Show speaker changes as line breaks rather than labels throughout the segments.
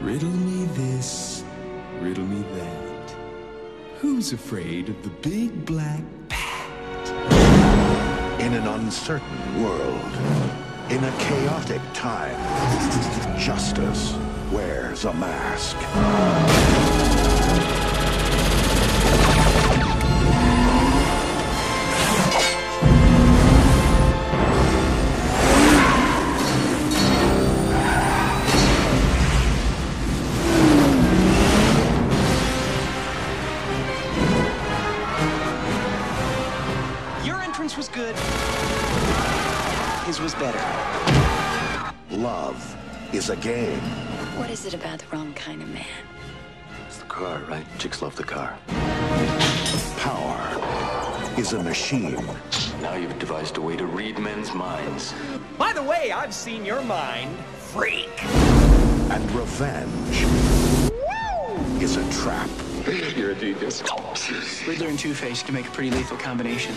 Riddle me this, riddle me that. Who's afraid of the big black
In an uncertain world, in a chaotic time, justice wears a mask.
Your entrance was good. His was better.
Love is a game.
What is it about the wrong kind of man?
It's the car, right? Chicks love the car.
Power is a machine.
Now you've devised a way to read men's minds.
By the way, I've seen your mind. Freak.
And revenge is a trap.
Riddler and Two Face can make a pretty lethal combination.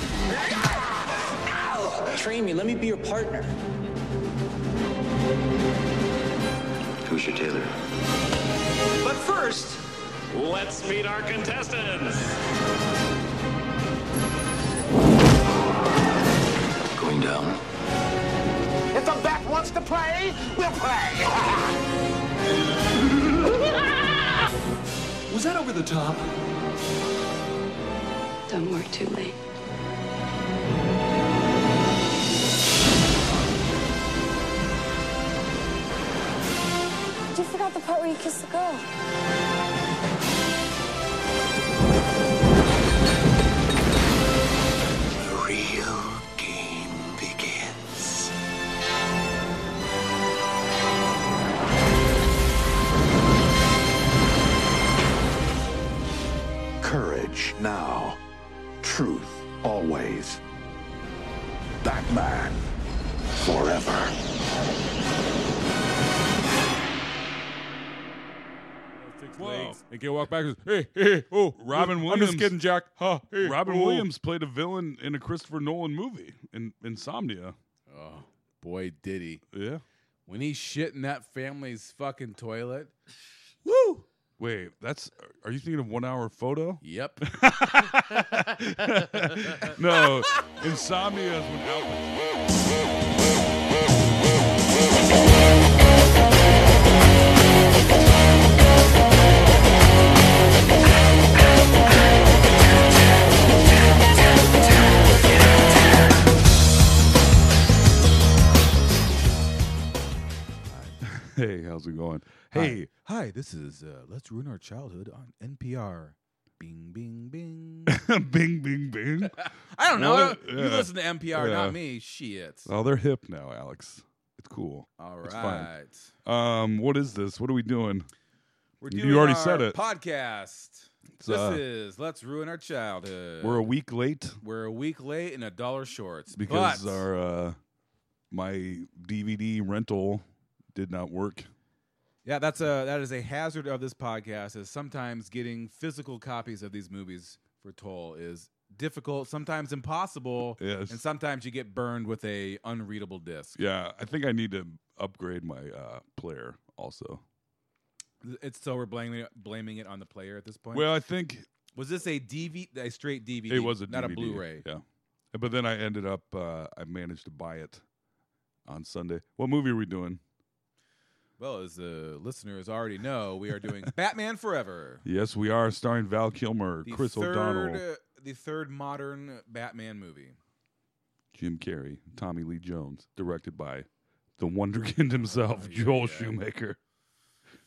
Train me. Let me be your partner.
Who's your tailor?
But first,
Let's meet our contestants.
Going down?
Was that over the top?
Don't work too late.
You forgot the part where you kissed the girl.
The real game begins.
Courage now. Truth always. Batman forever.
six legs and can walk backwards. Hey, hey, oh,
Robin
I'm
Williams-
just kidding, Jack. Ha, hey,
Robin
oh.
Williams played a villain in a Christopher Nolan movie in Insomnia.
Boy, did he.
Yeah.
When he shit in that family's fucking toilet.
Woo! Wait, that's. Are you thinking of one hour photo?
Yep.
No, Insomnia is when Al. Hey, how's it going? Hey,
Hi, this is uh, Let's Ruin Our Childhood on NPR. Bing, bing, bing.
bing, bing, bing.
I don't know.
Well,
you
yeah.
listen to NPR,
Yeah.
not me. Shit.
Oh, they're hip now, Alex. It's cool.
All
It's fine.
right.
Um, what is this? What are we doing?
We're
You
doing
already
our
said it.
Podcast.
It's,
This
uh,
is Let's Ruin Our Childhood.
We're a week late
We're a week late and a dollar short.
because
but
our uh, my DVD rental did not work.
Yeah, that's a that is a hazard of this podcast. Is sometimes getting physical copies of these movies for toll is difficult, sometimes impossible,
Yes.
and sometimes you get burned with a unreadable disc.
Yeah, I think I need to upgrade my uh, player also.
It's so we're blaming it, blaming it on the player at this point.
Well, I think
was this a DV a straight DVD?
it was a
not a
DVD,
Blu-ray.
Yeah, but then I ended up uh, I managed to buy it on Sunday. What movie are we doing?
Well, as the listeners already know, we are doing Batman Forever,
Yes, we are starring Val Kilmer,
the
Chris
third,
O'Donnell,
uh, the third modern Batman movie.
Jim Carrey, Tommy Lee Jones, directed by the Wonderkind himself,
Oh,
Joel Schumacher.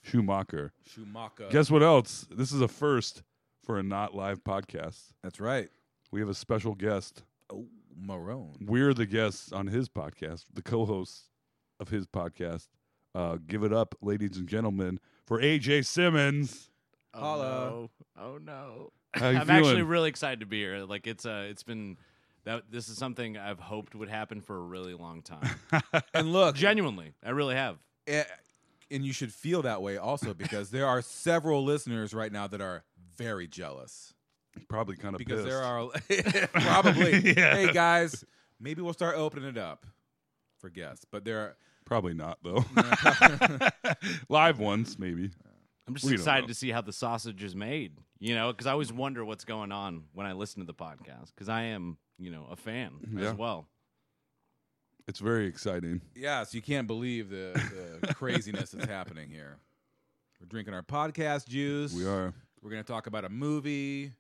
Schumacher.
Schumacher.
Guess what else? This is a first for a not live podcast.
that's right.
We have a special guest.
Oh, Marone.
We're the guests on his podcast, the co hosts of his podcast. Uh, give it up, ladies and gentlemen, for AJ Simmons.
Oh, Holla.
Oh no.
How you
I'm actually
feeling?
really excited to be here. Like it's uh it's been that this is something I've hoped would happen for a really long time.
And look,
Genuinely, I really have.
Eh, and you should feel that way also because there are several listeners right now that are very jealous
Probably kind of
because
pissed.
there are probably
Yeah.
hey guys maybe we'll start opening it up for guests but there are
Probably not, though. live ones, maybe.
I'm just
We don't
excited
know.
to see how the sausage is made. You know, because I always wonder what's going on when I listen to the podcast. Because I am, you know, a fan
Yeah.
as well.
It's very exciting.
Yeah, so you can't believe the, the craziness that's happening here. We're drinking our podcast juice.
We are.
We're going to talk about a movie.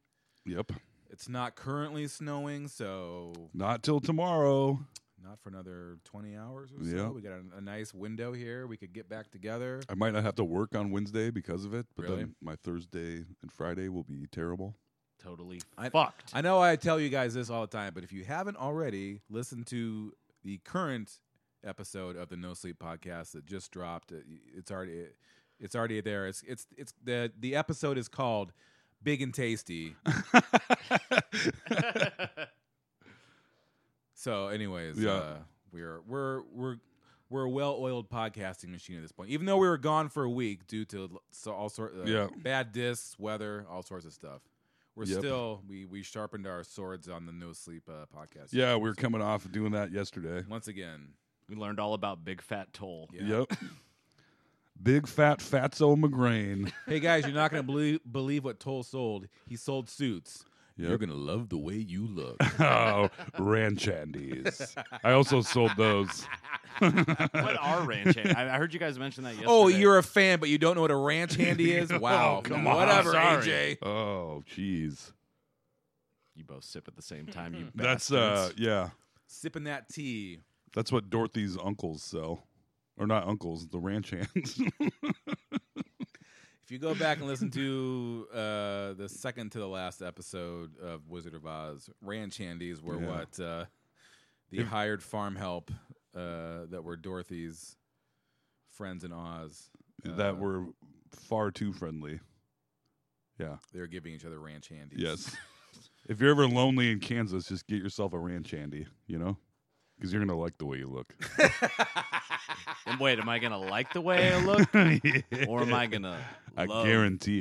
Yep.
It's not currently snowing, so
Not till tomorrow.
not for another 20 hours or so.
Yeah.
We got a, a nice window here. We could get back together.
I might not have to work on Wednesday because of it, but
Really?
then my Thursday and Friday will be terrible.
Totally
I-
fucked.
I know I tell you guys this all the time, but if you haven't already, listen to the current episode of the No Sleep podcast that just dropped. It- It's already it's already there. It's it's it's the the episode is called Big and Tasty. So, anyways,
Yeah.
uh, we're we're we're we're a well-oiled podcasting machine at this point. Even though we were gone for a week due to l- so all sorts of
Yeah.
bad discs, weather, all sorts of stuff, we're
Yep.
still we we sharpened our swords on the No Sleep uh, podcast.
Yeah, we were coming off of doing that yesterday.
Once again,
we learned all about Big Fat Toll.
yeah.
Yep. Big fat fatso McGrain.
Hey guys, you're not gonna believe believe what Toll sold. He sold suits. You're
Yep.
gonna love the way you look.
oh, ranch andies. I also sold those.
what are ranch? hand- I, I heard you guys mention that yesterday.
oh, you're a fan, but you don't know what a ranch handy is. Wow,
Oh, come on.
whatever,
Sorry.
AJ.
Oh, jeez.
you both sip at the same time. You
That's uh
bastards.
yeah.
Sipping that tea.
That's what Dorothy's uncles sell. Or not uncles, the ranch hands.
If you go back and listen to uh, the second to the last episode of Wizard of Oz, ranch handies were
Yeah.
what uh, the hired farm help uh, that were Dorothy's friends in Oz. Uh,
that were far too friendly. Yeah.
They were giving each other ranch handies.
Yes. if you're ever lonely in Kansas, just get yourself a ranch handy, you know? Because you're going to like the way you look.
And wait, am I gonna like the way I look, or am I gonna?
I
love,
guarantee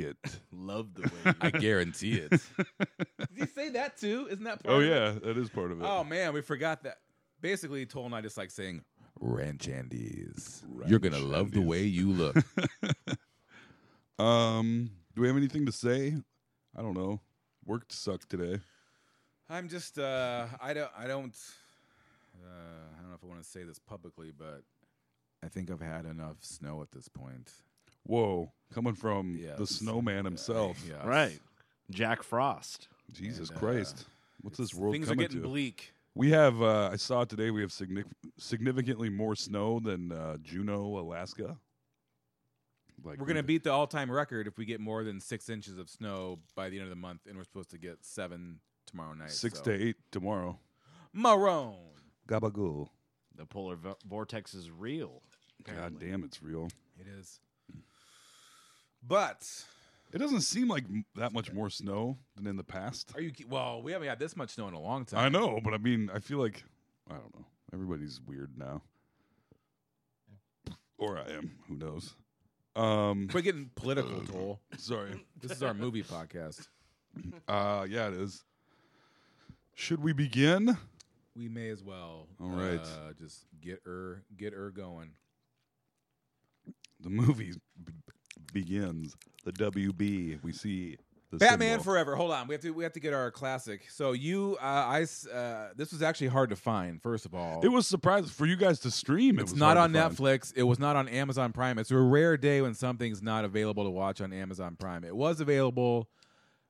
it.
Love the way.
I guarantee it. Did he say that too? Isn't that part
Oh,
of it?
yeah. That is part of it.
Oh man, we forgot that. Basically, Toll and I just like saying ranch handies. You're gonna love the way you look.
Um, do we have anything to say? I don't know. Work sucked today.
I'm just uh I don't I don't uh I don't know if I want to say this publicly, but I think I've had enough snow at this point.
Whoa. Coming from Um, the
Yes.
snowman himself.
Yeah.
I, right, Jack Frost.
Jesus
And, uh,
Christ. What's this world
Things are
coming
getting
to?
bleak.
We have, uh, I saw today, we have signific- significantly more snow than uh, Juneau, Alaska. Like
We're gonna
we've-
beat the all time record if we get more than six inches of snow by the end of the month and we're supposed to get seven tomorrow night.
six
so.
to eight tomorrow.
Maroon.
Gabagool.
The polar vo- vortex is real.
God damn, it's real.
It is. But
It doesn't seem like m- that much more snow than in the past.
are you ki- well, we haven't had this much snow in a long time.
I know, but I mean, I feel like I don't know. Everybody's weird now, or I am. Who knows? Um,
We're getting political, Toll.
sorry.
This is our movie podcast.
Uh, yeah, it is. Should we begin?
We may as well.
All right.
Uh, just get her, get her going.
The movie b- begins. The WB. We see the
Batman
symbol.
Forever. Hold on, we have to we have to get our classic. So you, uh, I, s- uh, this was actually hard to find. First of all,
It was surprising for you guys to stream. It
It's
was
not on
hard to find.
Netflix. It was not on Amazon Prime. It's a rare day when something's not available to watch on Amazon Prime. It was available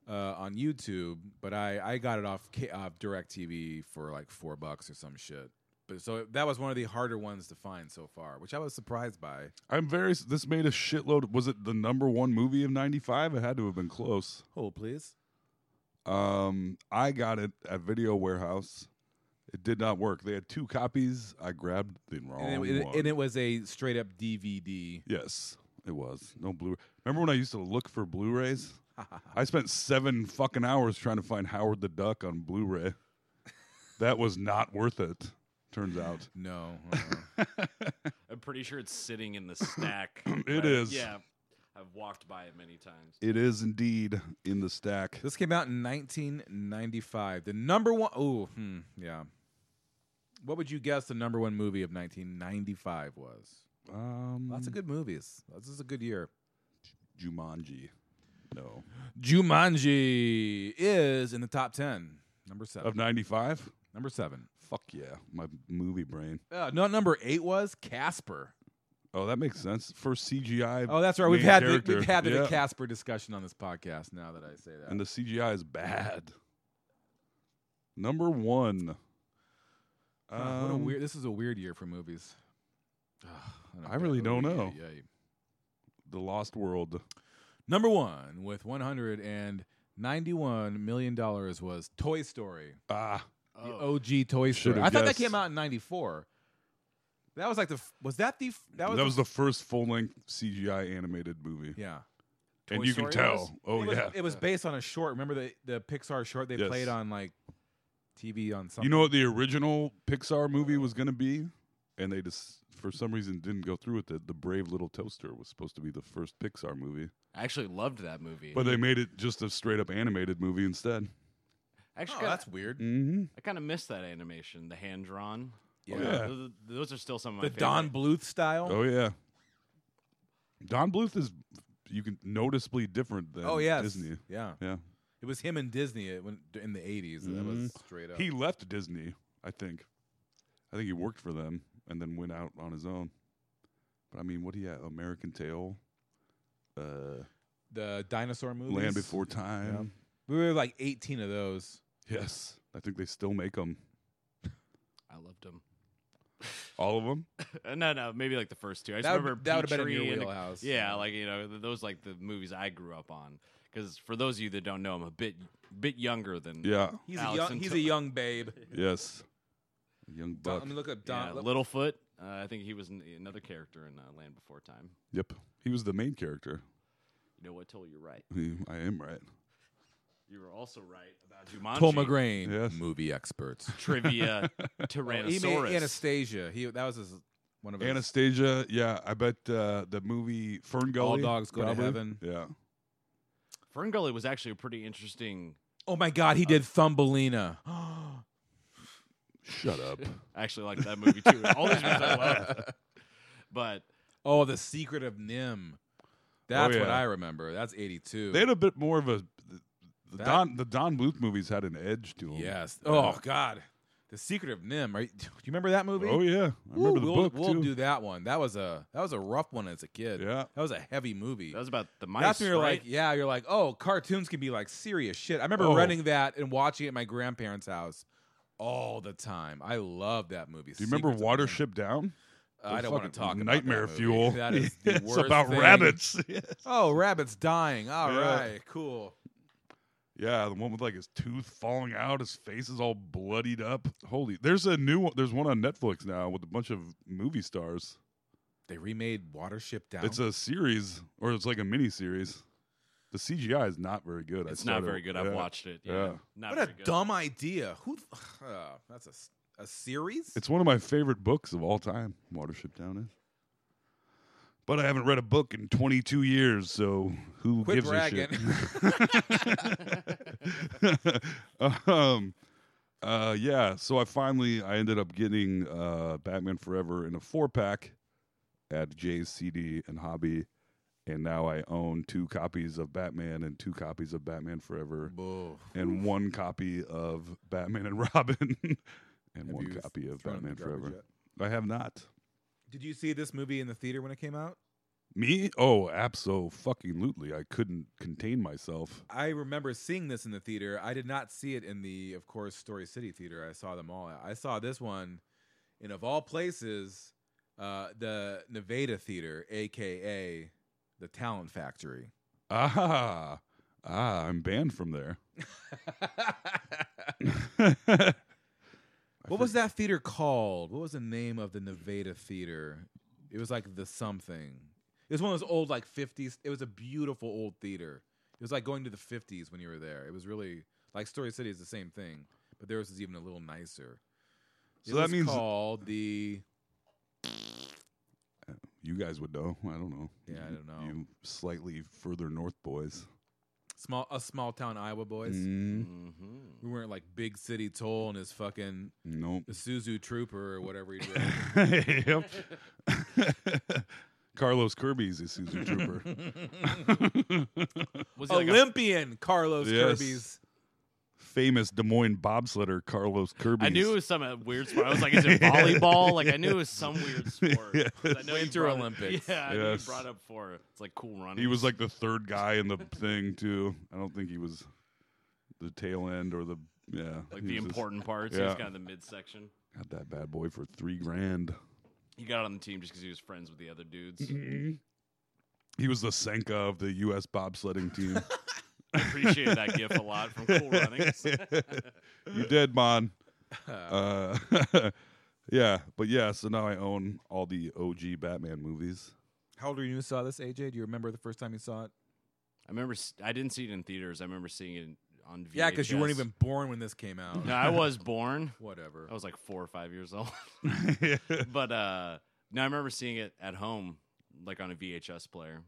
uh, on YouTube, but I, I got it off K- off DirecTV for like four bucks or some shit. But so that was one of the harder ones to find so far, which I was surprised by.
I'm very. s- This made a shitload. Was it the number one movie of '95? It had to have been close.
Hold please.
Um, I got it at Video Warehouse. It did not work. They had two copies. I grabbed the wrong
And it,
one.
and it was a straight up DVD.
yes, it was no Blu. Remember when I used to look for Blu-rays? I spent seven fucking hours trying to find Howard the Duck on Blu-ray. That was not worth it. Turns out
No,
I'm pretty sure it's sitting in the stack.
It is.
Yeah, I've walked by it many times.
it is indeed in the stack.
this came out in 1995. The number one. Oh, hmm, yeah. What would you guess the number one movie of 1995 was?
Um,
Lots of good movies. This is a good year.
Jumanji. No.
Jumanji is in the top 10. Number seven.
Of 95?
Number seven.
Fuck yeah. My movie brain.
Uh, no, number eight was Casper.
Oh, that makes sense. First CGI.
Oh, that's right. We've
main
had
character.
the, we've had the
Yeah.
Casper discussion on this podcast. Now that I say that,
And the CGI is bad. Number one.
Huh, what a
Um,
weird. This is a weird year for movies.
I really don't know.
Yeah, yeah.
The Lost World.
Number one with one hundred and ninety-one million dollars was Toy Story.
Ah,
The OG Toy Story.
Should've
I thought that
guessed.
came out in '94. That was like the. f- Was that the? f- That was.
that was the first full length CGI animated movie.
yeah.
and
Toy
you can
Story
tell.
was?
oh,
it was,
yeah.
It was based on a short. Remember the the Pixar short they
Yes.
played on like TV on something.
you know what the original Pixar movie was going to be? And they just, for some reason, didn't go through with it. The Brave Little Toaster was supposed to be the first Pixar movie.
I actually loved that movie.
But they made it just a straight up animated movie instead.
actually,
Oh,
kinda-
that's weird.
Mm-hmm.
I kind of miss that animation, the hand drawn.
Yeah.
yeah.
Those, those are still some of my
The Don
favorite.
Bluth style.
Oh, yeah. Don Bluth is, you can noticeably different than
Oh yes.
Disney.
Yeah.
Yeah. Mm-hmm.
It was him and Disney uh, when, in the 80s. That was straight up.
He left Disney, I think. I think he worked for them and then went out on his own. But I mean, what do you have? American Tail, uh,
the dinosaur movies.
Land Before Time.
We were like 18 of those.
Yes, I think they still make them.
I loved them.
All of them.
Uh, no, no, maybe like the first two. I just
That would-
remember
that would've been in
Petrie
your
and-
wheelhouse.
yeah, like you know, th- those like the movies I grew up on. Because for those of you that don't know, I'm a bit bit younger than
Yeah.
He's
Alex
a young.
and
He's
Tony.
a young babe.
Yes. Young
Don,
Buck.
let me look up Don.
Yeah,
look-
Littlefoot. Uh, I think he was an, another character in uh, Land Before Time.
Yep. He was the main character.
You know what, Toll? You're right.
He- I am right.
You were also right about Jumanji.
Paul McGrain,
Yes.
movie expert.
Trivia.
he made
Tyrannosaurus.
Anastasia. He that was his, one of his.
Anastasia. Yeah, I bet uh, the movie Fern Gully.
Dogs Go to
probably.
Heaven.
Yeah.
Ferngully was actually a pretty interesting.
oh my God, he
uh,
did Thumbelina.
Shut up.
I actually liked that movie too. All these movies I love. But
Oh, the Secret of Nim. That's what
Oh, yeah.
I remember. That's 82.
they had a bit more of a. The
That-
Don the Don Bluth movies had an edge to them.
yes.
Yeah.
Oh God, the Secret of Nim. Right? Do you remember that movie?
Oh yeah, I remember
Woo,
the
we'll,
book
We'll
too.
do that one. That was a that was a rough one as a kid.
Yeah.
that was a heavy movie.
that was about the mice.
That's when you're
right?
like, yeah, you're like, oh, cartoons can be like serious shit. I remember
Oh.
running that and watching it at my grandparents' house all the time. I love that movie.
do you remember
Secrets of Nim.
Watership Down?
Uh, I
The
don't want to
fucking
talk about
Nightmare
that movie.
Fuel.
That is the
Yes,
worst
about
thing.
rabbits. Yes.
Oh, rabbits dying. All right,
Yeah.
cool.
Yeah, the one with like his tooth falling out, his face is all bloodied up. Holy, there's a new one. There's one on Netflix now with a bunch of movie stars.
They remade Watership Down.
It's a series, or it's like a mini series. The CGI is not very good. I
it's not
started-
very good. I've
yeah.
watched it. Yeah.
Yeah.
Not
what a
very good.
dumb idea. Who? Uh, that's a s- a series.
It's one of my favorite books of all time. Watership Down is. But I haven't read a book in 22 years, so who
Quit
gives
bragging.
a shit? um, uh, yeah. So I finally I ended up getting uh, Batman Forever in a four pack at Jay's CD and Hobby, and now I own two copies of Batman and two copies of Batman Forever
Boo.
and one copy of Batman and Robin and
Have
one
you
copy of
thrown it in
Batman
the garbage
Forever.
yet?
I have not.
Did you see this movie in the theater when it came out?
Me? Oh, abso fucking lootly. I couldn't contain myself.
I remember seeing this in the theater. I did not see it in the, of course, Story City theater. I saw them all. I saw this one, and of all places, uh, the Nevada theater, aka the Talent Factory.
Ah, ah, I'm banned from there.
what was that theater called? What was the name of the Nevada theater? It was like the something. It was one of those old like fifties. It was a beautiful old theater. It was like going to the fifties when you were there. It was really like Story City is the same thing, but theirs is even a little nicer.
So
It
that
was
means-
called the
Uh, You guys would know. I don't know.
Yeah, I
You-
don't know.
You slightly further north boys.
small a small town Iowa boys.
Mm,
hmm
We weren't like big city toll and his fucking
nope.
Isuzu Trooper or whatever he drove.
yep. Carlos Kirby's a Caesar Trooper.
Was he like a-
Olympian Carlos
Yes.
Kirby's.
Famous Des Moines bobsledder Carlos Kirby.
I knew it was some uh, weird sport. I was like, is it volleyball? Like I knew it was some weird sport. 'Cause I know you
Winter
brought it-
Olympics.
yeah, I know you
Yes.
brought up for it. it's like cool running.
He was like the third guy in the thing too. I don't think he was the tail end or the yeah.
like
he
the
was just-
important parts. He was
yeah.
kind of the midsection.
Got that bad boy for three grand.
He got on the team just because he was friends with the other dudes.
He was the Senka of the U.S. bobsledding team.
I appreciate that gif a lot from Cool Runnings.
you did, Mon. Uh, yeah, but yeah. So now I own all the OG Batman movies.
How old were you when you saw this, AJ? Do you remember the first time you saw it?
I remember s- I didn't see it in theaters. I remember seeing it on VHS.
Yeah, because you weren't even born when this came out.
No, I was born.
Whatever.
I was like four or five years old. but uh no, I remember seeing it at home, like on a VHS player.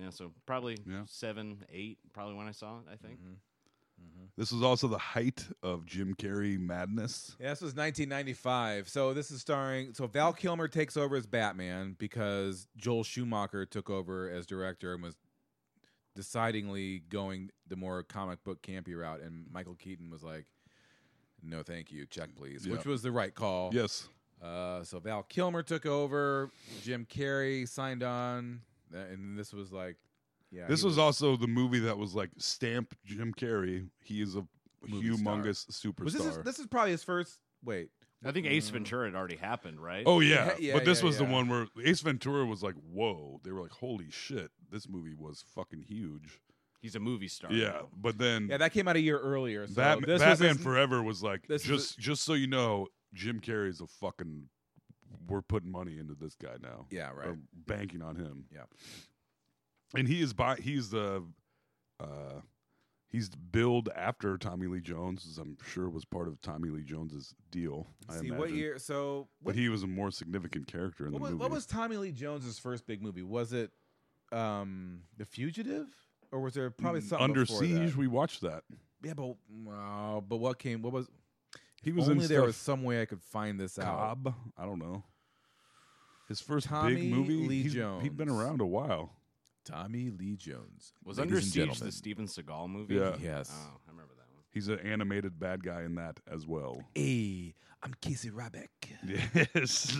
Yeah, so probably
Yeah.
seven, eight, probably when I saw it. I think
This was also the height of Jim Carrey madness.
Yeah, this was 1995. So this is starring. So Val Kilmer takes over as Batman because Joel Schumacher took over as director and was decidingly going the more comic book campy route. And Michael Keaton was like, "No, thank you, check please,"
Yeah.
which was the right call.
Yes.
Uh, so Val Kilmer took over. Jim Carrey signed on, uh, and this was like, yeah,
This
he
was also the movie that was like stamp Jim Carrey. He is a
Movie
humongous superstar.
was this. His, this is probably his first. Wait,
I think Ace Ventura had already happened, right?
oh yeah,
Yeah, yeah,
but this
yeah,
was the
yeah.
one where Ace Ventura was like, "Whoa!" They were like, "Holy shit!" This movie was fucking huge.
he's a movie star.
yeah,
now.
but then
yeah, that came out a year earlier. So
Batman,
this was
Batman
his-
Forever was like,
this was
just just so you know, Jim Carrey's a fucking. We're putting money into this guy now.
Yeah, right.
Or banking on him.
Yeah.
and he is by he's the uh he's billed after Tommy Lee Jones, as I'm sure was part of Tommy Lee Jones's deal. I
See what
imagine.
year? So
But
what,
he was a more significant character in
what
the
was,
movie.
what was Tommy Lee Jones's first big movie? Was it um, The Fugitive, or was there probably something
Mm, Under
before that?
Siege? We watched that.
Yeah, but uh, but what came? What was?
He was
only
in
there
stuff-
was some way I could find this out.
Cobb. I don't know. His first
Tommy
big movie.
Lee
he's- He'd been
Jones.
around a while.
Tommy Lee Jones
was
ladies
Under
and
Siege
gentlemen.
the Steven Seagal movie?
Yeah.
Yes.
Oh, I remember that one.
He's an animated bad guy in that as well.
Hey, I'm Casey Rabeck.
Yes.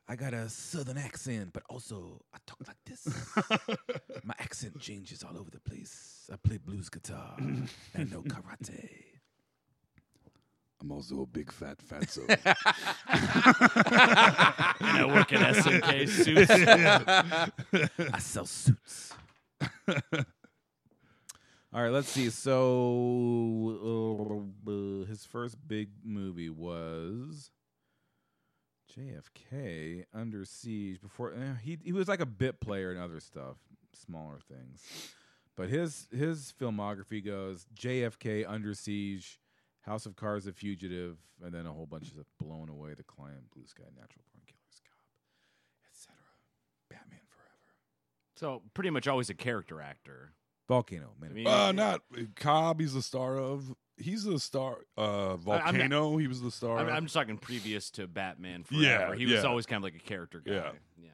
I got a southern accent, but also I talk like this. My accent changes all over the place. I play blues guitar and no karate.
I'm also a big fat fatso.
And I work at SNK Suits.
I sell suits. all right, let's see. So uh, his first big movie was JFK Under Siege. Before eh, he he was like a bit player in other stuff, smaller things. But his his filmography goes JFK Under Siege. House of Cards, The Fugitive, and then a whole bunch of stuff. Blown Away, The Client, Blue Sky, Natural Born Killers, Cop, etc. Batman Forever.
so pretty much always a character actor.
Volcano, man.
I mean,
uh, not Cobb. He's the star of. He's the star. Uh,
I'm not-
Volcano. he was the star.
I'm,
of.
I'm just talking previous to Batman
Yeah,
Forever. he was
yeah.
always kind of like a character guy.
Yeah.
yeah.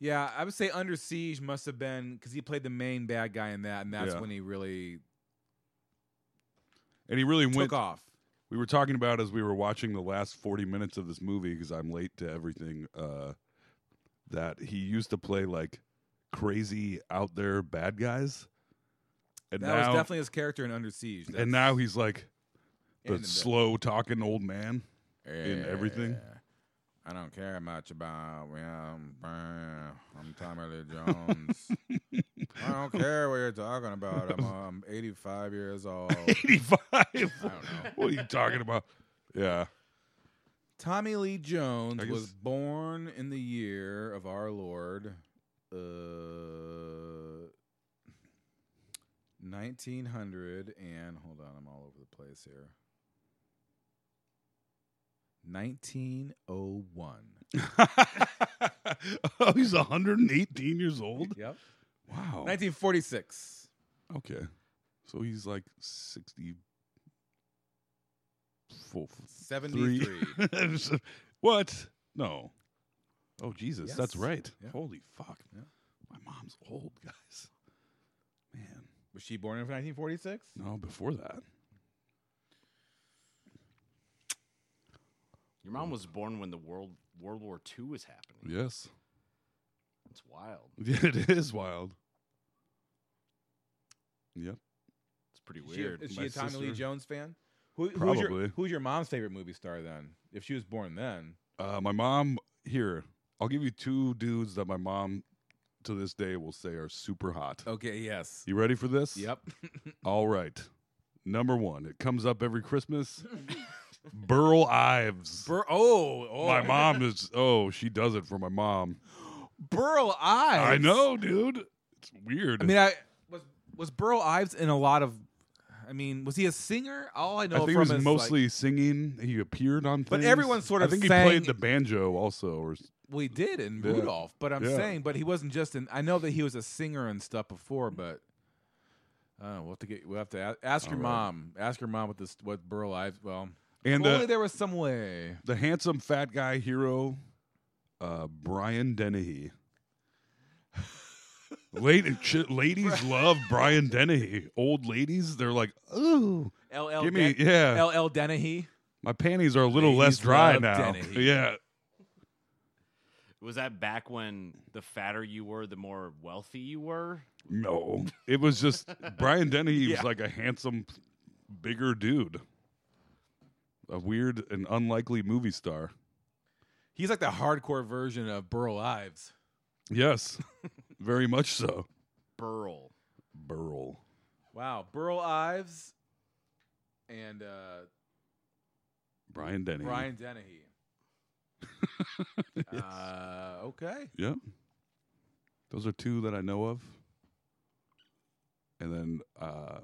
yeah, I would say Under Siege must have been because he played the main bad guy in that, and that's
Yeah.
when he really
and he really went
took off.
We were talking about as we were watching the last 40 minutes of this movie because I'm late to everything. Uh, that he used to play like crazy out there bad guys, and
That
now
was definitely his character in Under Siege.
and now he's like
in
the
the-
slow talking old man.
in
everything.
I don't care much about. Um, I'm Tommy Lee Jones. I don't care what you're talking about. I'm, I'm 85 years old.
85.
know.
what are you talking about? Yeah,
Tommy Lee Jones
I
was
guess-
born in the year of our Lord, uh, nineteen hundred and hold on, I'm all over the place here. Nineteen oh one.
oh, he's 118 years old.
Yep.
Wow.
Nineteen forty six.
Okay, so he's like 64.
Seventy three.
what? No.
Oh Jesus,
Yes.
that's right.
Yeah.
Holy fuck.
Yeah.
My mom's old, guys. Man.
Was she born in 1946?
Oh,
No, before that.
Your mom was born when the world World War II was happening.
Yes.
It's wild.
Yeah, it is wild. Yep.
It's pretty
Is she a-
weird.
Is she
My
a Tommy Lee
sister-
Jones fan? Who, Who's your,
Probably.
who's your mom's favorite movie star then? If she was born then,
Uh, my mom here. I'll give you two dudes that my mom to this day will say are super hot.
okay, yes,
You ready for this?
yep,
All right. Number one, it comes up every Christmas. Burl Ives.
Bur- oh, oh,
My mom is oh, she does it for my mom.
Burl Ives.
I know, dude. It's weird.
I mean, I was was Burl Ives in a lot of. I mean, was he a singer? All I know
I think
from
he was
is,
mostly
like,
singing. He appeared on
But
things.
everyone sort
I
of
think
sang-
he played the banjo also. Or s-
well, he did in
Yeah.
Rudolph, but I'm
Yeah.
saying, but he wasn't just in. I know that he was a singer and stuff before, but uh, we'll have to get we'll have to a- ask your
All right.
mom. Ask your mom what this what Burl Ives. Well,
and
if only
the,
there was some way.
the handsome fat guy hero, uh, Brian Dennehy. Lady, ch- ladies love Brian Dennehy. Old ladies, they're like, ooh,
LL
give me, yeah.
LL Dennehy.
my panties are a little less
Ladies
dry
love
now.
Dennehy.
Yeah,
was that back when the fatter you were, the more wealthy you were?
no, it was just Brian Dennehy
Yeah.
was like a handsome, bigger dude, a weird and unlikely movie star.
He's like the hardcore version of Burl Ives.
Yes, very much so.
Burl.
Burl.
Wow, Burl Ives and uh,
Brian Denny.
Brian Dennehy. uh, okay.
Yep. Those are two that I know of. And then uh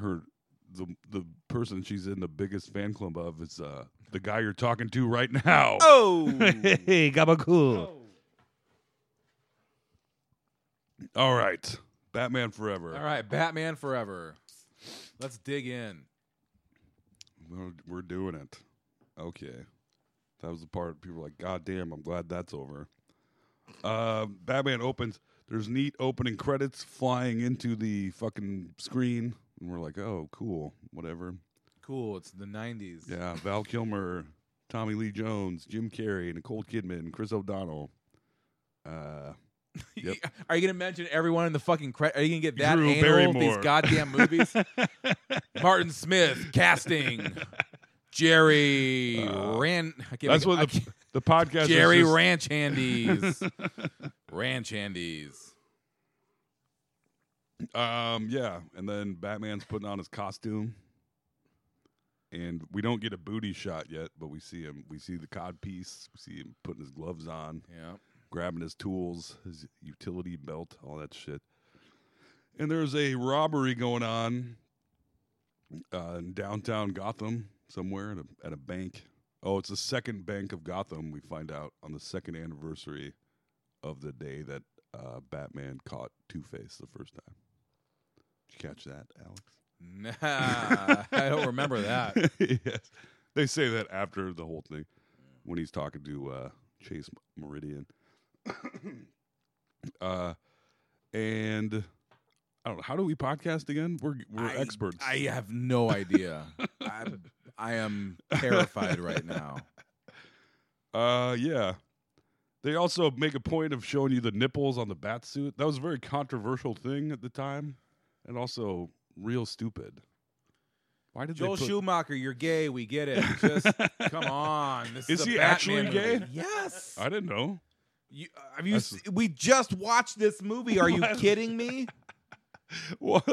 her the the person she's in the biggest fan club of is uh the guy you're talking to right now.
Oh,
hey, Gabacool. All right. Batman Forever.
Oh! all right, Batman Forever. Let's dig in.
We're, we're doing it. Okay. That was the part people were like, God damn, I'm glad that's over. Uh, Batman opens. There's neat opening credits flying into the fucking screen. And we're like, oh, cool. Whatever.
Cool. It's the '90s.
Yeah. Val Kilmer, Tommy Lee Jones, Jim Carrey, Nicole Kidman, Chris O'Donnell. Uh, Yep.
Are you gonna mention everyone in the fucking? Cre- are you gonna get that
Drew
anal of these
Barrymore.
goddamn movies? Martin Smith casting Jerry Ran. I can't
Uh, that's
make- I
what the,
can't-
the podcast is
Jerry
just-
Ranch Handies. Ranch Handies.
Um, yeah, and then Batman's putting on his costume, and we don't get a booty shot yet, but we see him. We see the cod piece. We see him putting his gloves on,
Yeah.
grabbing his tools, his utility belt, all that shit. And there's a robbery going on uh, in downtown Gotham somewhere at a, at a bank. Oh, it's the second bank of Gotham. We find out on the second anniversary of the day that uh, Batman caught Two Face the first time. Did you catch that, Alex?
Nah, I don't remember that.
yes. They say that after the whole thing when he's talking to uh, Chase Meridian. uh, and I don't know. How do we podcast again? We're, we're
I-
experts.
I have no idea. I, I am terrified right now.
Uh, yeah. They also make a point of showing you the nipples on the bat suit. That was a very controversial thing at the time, and also real stupid. Why did
Joel
they put,
Schumacher, you're gay. We get it. Just come on. This is,
Is
a
he
Batman
actually
movie.
gay?
Yes.
I didn't know.
You, have you?
That's-
s- we just watched this movie. Are you
What?
kidding me?
What?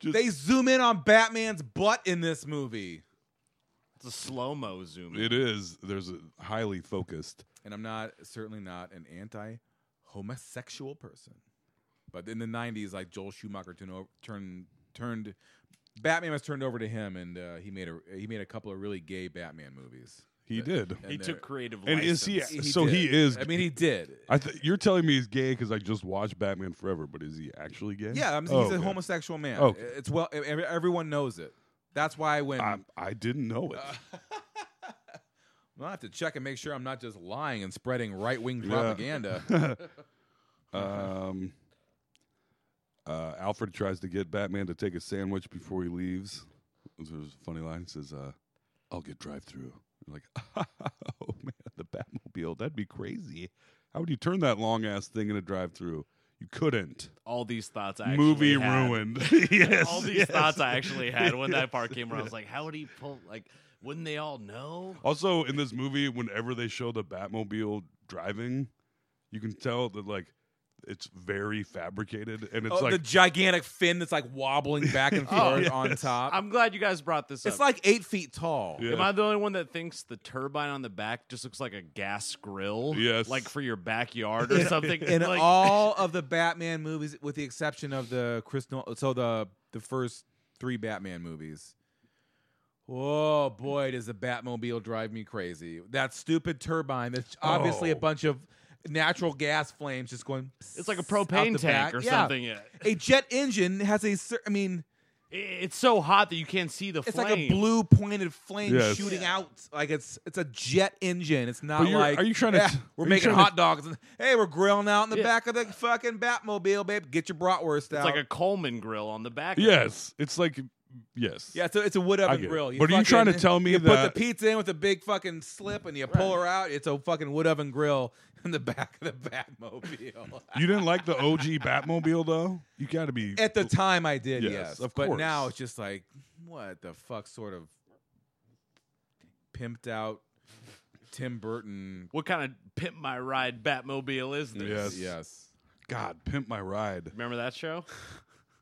Just,
They zoom in on Batman's butt in this movie,
It's a slow mo zoom. in.
it is. There's a highly focused.
and I'm not certainly not an anti-homosexual person, but in the '90s, like Joel Schumacher turned over, turned turned Batman was turned over to him, and uh, he made a he made a couple of really gay Batman movies.
He did.
And
He
they're-
took creative
And
license.
is he- so he is-
I mean, he did.
I th- you're telling me he's gay because I just watched Batman Forever, but is he actually gay?
Yeah, I mean,
Oh,
he's a
okay.
homosexual man.
Okay.
It's well, e- every- everyone knows it. That's why when
I, I didn't know it.
Well, I have to check and make sure I'm not just lying and spreading right wing
Yeah.
propaganda.
Um, uh, Alfred tries to get Batman to take a sandwich before he leaves. There's a funny line. He says, uh, "I'll get drive-through." I'm Like, oh man, the Batmobile. That'd be crazy. How would you turn that long ass thing in a drive-through? You couldn't.
All these thoughts I
Movie
actually had.
ruined. yes.
All these
yes.
thoughts I actually had when
Yes.
that part came where I was like, how would he pull? Like, wouldn't they all know?
Also, in this movie, whenever they show the Batmobile driving, you can tell that like it's very fabricated, and it's
Oh,
like Oh,
the gigantic fin that's like wobbling back and forth on
Yes.
top.
I'm glad you guys brought this up.
it's like eight feet tall.
Yeah.
Am I the only one that thinks the turbine on the back just looks like a gas grill?
Yes.
Like for your backyard or something?
In
like,
all of the Batman movies, with the exception of the Chris Nolan, so the the first three Batman movies. Oh boy, does the Batmobile drive me crazy! That stupid turbine. That's obviously a
Oh.
bunch of natural gas flames just going.
it's like a
out the
propane tank
back.
or
Yeah.
something. It-
A jet engine has a. cer- I mean,
It's so hot that you can't see the
it's
flame.
like a blue pointed flame
Yes.
shooting out. Like it's it's a jet engine. It's not
But you're-
like
are you trying to-
"Yeah,
are
we're
you
making
trying to-
hot dogs. And, hey, we're grilling out in the
Yeah.
back of the fucking Batmobile, babe. Get your bratwurst
It's
out.
like a Coleman grill on the back. of it.
yes, it's like yes,
yeah, so it's a wood
I
oven
get it.
grill. You
But are you trying to
fucking-
tell me
you
that-
put the pizza in with a big fucking slip and you pull her out? It's a fucking wood oven grill in the back of the Batmobile.
You didn't like the OG Batmobile though. You got to be
At the time, I did, yes,
Yes, of
But now
course.
it's just like, what the fuck, sort of pimped out Tim Burton.
What kind of pimp my ride Batmobile is this?
Yes.
Yes,
God pimp my ride.
Remember that show?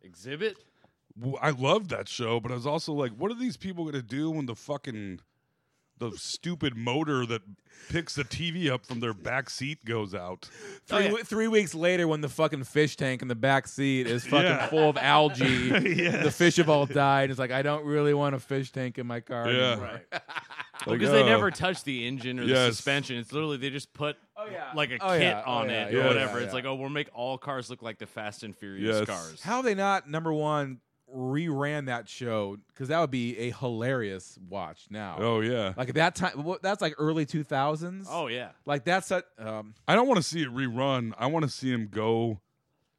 Exhibit?
W- I loved that show, but I was also like, what are these people going to do when the fucking the stupid motor that picks the TV up from their back seat goes out?
three
Oh, yeah.
we- three weeks later, when the fucking fish tank in the back seat is fucking
Yeah.
full of algae,
Yes.
the fish have all died. It's like I don't really want a fish tank in my car.
Yeah.
anymore.
Right.
Like,
Because they
uh,
never touch the engine or the
Yes.
suspension. It's literally they just put
yeah.
like a
Oh,
kit
yeah. Oh,
on
yeah.
it
Yeah,
or whatever.
yeah,
It's
yeah.
like, oh, we'll make all cars look like the Fast and Furious
Yes.
cars.
How they not number one reran that show? Because that would be a hilarious watch now.
Oh yeah,
Like at that time, what- that's like early two thousands.
Oh yeah.
Like that's a, um,
I don't want to see it rerun. I want to see him go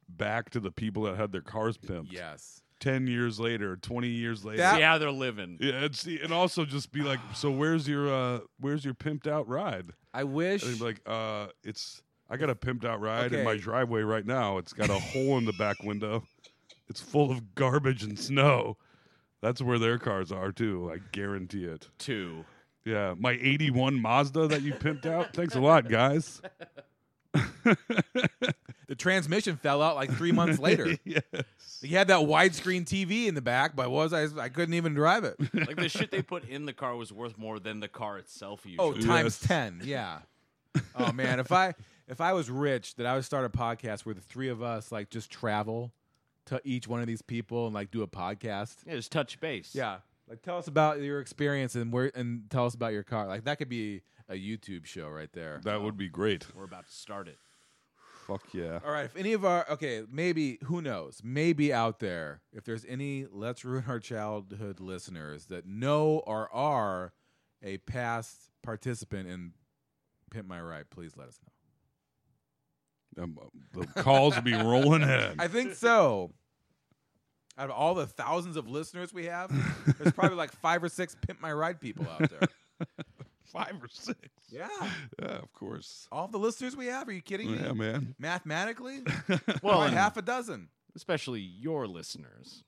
back to the people that had their cars pimped.
yes.
ten years later, twenty years later.
That-
See how they're living.
yeah, and see, and also just be like, so where's your uh where's your pimped out ride?
I wish.
And he'd be like, uh, it's I got a pimped out ride in my
Okay.
driveway right now. It's got a hole in the back window. It's full of garbage and snow. That's where their cars are too. I guarantee it.
Two.
Yeah, my '81 Mazda that you pimped out. Thanks a lot, guys.
the transmission fell out like three months later.
yes.
He had that widescreen TV in the back, but what was I? I couldn't even drive it.
Like the shit they put in the car was worth more than the car itself usually.
Oh, times
Yes.
ten. Yeah. Oh man, if I if I was rich, that I would start a podcast where the three of us like just travel to each one of these people and like do a podcast.
yeah, just touch base.
Yeah. Like tell us about your experience and where and tell us about your car. Like that could be a YouTube show right there.
That would be great.
We're about to start it.
Fuck yeah.
All right, if any of our okay, maybe who knows? Maybe out there, if there's any let's ruin our childhood listeners that know or are a past participant in Pimp My Ride, please let us know.
Um, the calls will be rolling in.
I think so. Out of all the thousands of listeners we have, there's probably like five or six Pimp My Ride people out there.
Five or six.
Yeah.
Yeah, of course.
All the listeners we have, are you kidding me?
Yeah, man.
Mathematically?
Well,
probably
and
half a dozen.
especially your listeners.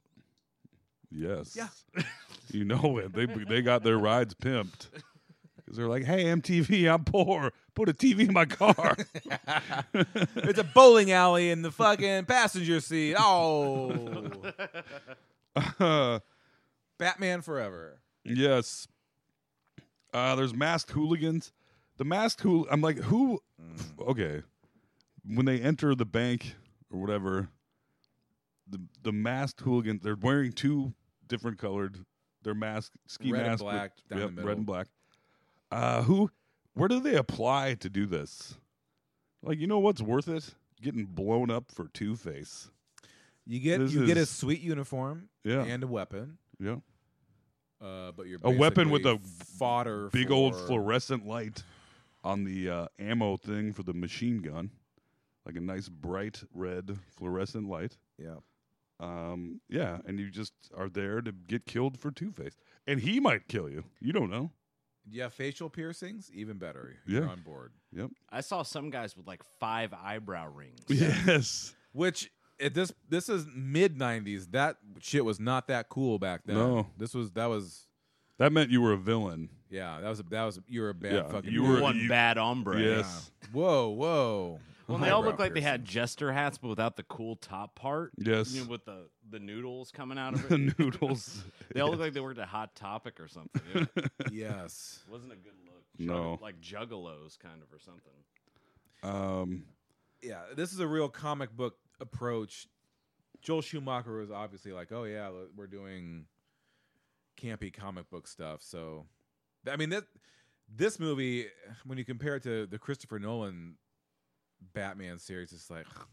Yes.
Yeah.
you know it. They they got their rides pimped. Cause they're like, "Hey, MTV, I'm poor. Put a TV in my car."
It's a bowling alley in the fucking passenger seat. Oh.
Uh,
Batman Forever.
yes. Uh, there's masked hooligans. The masked hool. I'm like, who?
Mm.
Okay. When they enter the bank or whatever, the the masked hooligans. They're wearing two different colored. Their mask, ski
Red and
mask, with-
black down the
yep,
middle.
red and black. Uh, who? Where do they apply to do this? Like, you know what's worth it? Getting blown up for Two Face.
You get
This
you get a
is-
sweet uniform
Yeah.
and a weapon.
Yeah.
Uh, but you're
A weapon with a
basically fodder,
big old
for-
fluorescent light on the uh, ammo thing for the machine gun, like a nice bright red fluorescent light.
Yeah.
Um, yeah, and you just are there to get killed for Two Face, and he might kill you. You don't know.
Yeah, facial piercings, even better. You're
Yeah.
on board.
Yep.
I saw some guys with like five eyebrow rings.
Yes.
Which at this this is mid '90s. That shit was not that cool back then.
No.
this was that was
That meant you were a villain.
yeah that was a, that was you were a bad
Yeah,
fucking
you were-
One
you-
bad ombre.
Yes.
whoa whoa.
Well, they all looked like they had jester hats, but without the cool top part.
Yes.
You know, with the, the noodles coming out of
the
it.
noodles.
They all look like they worked at Hot Topic or something. It
yes.
wasn't a good look.
No.
Jugg- Like juggalos, kind of, or something.
Um,
yeah, this is a real comic book approach. Joel Schumacher was obviously like, oh yeah, l- we're doing campy comic book stuff. So, I mean that this movie, when you compare it to the Christopher Nolan Batman series, it's like, I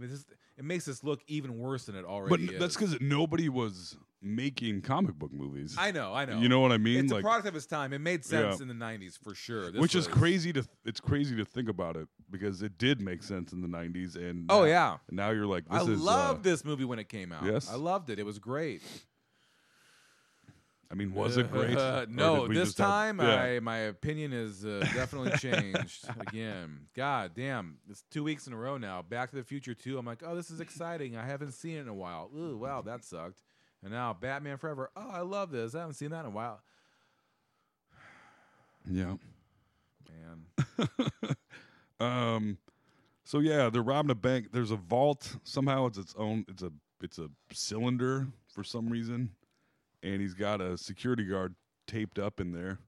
mean, this it makes this look even worse than it
but
already.
n- that's
is.
because nobody was making comic book movies.
I know, I know.
You know what I mean?
It's a
Like-
product of its time. It made sense
Yeah.
in the '90s for sure, This
which is
was-
crazy to it's crazy to think about it because it did make sense in the 90s and
Oh,
now-
yeah.
now you're like this
I
is
loved
uh,
this movie when it came out.
Yes?
I loved it. It was great.
I mean was it great
Uh,
Or
no,
did we
this
just have-
time
Yeah.
I my opinion is uh, definitely changed again. God damn, it's two weeks in a row now. Back to the Future Two. I'm like, oh, this is exciting. I haven't seen it in a while. Ooh, wow, that sucked. And now Batman Forever. Oh, I love this. I haven't seen that in a while.
yeah
Man,
um so yeah they're robbing a bank there's a vault somehow it's its own it's a it's a cylinder for some reason and he's got a security guard taped up in there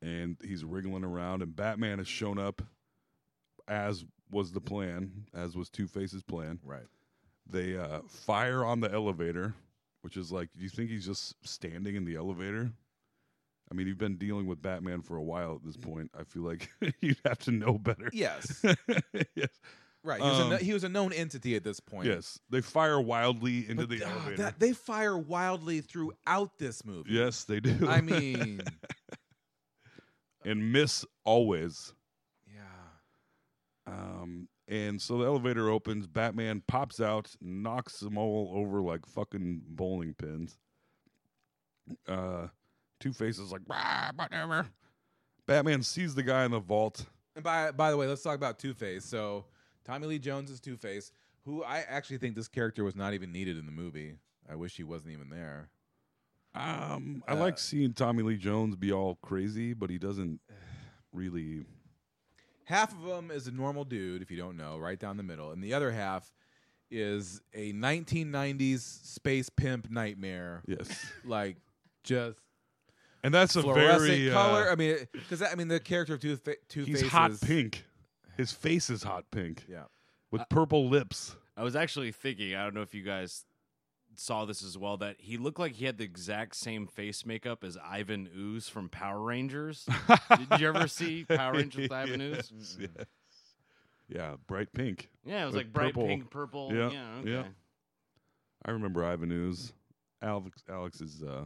and he's wriggling around and Batman has shown up as was the plan as was Two-Face's plan
right?
they uh, fire on the elevator, which is like, do you think he's just standing in the elevator? I mean, you've been dealing with Batman for a while at
Mm.
this point. I feel like you'd have to know better.
Yes,
yes.
right. He was, a, kno-
Um,
he was a known entity at this point.
Yes. They fire wildly into
But
the
th- ah,
elevator.
that- they fire wildly throughout this movie.
yes, they do.
I mean,
and miss always.
yeah.
Um, and so the elevator opens. Batman pops out, knocks them all over like fucking bowling pins. Uh, Two Faces like "Rah, whatever. Batman sees the guy in the vault.
And by by the way, let's talk about Two Face. So Tommy Lee Jones is Two Face, who I actually think this character was not even needed in the movie. I wish he wasn't even there.
Um, I
Uh,
like seeing Tommy Lee Jones be all crazy, but he doesn't really.
Half of him is a normal dude, if you don't know, right down the middle, and the other half is a 1990s space pimp nightmare,
Yes,
like just
and that's a
fluorescent
very uh,
color. I mean, because I mean the character of Two Fa- Two
he's
Face
hot
is,
pink. His face is hot pink
Yeah,
with purple lips.
I was actually thinking, I don't know if you guys saw this as well, that he looked like he had the exact same face makeup as Ivan Ooze from Power Rangers. Did you ever see Power Rangers with Ivan Ooze?
Yeah, bright pink.
Yeah, it was
With
like bright
purple.
pink, purple.
Yeah,
Oh, Yeah, okay.
yeah. I remember Ivan Ooze. Alex, Alex is uh,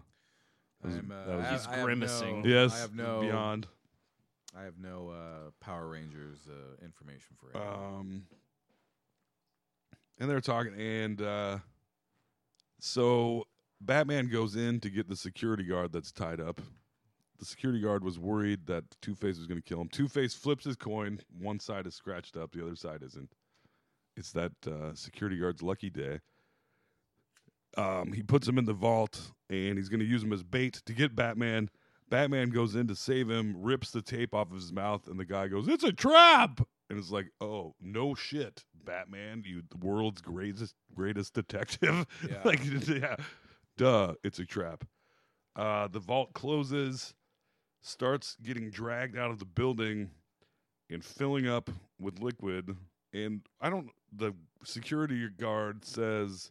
was-
I'm, uh,
that was-
I-
He's
I have
grimacing.
no-
yes,
I have no
beyond.
I have no uh, Power Rangers uh, information for it.
Um, and they're talking, and uh, so Batman goes in to get the security guard that's tied up. The security guard was worried that Two Face was going to kill him. Two Face flips his coin. One side is scratched up, the other side isn't. It's that uh, security guard's lucky day. Um, he puts him in the vault, and he's going to use him as bait to get Batman. Batman goes in to save him, rips the tape off of his mouth, and the guy goes, "It's a trap!" And it's like, "Oh no, shit, Batman, you the world's greatest greatest detective."
Yeah.
like, yeah, duh, it's a trap. Uh, the vault closes, starts getting dragged out of the building, and filling up with liquid. And I don't. The security guard says,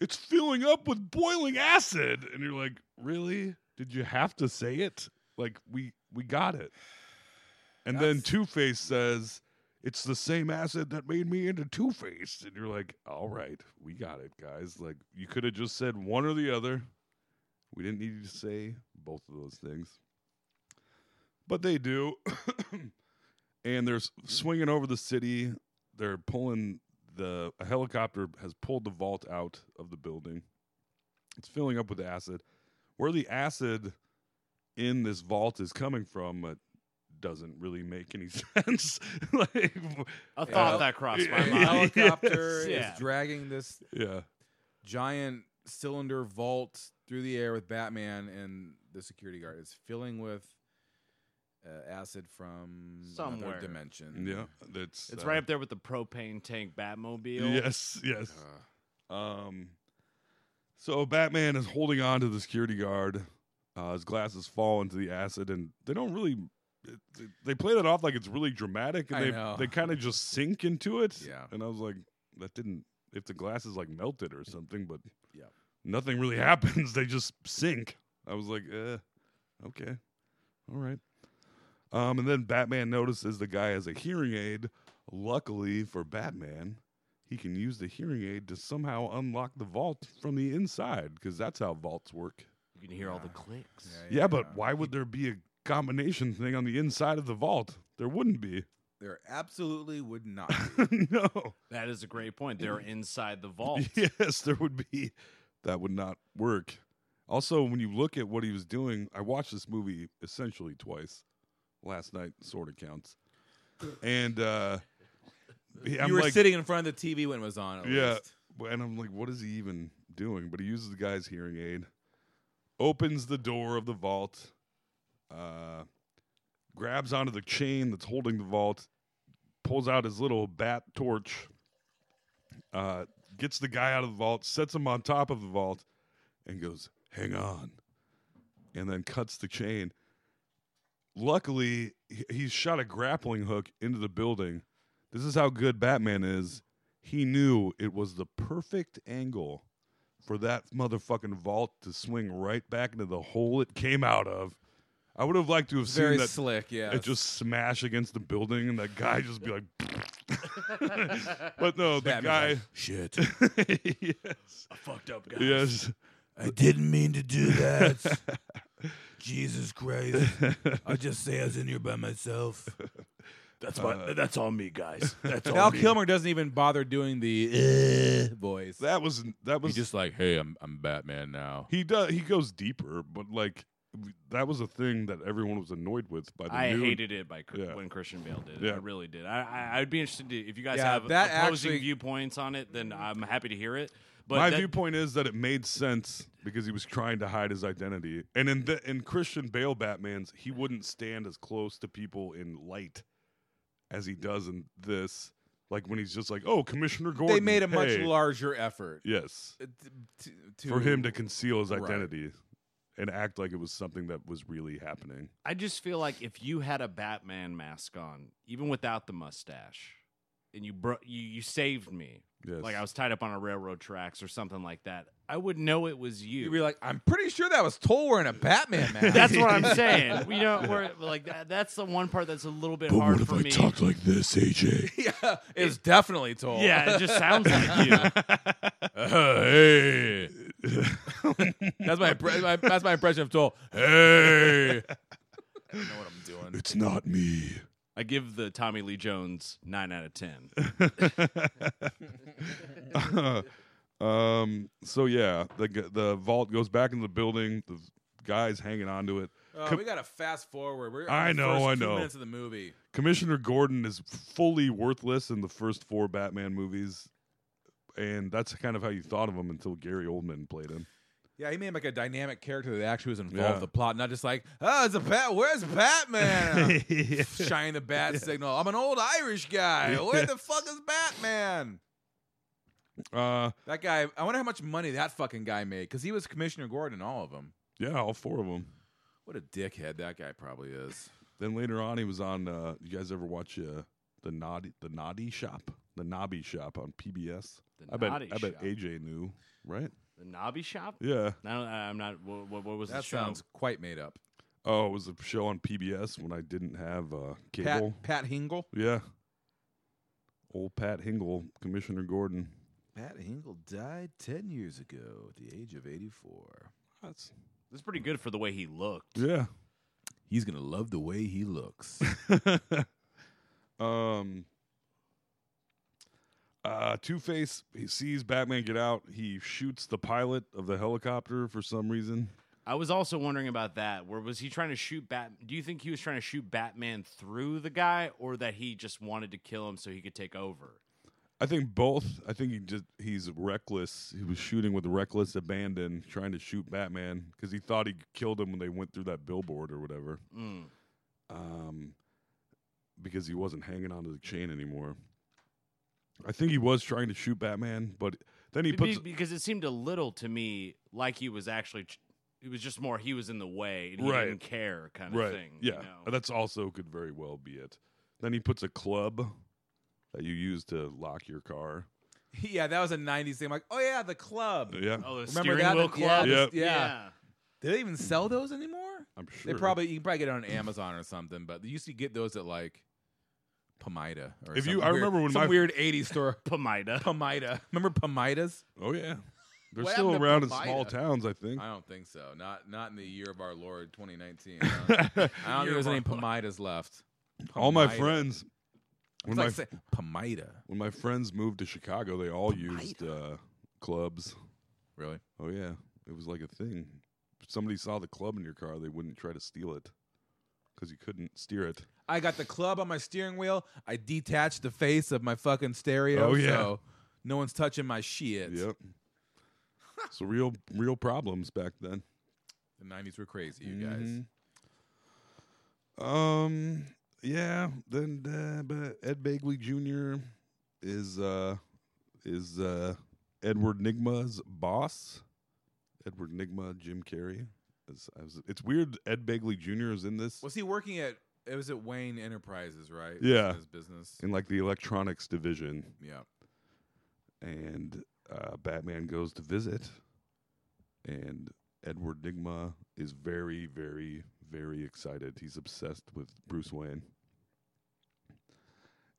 "It's filling up with boiling acid," and you're like, "Really? Did you have to say it? Like we we got it." And then
That's-
Two Face says, "It's the same acid that made me into Two Face," and you're like, "All right, we got it, guys. Like you could have just said one or the other." We didn't need you to say both of those things, but they do. and they're s- swinging over the city. They're pulling the a helicopter has pulled the vault out of the building. It's filling up with acid. Where the acid in this vault is coming from uh, doesn't really make any sense. like,
A thought that crossed my
The
mind.
helicopter
Yeah.
is dragging this
yeah.
giant cylinder vault through the air with Batman, and the security guard is filling with uh, acid from
Somewhere.
another dimension.
Yeah, that's
It's
uh,
right up there with the propane tank Batmobile.
Yes, yes.
Uh.
um, so Batman is holding on to the security guard. Uh, his glasses fall into the acid, and they don't really. it- it- They play that off like it's really dramatic, and
I
they
know.
they kind of just sink into it.
Yeah.
and I was like, that didn't. If the glasses like melted or something, but
Yeah.
nothing really happens. They just sink. I was like, uh, okay, all right. Um, and then Batman notices the guy has a hearing aid. Luckily for Batman, he can use the hearing aid to somehow unlock the vault from the inside because that's how vaults work.
You can hear all the clicks.
Yeah, but why would there be a combination thing on the inside of the vault? There wouldn't be.
there absolutely would not. Be.
no.
That is a great point. They're inside the vault.
Yes, there would be. That would not work. Also, when you look at what he was doing, I watched this movie essentially twice. Last night sort of counts. And uh I'm
you were
like,
sitting in front of the TV when it was on. At
Yeah.
least.
But- And I'm like, what is he even doing? But he uses the guy's hearing aid, opens the door of the vault, uh, grabs onto the chain that's holding the vault, pulls out his little bat torch, uh, gets the guy out of the vault, sets him on top of the vault, and goes, hang on. And then cuts the chain. Luckily, he- he shot a grappling hook into the building. This is how good Batman is he knew it was the perfect angle for that motherfucking vault to swing right back into the hole it came out of. I would have liked to have seen
Very
that
slick. Yeah.
it just smash against the building and that guy just be like But no, the
Batman's
guy
like, Shit.
yes. I fucked up guy. Yes.
I didn't mean to do that. Jesus Christ. I just say I was in here by myself.
That's my. that's on me, guys. That's
Uh, Val Kilmer doesn't even bother doing the uh, voice.
That was that was
He's just like, hey, I'm I'm Batman now.
he does he goes deeper, but like that was a thing that everyone was annoyed with by the
I
new
hated it by Cr-
Yeah.
when Christian Bale did it. I
Yeah.
really did. I, I I'd be interested to, if you guys
Yeah,
have
that
opposing
actually-
viewpoints on it. Then I'm happy to hear it. But
my
that-
viewpoint is that it made sense because he was trying to hide his identity, and in the, in Christian Bale Batman's, he wouldn't stand as close to people in light as he does in this. Like when he's just like, "Oh, Commissioner Gordon."
They made a much
hey."
larger effort
Yes,
uh, t- to,
for him to conceal his
Right.
identity and act like it was something that was really happening.
I just feel like if you had a Batman mask on, even without the mustache, and you bro- you you saved me,
Yes.
like I was tied up on a railroad tracks or something like that, I would know it was you.
You'd be like, I'm pretty sure that was Toll wearing a Batman mask.
that's what I'm saying. You know, we're, like that, that's the one part that's a little bit hard for me.
like this, AJ?
yeah, it was definitely Toll.
yeah, it just sounds like you.
hey. that's my, impre- my that's my impression of Toll. Hey. I don't know what I'm doing.
It's not me.
I give the Tommy Lee Jones nine out of ten.
um. So yeah, the g- the vault goes back into the building. The guy's hanging onto it.
Oh,
Com-
we gotta fast forward. We're
I
on the
know,
first
I
Two
know.
minutes of the movie.
Commissioner Gordon is fully worthless in the first four Batman movies, and that's kind of how you thought of him until Gary Oldman played him.
Yeah, he made like a dynamic character that actually was involved
Yeah.
in the plot, not just like, oh, it's a bat. Where's Batman? Shine the bat signal. I'm an old Irish guy. Where the fuck is Batman?
Uh,
That guy. I wonder how much money that fucking guy made because he was Commissioner Gordon in all of them.
yeah, all four of them.
What a dickhead that guy probably is.
Then later on, he was on. Uh, you guys ever watch uh, the naughty the naughty shop, the Nobby shop on PBS?
The
I bet
Naughty
I bet
Shop.
AJ knew, right?
The Knobby Shop?
Yeah.
I don't, I'm not. What, what, what was the
That
show?
sounds quite made up.
Oh, it was a show on PBS when I didn't have uh, cable.
Pat Pat Hingle.
Yeah. Old Pat Hingle, Commissioner Gordon.
Pat Hingle died ten years ago at the age of eighty-four.
That's
That's pretty good for the way he looked.
Yeah.
He's gonna love the way he looks.
um uh Two Face he sees Batman get out, he shoots the pilot of the helicopter for some reason.
I was also wondering about that. Where was he trying to shoot Bat? Do you think he was trying to shoot Batman through the guy, or that he just wanted to kill him so he could take over?
I think both. I think he just he's reckless. He was shooting with reckless abandon, trying to shoot Batman because he thought he killed him when they went through that billboard or whatever.
Mm.
Um, because he wasn't hanging onto the chain anymore. I think he was trying to shoot Batman, but then he
Be-
puts.
because it seemed a little to me like he was actually. tr- It was just more he was in the way and he
Right.
didn't care kind of
right.
thing. you
Yeah,
know?
that's also could very well be it. Then he puts a club that you use to lock your car.
yeah, that was a '90s thing. like, oh yeah, the club.
Yeah,
Oh, the
Remember
steering
that?
wheel
Yeah,
club.
the-
Yep.
yeah. Do they even sell those anymore?
I'm sure
They probably you can probably get it on Amazon or something. But they used to get those at like Pomida or
If you-
some
I
weird-
remember when
some
my-
weird '80s store
Pomida.
Pomida. Remember Pomidas?
Oh yeah, they're
What
still
happened to
around in small
Pomida?
towns. I think.
I don't think so. Not not in the year of our Lord 2019. I don't, I don't think there's any Pomidas left.
All my
Pomida.
friends.
It's
When my
like say, Pomida.
when my friends moved to Chicago, they all used uh, clubs.
Really?
Oh yeah, it was like a thing. If somebody saw the club in your car, they wouldn't try to steal it because you couldn't steer it.
I got the club on my steering wheel. I detached the face of my fucking stereo.
Oh, yeah.
So no one's touching my shit.
Yep. so real real problems back then.
The 90s were crazy, you guys.
Mhm. Um. Yeah. Then uh, but Ed Bagley Jr. is uh is uh Edward Nigma's boss. Edward Nigma, Jim Carrey. It's, I was, it's weird. Ed Bagley Jr. is in this
Was he working at, it was at Wayne Enterprises, right? Was
Yeah.
in His business.
in like the electronics division,
Yeah.
and uh, Batman goes to visit, and Edward Nigma is very, very, very excited. He's obsessed with Bruce Wayne,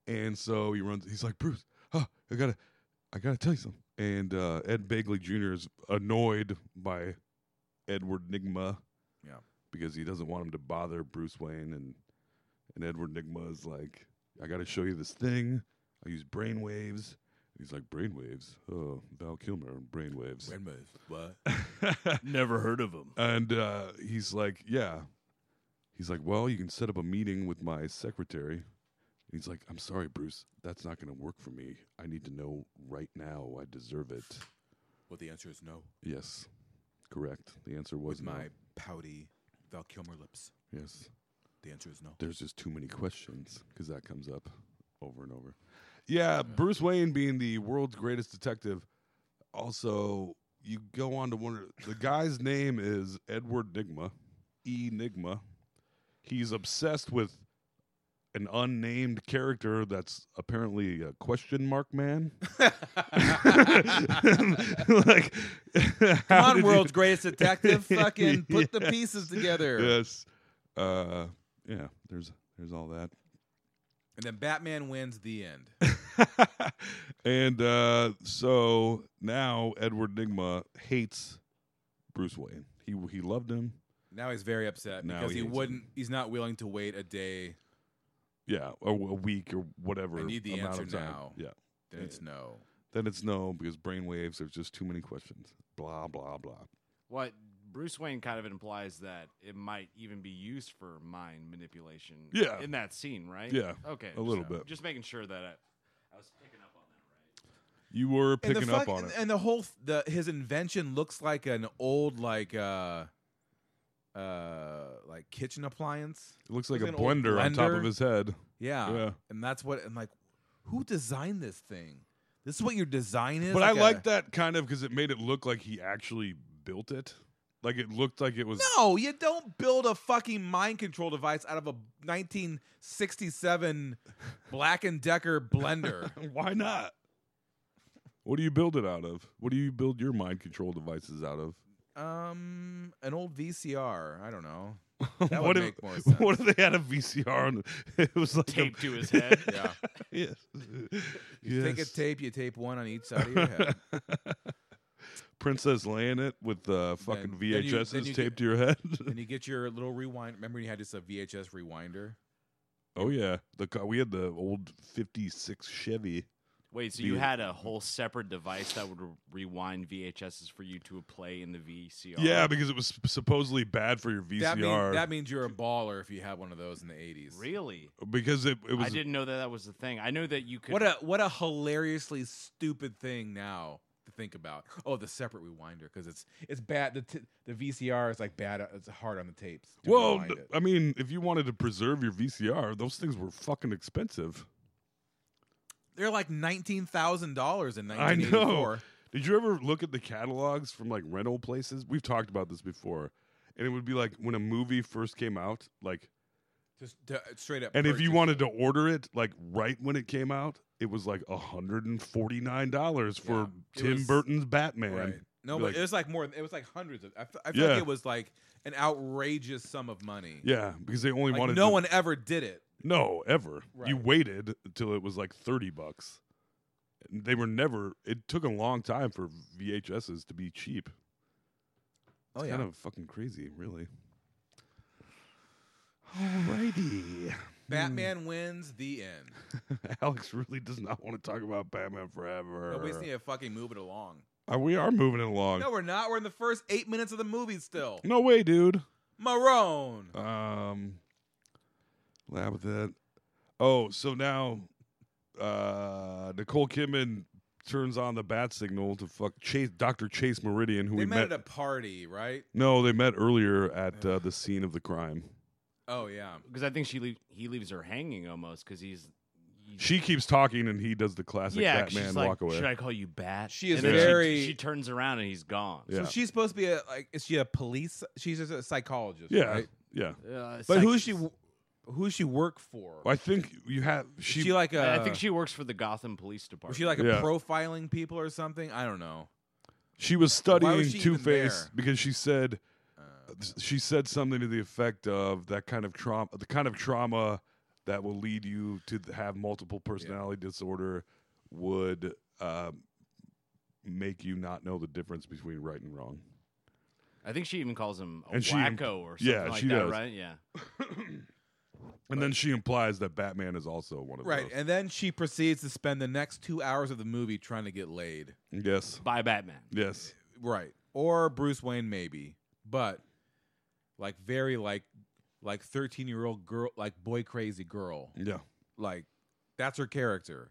and so he runs. He's like, Bruce, huh, I gotta, I gotta tell you something. And uh, Ed Bagley Jr. is annoyed by Edward Nigma,
Yeah.
because he doesn't want him to bother Bruce Wayne, and and Edward Nigma is like, I gotta show you this thing. I use brainwaves. He's like, brainwaves? Oh, Val Kilmer and brainwaves.
What?
Never heard of him.
and uh, he's like, yeah. He's like, well, you can set up a meeting with my secretary. And he's like, I'm sorry, Bruce. That's not going to work for me. I need to know right now. I deserve it.
Well, the answer is no.
Yes, correct. The answer was
With
no.
my pouty Val Kilmer lips.
Yes.
The answer is no.
There's just too many questions because that comes up over and over. Yeah, Bruce Wayne being the world's greatest detective. Also, you go on to wonder the guy's name is Edward Nigma, Enigma. He's obsessed with an unnamed character that's apparently a question mark man. like,
Come on, world's greatest detective. Fucking put the pieces together.
Yes. Uh, yeah. There's there's all that.
And then Batman wins the end.
and uh, so now Edward Nigma hates Bruce Wayne. He he loved him.
Now he's very upset
Now
because
he
he
hates him.
wouldn't. He's not willing to wait a day.
Yeah, a, a week or whatever.
I need the
amount of
answer
time.
now.
Yeah.
Then it's no.
Then it's no because brainwaves. There's just too many questions. Blah blah blah.
What Bruce Wayne kind of implies that it might even be used for mind manipulation.
Yeah.
In that scene, right?
Yeah,
Okay.
a little
just,
bit.
Just making sure that uh, I, I was picking up on that,
You were
And the
picking up
fuck-
on
and-
it.
And the whole f- the his invention looks like an old like uh uh like kitchen appliance.
It looks like a
Looks like an
blender,
old
on top of
blender.
his head.
Yeah.
Yeah.
And that's what I'm like. Who designed this thing? This is what your design is.
But I
a-
like that kind of because it made it look like he actually built it. Like it looked like it was.
No, you don't build a fucking mind control device out of a 1967 Black and Decker blender.
Why not? What do you build it out of? What do you build your mind control devices out of?
Um, an old VCR. I don't know. That would
if,
make more sense.
What if they had a VCR on it? It was like a-
right? Taped to his head.
yeah.
yes.
You take a
Yes.
tape, you tape one on each side of your head.
Princess laying it with
Then-
uh, fucking
then you-
VHSs
then you get-
taped to your head.
and you get your little rewind. Remember, when you had just a VHS rewinder.
oh yeah, the ca- we had the old '56 Chevy.
Wait, so
Be-
you had a whole separate device that would re- rewind VHSs for you to play in the VCR?
Yeah, because it was sup- supposedly bad for your VCR.
That, mean, that means you're a baller if you have one of those in the '80s.
really,
because it, it was
I didn't know that that was the thing. I know that you could.
What a what a hilariously stupid thing now to think about. Oh, the separate rewinder because it's it's bad. The t- the VCR is like bad. It's hard on the tapes. to
Well,
rewind
th-
it.
I mean, if you wanted to preserve your VCR, those things were fucking expensive.
they're like nineteen thousand dollars in
I know.
1984.
Did you ever look at the catalogs from like rental places? We've talked about this before. And it would be like when a movie first came out, like,
Just to, straight up.
and if you
purchase.
wanted to order it, like right when it came out, it was like $149 for
Yeah. It
Tim
was-
Burton's Batman.
Right. No,
Be
but
like-
it was like more. It was like hundreds of. I, f- I feel
Yeah.
like it was like an outrageous sum of money.
Yeah, because they only
Like,
wanted
no
to-
one ever did it.
No, ever. You
Right.
waited until it was like 30 bucks. And They were never, it took a long time for VHSs to be cheap.
Oh
It's kind of fucking crazy, really. Alrighty. Hmm.
Batman wins. The end.
Alex really does not want to talk about Batman forever.
But we just need to fucking move it along.
Are, we are moving it along.
No, we're not. We're in the first eight minutes of the movie still.
No way, dude.
Marone.
Um, lab with that. Oh, so now uh, Nicole Kidman turns on the bat signal to fuck Chase Dr. Chase Meridian, who
They
we
met
met.
at a party, right?
no, they met earlier at uh, the scene of the crime.
Oh yeah.
because I think she leave, he leaves her hanging almost because he's. he's-
She keeps talking, and he does the classic
yeah, she's
Batman
like,
walk away.
Should I call you Bat?
She is
And then
very-
She, she turns around and he's gone.
Yeah.
So she's supposed to be a like. Is she a police? She's just a psychologist.
yeah,
Right?
yeah.
Uh, it's
But
like-
who's she? Who's she work for?
I think you have she.
Is she like a.
I think she works for the Gotham Police Department.
Was she like a
Yeah.
profiling people or something? I don't know.
She was
Why
studying
was she even
Two Face
there? Uh.
because she said she said something to the effect of that kind of trauma, the kind of trauma that will lead you to th- have multiple personality disorder would uh, make you not know the difference between right and wrong.
I think she even calls him a
And she imp-
wacko or something
yeah,
like
she
that,
does.
right? Yeah.
And then she implies that Batman is also one of
Right,
those.
and then she proceeds to spend the next two hours of the movie trying to get laid.
yes,
By Batman.
yes,
Right, or Bruce Wayne maybe, but like very like like thirteen year old girl, like boy crazy girl,
yeah.
like that's her character.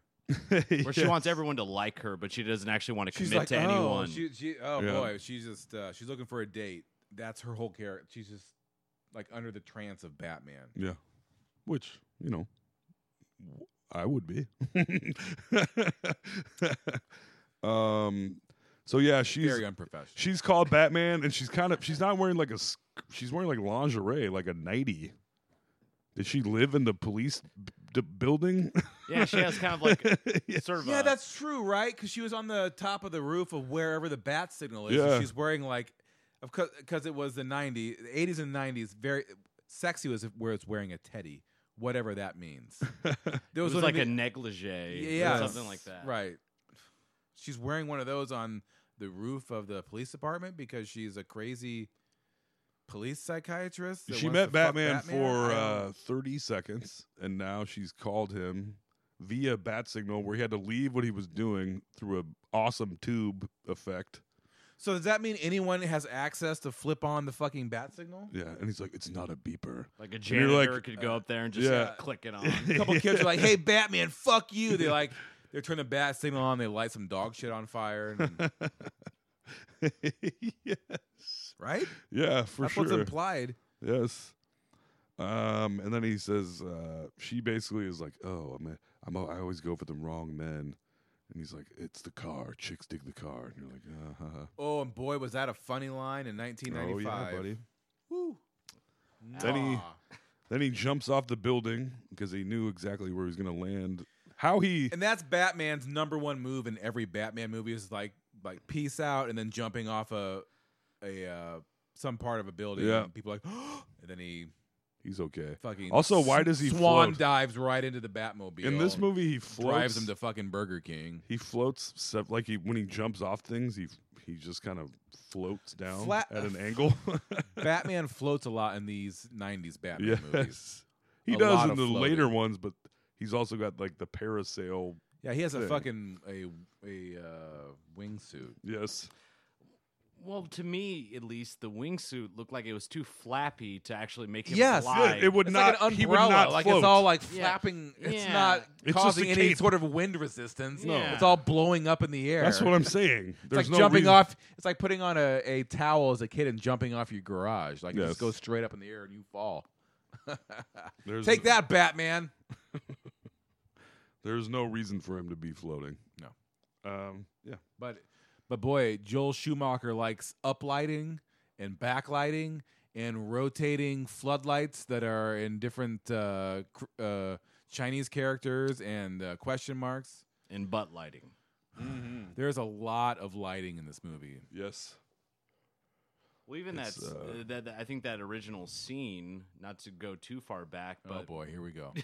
Where she wants everyone to like her, but she doesn't actually want to
She's
commit
like
to
oh,
anyone.
She, she, oh
Yeah.
boy, she's just uh, she's looking for a date. That's her whole character. She's just like under the trance of Batman.
Yeah. Which, you know, w- I would be. um so yeah, she's
Very unprofessional.
she's called Batman and she's kind of she's not wearing like a s- she's wearing like lingerie, like a nightie. Did she live in the police b- d- building?
yeah, she has kind of like
Yeah.
sort of
Yeah,
a-
that's true, right? Because she was on the top of the roof of wherever the bat signal is.
Yeah.
And she's wearing like, of because it was the '90s, the '80s and '90s. Very sexy was where it's wearing a teddy, whatever that means.
it
There
was
one
like
of
a
the-
negligee
yeah,
or something like that.
Right. She's wearing one of those on the roof of the police department because she's a crazy police psychiatrist. that
she
wants to
met
fuck
Batman,
I
for
don't-
uh, 30 seconds, and now she's called him via bat signal, where he had to leave what he was doing through a awesome tube effect.
So does that mean anyone has access to flip on the fucking bat signal?
Yeah, and he's like, "It's not a beeper."
Like a
you're
janitor
like,
could go up there and just
yeah.
click it on.
A couple kids are like, "Hey, Batman, fuck you!" They like they turn the bat signal on. They light some dog shit on fire. And,
yeah.
right?
yeah, for
That's
sure.
what's implied.
yes. Um, and then he says, uh, she basically is like, "Oh, I'm, a, I'm, a, I always go for the wrong men," and he's like, "It's the car. Chicks dig the car," and you're like, Oh, "Uh huh."
Oh, and boy, was that a funny line in 1995. Woo.
Then he-
Nah.
Then he jumps off the building because he knew exactly where he was going to land. How he
And that's Batman's number one move in every Batman movie is like like peace out and then jumping off a a uh, some part of a building.
Yeah.
And people are like, and then he
He's okay.
Fucking
also, why does he
Swan
float?
dives right into the Batmobile?
In this movie, he floats.
drives him to fucking Burger King.
He floats se- like he when he jumps off things. He he just kind of floats down
Flat- uh,
at an angle.
Batman floats a lot in these '90s Batman movies.
yes, he
A
does
lot
in
of
the
floating.
later ones, but he's also got like the parasail.
Yeah, he has a
thing.
fucking a a uh, wingsuit.
Yes,
Well, to me, at least, the wingsuit looked like it was too flappy to actually make him
Yes.
fly.
it would
It's
not.
like an
he would
umbrella.
not
like
float.
it's all like
Yeah.
flapping. It's
Yeah.
not
It's just
causing
a
any
cape.
sort of wind resistance.
No.
It's all blowing up in the air.
That's what I'm saying.
It's like
There's no
jumping
reason-
off. It's like putting on a, a towel as a kid and jumping off your garage. Like it
Yes.
just goes straight up in the air and you fall.
There's
Take that, Batman.
There's no reason for him to be floating.
No.
Um, yeah.
But but boy, Joel Schumacher likes uplighting and backlighting and rotating floodlights that are in different uh, cr- uh, Chinese characters and uh, question marks.
And butt lighting.
There's a lot of lighting in this movie.
Yes.
Well, even
It's,
that's,
uh,
uh, that, that- I think that original scene, not to go too far back,
oh
but
boy, here we go.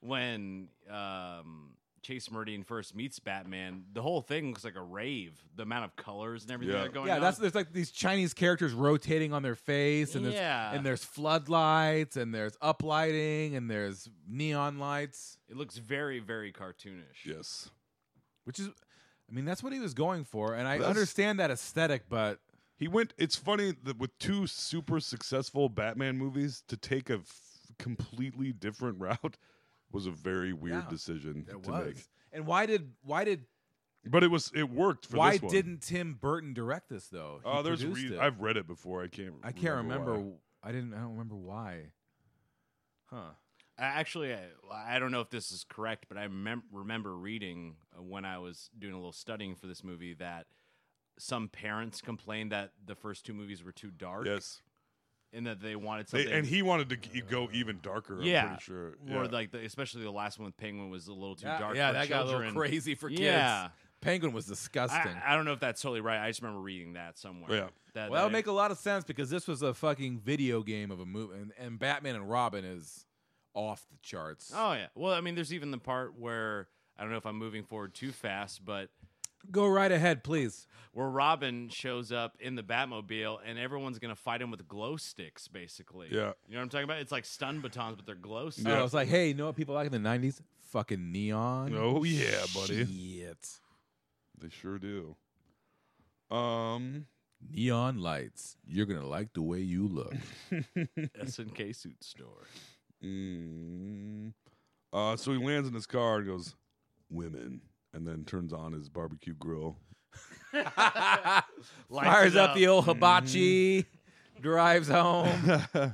when um, Chase Meridian first meets Batman, the whole thing looks like a rave. The amount of colors and everything
Yeah.
that are going
yeah,
on.
that's there's like these Chinese characters rotating on their face, and there's
Yeah.
and there's floodlights, and there's uplighting, and there's neon lights,
it looks very, very cartoonish.
Yes.
which is, I mean, that's what he was going for, and I
That's-
understand that aesthetic, but
He went. It's funny that with two super successful Batman movies to take a f- completely different route was a very weird
Yeah,
decision
It
to
was.
make.
And why did why did
But it was. It worked for
why
this one.
didn't Tim Burton direct this though? He
Oh, there's.
produced
Re-
it.
I've read it before. I can't.
I can't remember.
why.
I didn't. I don't remember why. Huh.
A- Actually, I, I don't know if this is correct, but I mem- remember reading uh, when I was doing a little studying for this movie that some parents complained that the first two movies were too dark
Yes.
and that they wanted
They-
something.
and he wanted to g- go even darker. I'm
yeah,
pretty sure.
or
Yeah.
like the, especially the last one with Penguin was a little too
Yeah,
dark.
yeah,
for
that got a little
children.
crazy for kids.
Yeah.
Penguin was disgusting.
I, I don't know if that's totally right. I just remember reading that somewhere.
Yeah.
that,
well, that
that
would
it-
make a lot of sense because this was a fucking video game of a movie, and, and Batman and Robin is off the charts.
Oh yeah. Well, I mean, there's even the part where I don't know if I'm moving forward too fast, but
Go right ahead, please.
where Robin shows up in the Batmobile and everyone's gonna fight him with glow sticks, basically.
Yeah.
You know what I'm talking about? It's like stun batons, but they're glow sticks.
I was like, hey, you know what people like in the '90s? Fucking neon.
Oh yeah, buddy.
Shit.
They sure do. Um.
Neon lights. You're gonna like the way you look.
SNK suit store.
Mm. Uh, so he lands in his car and goes, "Women," and then turns on his barbecue grill.
Lights
Fires
it
up.
up.
the old hibachi, drives home.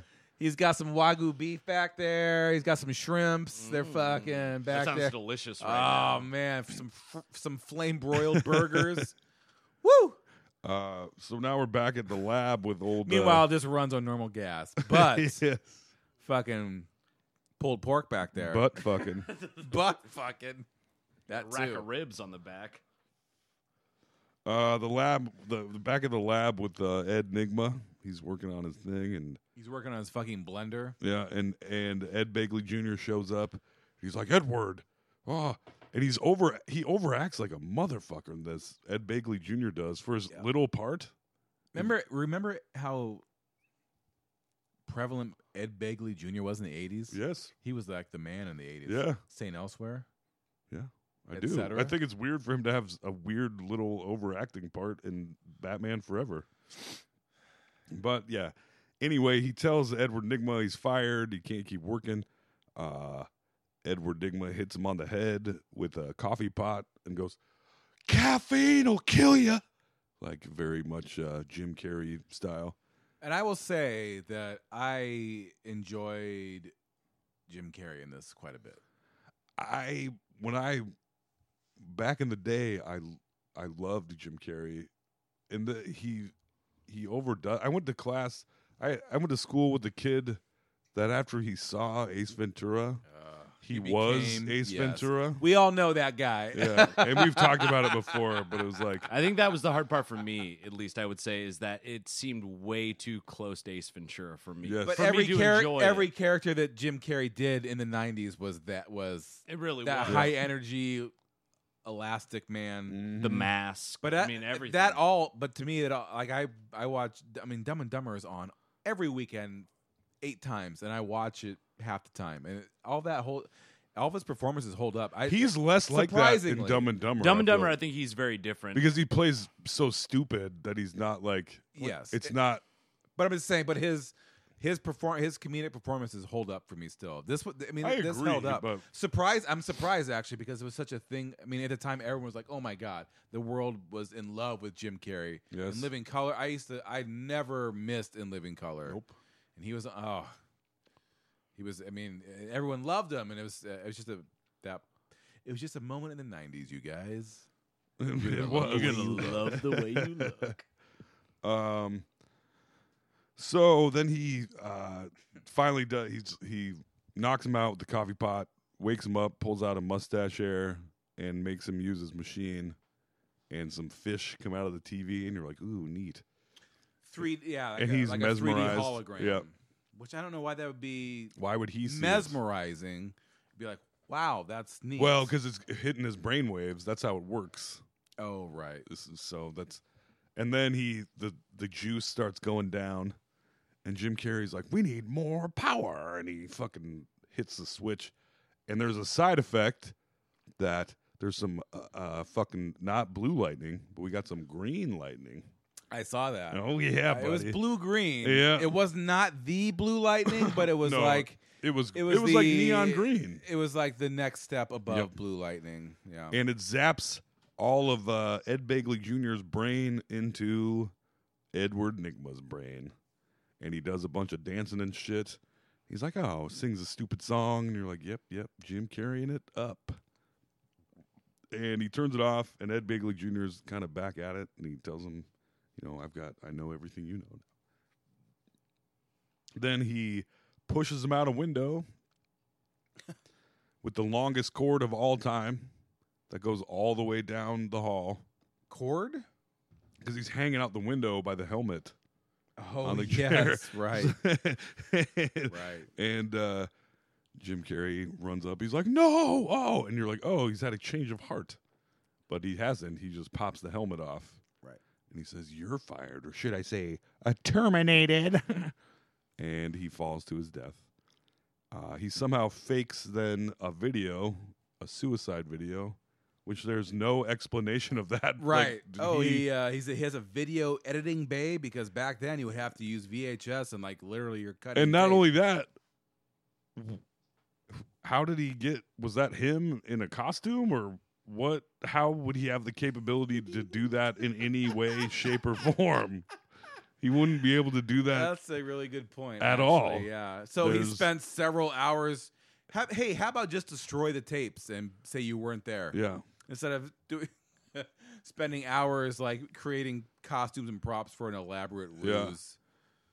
He's got some wagyu beef back there. He's got some shrimps. They're fucking
That
back
sounds
there.
delicious, right?
Mm. oh man, some fr- some flame broiled burgers. Woo!
Uh, so now we're back at the lab with old. uh,
Meanwhile, this runs on normal gas, but
yes,
fucking pulled pork back there.
butt fucking.
but fucking that
now. rack
too.
of ribs on the back.
Uh, the lab, the, the back of the lab with uh, Ed Nigma. He's working on his thing, and
He's working on his fucking blender.
yeah, and and Ed Begley Jr. shows up. He's like Edward, oh, and he's over. He overacts like a motherfucker. This Ed Begley Jr. does for his little part.
Remember, remember how prevalent Ed Begley Jr. was in the eighties.
Yes,
he was like the man in the eighties.
Yeah.
St. Elsewhere.
I
et
do. I
cetera.
think it's weird for him to have s- a weird little overacting part in Batman Forever. But yeah. Anyway, he tells Edward Nigma he's fired. He can't keep working. Uh, Edward Nigma hits him on the head with a coffee pot and goes, "Caffeine will kill you," like very much uh, Jim Carrey style.
And I will say that I enjoyed Jim Carrey in this quite a bit.
I when I back in the day, I I loved Jim Carrey, and the he he overdoes. I went to class. I I went to school with the kid that after he saw Ace Ventura, He, was
Uh, became-
Ace
yes.
Ventura.
We all know that guy.
Yeah, and we've talked about it before, but it was like
I think that was the hard part for me, at least I would say, is that it seemed way too close to Ace Ventura for me.
Yes.
But
for me
every
to enjoy
character, every
it.
character that Jim Carrey did in the '90s was that was
It really
that
was.
high energy, elastic man.
Mm-hmm.
the Mm-hmm. mask.
But
I
that-
mean everything.
That all, but to me, it all, like I I watch. I mean, Dumb and Dumber is on every weekend, eight times, and I watch it half the time, and it, all that whole. All of his performances hold up. I,
he's less like that in
surprisingly.
Dumb and Dumber.
Dumb and
I feel
Dumber, I
like.
think he's very different.
because he plays so stupid that he's not like
Yes.
it's
It-
not
But I'm just saying, but his his perform his comedic performances hold up for me still. This wa- I mean
I
this
agree,
held up.
but-
Surprise, I'm surprised actually because it was such a thing. I mean at the time everyone was like, "Oh my god, the world was in love with Jim Carrey."
Yes.
In Living Color, I used to I never missed In Living Color. Nope. And he was oh. He was I mean everyone loved him and it was uh, it was just a that it was just a moment in the 90s, you guys.
it was.
You're gonna love the way you look.
Um, so then he uh, finally does. He's, he knocks him out with the coffee pot, wakes him up, pulls out a mustache hair, and makes him use his machine. And some fish come out of the TV, and you're like, "Ooh, neat!"
3 yeah, like
And
a,
he's
like a 3D
mesmerized.
hologram.
Yep.
Which I don't know why that would be
Why would he see this?
mesmerizing. Be like, wow, that's neat.
Well, because it's hitting his brain waves. That's how it works.
oh right,
This is, so that's, and then he the the juice starts going down, and Jim Carrey's like, "We need more power," and he fucking hits the switch, and there's a side effect that there's some uh, uh fucking not blue lightning, but we got some green lightning.
I saw that.
Oh yeah,
Uh, it was
buddy.
blue green.
Yeah.
it was not the blue lightning, but it was
No,
like
It was
it was,
like
the-
neon green,
It was like the next step above
Yep.
blue lightning. Yeah,
and it zaps all of uh, Ed Begley Jr.'s brain into Edward Nigma's brain, and he does a bunch of dancing and shit. He's like, "Oh, sings a stupid song," and you're like, "Yep, yep, Jim carrying it up." And he turns it off, and Ed Begley Jr. is kind of back at it, and he tells him, "You know, I've got, I know everything you know." now." Then he pushes him out a window with the longest cord of all time that goes all the way down the hall
cord.
because he's hanging out the window by the helmet
Oh
on the chair.
yes, right.
right. And uh, Jim Carrey runs up. He's like, "No, oh!" And you're like, "Oh, he's had a change of heart," but he hasn't. He just pops the helmet off.
Right.
And he says, "You're fired," or should I say, "A terminated." and he falls to his death. Uh, he somehow fakes then a video, a suicide video, which there's no explanation of that. Like,
Right.
did
oh, he uh, he's a, he has a video editing bay because back then you would have to use VHS and like literally you're cutting.
and not
tape.
only that how did he get was that him in a costume or what how would he have the capability to do that in any way shape or form he wouldn't be able to do that
That's a really good point.
At
actually,
all.
yeah. So he
There's-
spent several hours. Ha- hey, how about just destroy the tapes and say you weren't there
yeah
instead of doing spending hours like creating costumes and props for an elaborate
Yeah.
ruse?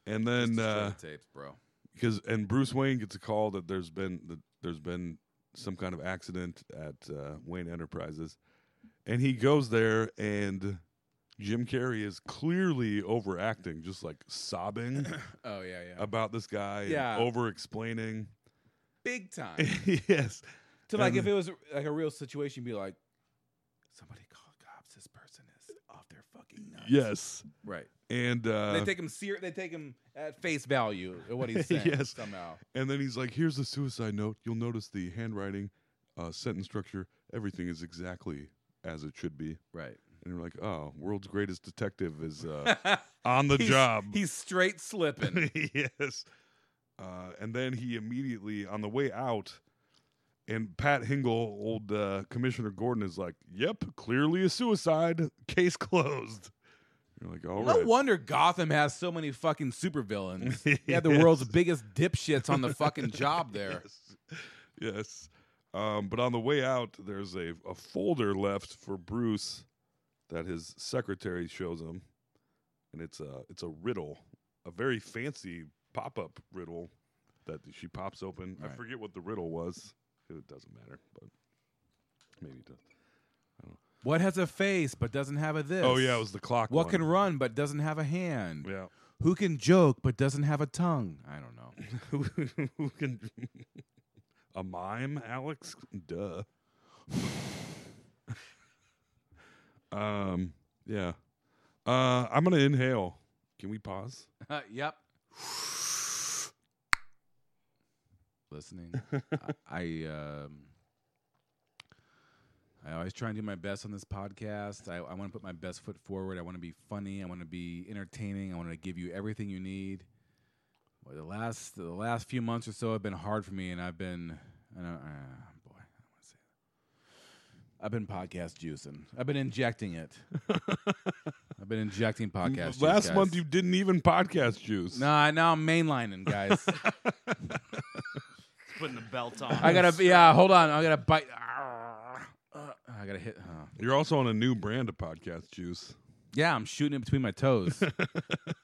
and
Just
then
destroy
uh
the tapes, bro.
because and bruce wayne gets a call that there's been that there's been some kind of accident at uh, wayne enterprises and he goes there and jim carrey is clearly overacting just like sobbing
Oh yeah, yeah,
about this guy
Yeah.
and over explaining.
big time.
yes.
to like,
And-
if it was like a real situation, be like, somebody call cops. This person is off their fucking nuts.
Yes.
right.
And uh
they take him. Ser- they take him at face value at what he's saying.
Yes.
somehow.
and then he's like, here's the suicide note. You'll notice the handwriting, uh, sentence structure, everything is exactly as it should be.
Right.
And you're like, oh, world's greatest detective is uh, on the job.
He's straight slipping.
yes. Uh, and then he immediately on the way out, and Pat Hingle, old uh, Commissioner Gordon, is like, "Yep, clearly a suicide. Case closed." You're like, "All right."
no wonder Gotham has so many fucking supervillains. They had the
Yes.
world's biggest dipshits on the fucking job there.
Yes. Um, but on the way out, there's a, a folder left for Bruce that his secretary shows him, and it's a it's a riddle, a very fancy pop up riddle that she pops open. I
Right.
forget what the riddle was. It doesn't matter, but maybe it does.
What has a face but doesn't have a this?
Oh, yeah, it was the clock
What
one.
can run but doesn't have a hand?
Yeah.
Who can joke but doesn't have a tongue? I don't know.
Who- Who can a mime, Alex? Duh. um. Yeah. Uh. I'm gonna inhale. Can we pause?
yep. Listening. I, I um I always try and do my best on this podcast. I, I want to put my best foot forward. I want to be funny. I want to be entertaining. I want to give you everything you need. Well, the last the last few months or so have been hard for me, and I've been I don't, uh, boy, I don't want to say that. I've been podcast juicing. I've been injecting it. I've been injecting podcast. juice,
Last
guys.
month you didn't even podcast juice.
Nah, now I'm mainlining, guys.
Putting the belt on.
I gotta, yeah, hold on. I gotta bite. Uh, I gotta hit. huh.
You're also on a new brand of podcast juice.
Yeah, I'm shooting it between my toes.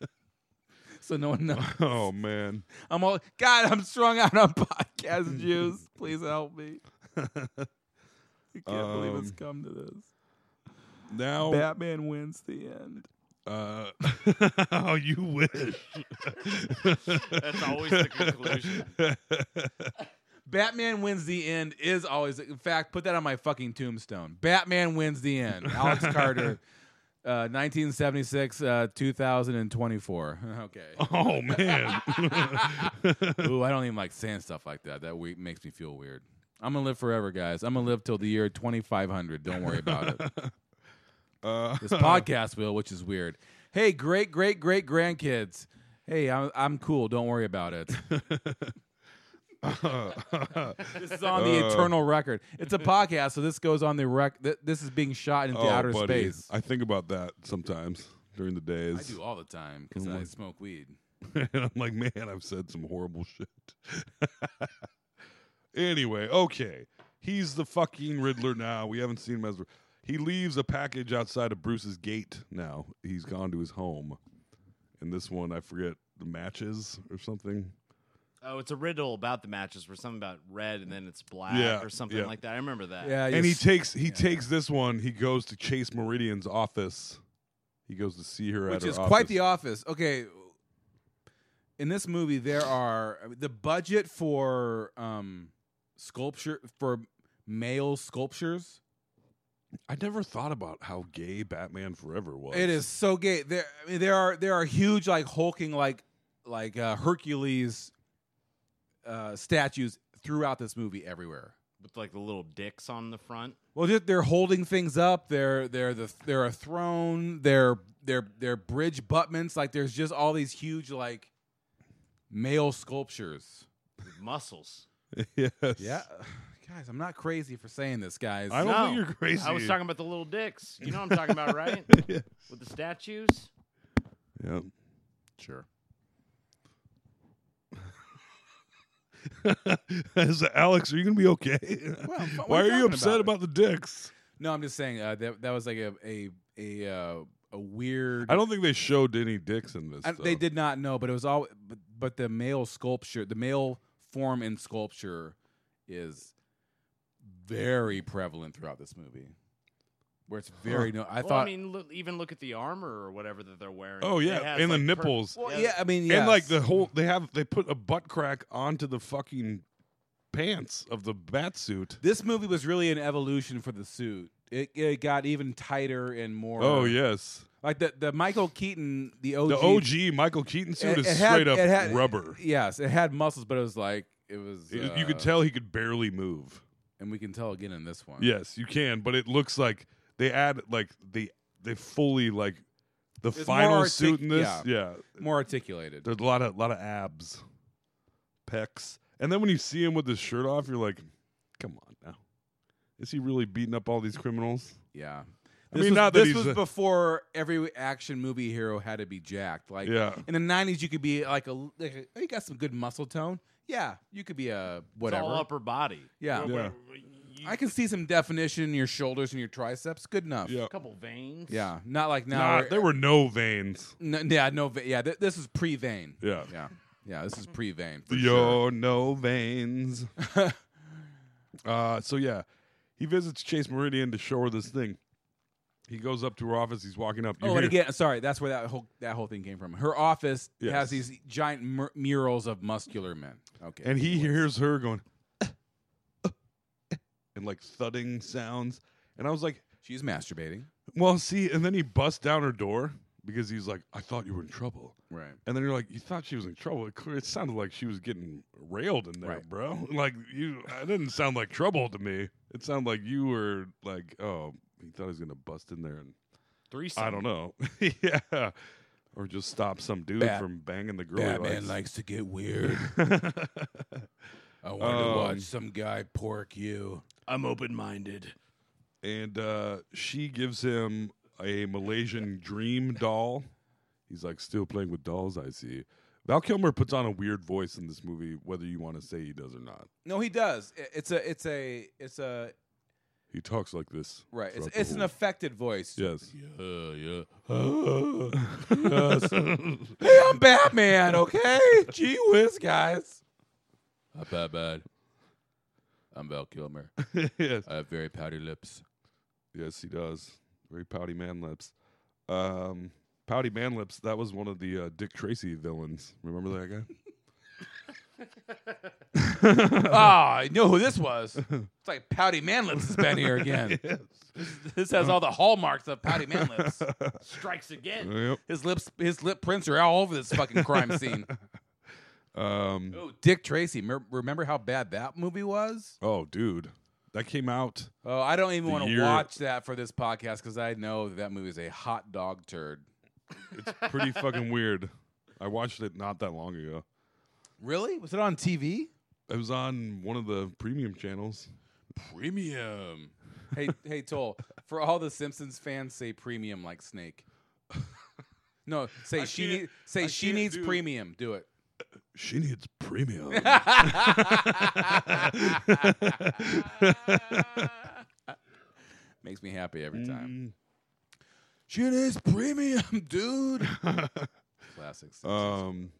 so no one knows.
Oh man.
I'm all, God, I'm strung out on podcast juice. Please help me. I can't believe it's
Um,
come to this.
Now
Batman wins the end.
uh oh you wish.
That's always the conclusion.
Batman wins the end is always, in fact, put that on my fucking tombstone. Batman wins the end. Alex Carter, uh, 1976, uh, 2024. Okay.
Oh man.
Ooh, I don't even like saying stuff like that. That we- makes me feel weird. I'm going to live forever, guys. I'm going to live till the year 2500. Don't worry about it. this podcast will, which is weird. Hey, great, great, great grandkids. Hey, I'm, I'm cool. Don't worry about it. this is on
Oh.
the eternal record. It's a podcast, so this goes on the rec. Th- this is being shot into
oh,
outer
buddy.
space. I,
I think about that sometimes during the days.
do all the time because I smoke weed.
and I'm like, man, I've said some horrible shit. anyway, okay. He's the fucking Riddler now. We haven't seen him as. He leaves a package outside of Bruce's gate now. He's gone to his home. And this one, I forget, the matches or something.
Oh, it's a riddle about the matches where something about red and then it's black
Yeah,
or something
yeah.
like that. I remember that.
Yeah,
and
you
he
s-
takes he takes this one. He goes to Chase Meridian's office. He goes to see her at
which
her
is quite the office. Okay, in this movie, there are I mean, the budget for um, sculpture for male sculptures.
I never thought about how gay Batman Forever was.
It is so gay. There, I mean, there are there are huge like hulking like like uh, Hercules uh, statues throughout this movie everywhere.
With like the little dicks on the front.
Well, they're, they're holding things up. They're they're the they're a throne. They're they're they're bridge butments. Like there's just all these huge like male sculptures.
with Muscles.
yes.
Yeah, guys, I'm not crazy for saying this, guys.
I don't
No,
think you're crazy.
I was talking about the little dicks. You know what I'm talking about, right? With the statues.
Yeah.
sure.
As Alex, are you gonna be okay?
I'm fi- what are
Why are
you
you
talking
upset
about?
about? the dicks?
No, I'm just saying uh, that that was like a a a uh, a weird.
I don't think they showed any dicks in this.
I- they
though.
did not know, but it was all. But, but the male sculpture, the male form in sculpture, is very prevalent throughout this movie. Where it's very no. I
well,
thought.
I mean, look, even look at the armor or whatever that they're wearing.
Oh
It
yeah,
has,
and the
like, per-
nipples,
Well, yeah, I mean, yes.
and like the whole they have they put a butt crack onto the fucking pants of the bat suit.
this movie was really an evolution for the suit. It, it got even tighter and more.
Oh yes,
like the the Michael Keaton, the OG,
the OG Michael Keaton suit is
it had-
straight up
it had-
rubber.
Yes, it had muscles, but it was like it was.
It- you could
uh,
tell he could barely move.
and we can tell again in this one.
Yes, you can, but it looks like they add like they they fully like the
more
final
artic-
suit in this.
yeah.
yeah,
more articulated.
There's a lot of lot of abs, pecs, and then when you see him with his shirt off, you're like, "Come on now, is he really beating up all these criminals?"
Yeah.
I
This
mean,
was,
not that
this
he's
was
a-
before every action movie hero had to be jacked. Like
Yeah.
in the nineties, you could be like a, like a- oh, you got some good muscle tone. Yeah, you could be a
It's
whatever.
all upper body.
Yeah.
Yeah,
I can see some definition in your shoulders and your triceps. Good enough.
yeah.
A couple veins.
Yeah, not like now.
Nah,
where-
there were no veins.
no, yeah, no, va- yeah. Th- this is pre vein.
Yeah,
yeah, yeah. This is pre vein.
You're no veins. Uh, so yeah, he visits Chase Meridian to show her this thing. He goes up to her office. He's walking up. You
Oh, and
hear-
again, sorry, that's where that whole that whole thing came from. Her office
Yes.
has these giant mur- murals of muscular men. Okay,
and he hears her going and like thudding sounds. And I was like,
she's masturbating.
well, see. And then he busts down her door because he's like, I thought you were in trouble.
Right.
And then you're like, you thought she was in trouble. It, clear- it sounded like she was getting railed in there,
Right.
bro. Like you, it didn't sound like trouble to me. It sounded like you were like, oh, he thought he was gonna bust in there and
Threesome.
I don't know, yeah, or just stop some dude
Bat-
from banging the girl. he
Batman
likes.
likes to get weird. I want
Um,
to watch some guy pork you.
I'm open minded.
and uh, she gives him a Malaysian dream doll. He's like, still playing with dolls, I see. Val Kilmer puts on a weird voice in this movie, whether you want to say he does or not.
No, he does. I- It's a it's a it's a
He talks like this.
right. It's,
throughout the
it's an
whole-
affected voice.
Yes.
yeah. hey, I'm Batman, okay? Gee whiz, guys. I'm Batman. I'm Val Kilmer.
yes.
I have very pouty lips.
Yes, he does. Very pouty man lips. Um, pouty man lips. That was one of the uh, Dick Tracy villains. Remember that guy?
Ah, I know who this was. It's like Pouty Manlips has been here again. This has all the hallmarks of Pouty Manlips.
Strikes again.
yep.
His lips, his lip prints are all over this fucking crime scene.
Um,
Oh, Dick Tracy. mer- Remember how bad that movie was?
oh, dude, that came out.
Oh, I don't even
The
want to
year-
watch that for this podcast because I know that, that movie is a hot dog turd.
Pretty fucking weird. I watched it not that long ago.
Really? Was it on TV?
It was on one of the premium channels.
Premium. Hey, hey, Toll. For all the Simpsons fans, say premium like Snake. No, say
I
she
can't-
need, say
I
she
can't
needs
do-
premium. Do it.
She needs premium.
Makes me happy every
Mm.
time. She needs premium, dude. Classics.
um.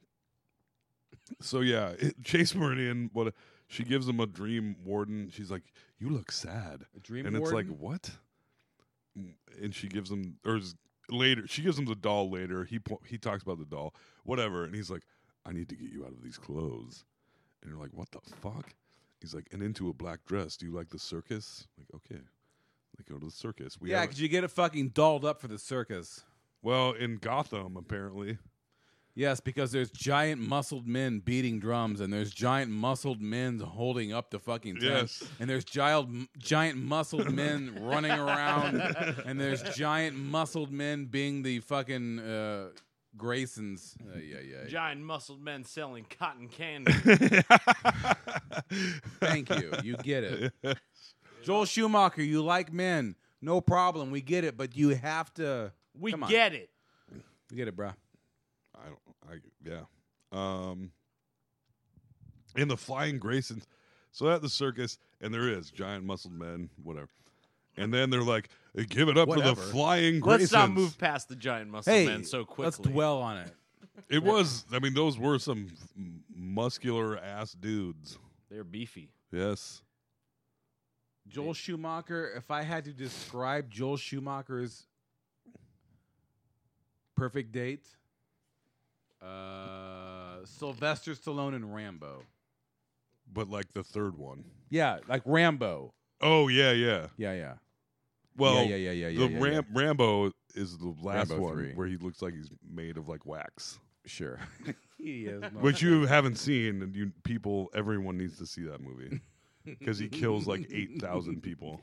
So yeah, it, Chase Meridian. What a- she gives him a dream warden. She's like, "You look sad."
A dream
and it's like
warden?
what? Mm, And she gives him or is- later she gives him the doll later. He po- he talks about the doll, whatever, and he's like, "I need to get you out of these clothes." And you're like, "What the fuck?" He's like, "And into a black dress. Do you like the circus?" Like, okay, they go to the circus. We
yeah,
have a-
because you get it fucking dolled up for the circus.
well in Gotham apparently.
Yes, because there's giant muscled men beating drums, and there's giant muscled men holding up the fucking tent,
Yes.
and there's giant giant muscled men running around, and there's giant muscled men being the fucking uh, Graysons. Uh, yeah, yeah.
Giant muscled men selling cotton candy.
Thank you. You get it. Joel Schumacher, you like men. No problem. We get it, but you have to.
We
Come on.
get it.
We get it, bro.
I don't. I yeah. Um. In the flying Graysons, so at the circus, and there is giant muscled men, whatever. And then they're like, "Give it up for
Whatever.
the flying
Let's
Graysons."
not move past the giant muscled
Hey,
men so quickly.
let's dwell on it.
It was. I mean, those were some m- muscular ass dudes.
They're beefy.
Yes.
Joel Schumacher, if I had to describe Joel Schumacher's perfect date, uh, Sylvester Stallone and Rambo.
But like the third one.
Yeah, like Rambo.
Oh yeah, yeah.
Yeah, yeah.
Well,
yeah, yeah, yeah, yeah,
The
yeah, yeah.
Ram- Rambo is the last
Rambo
one
three.
where he looks like he's made of like wax,
Sure. he is. not-
which you haven't seen, and you people, everyone needs to see that movie. because he kills like 8,000 people.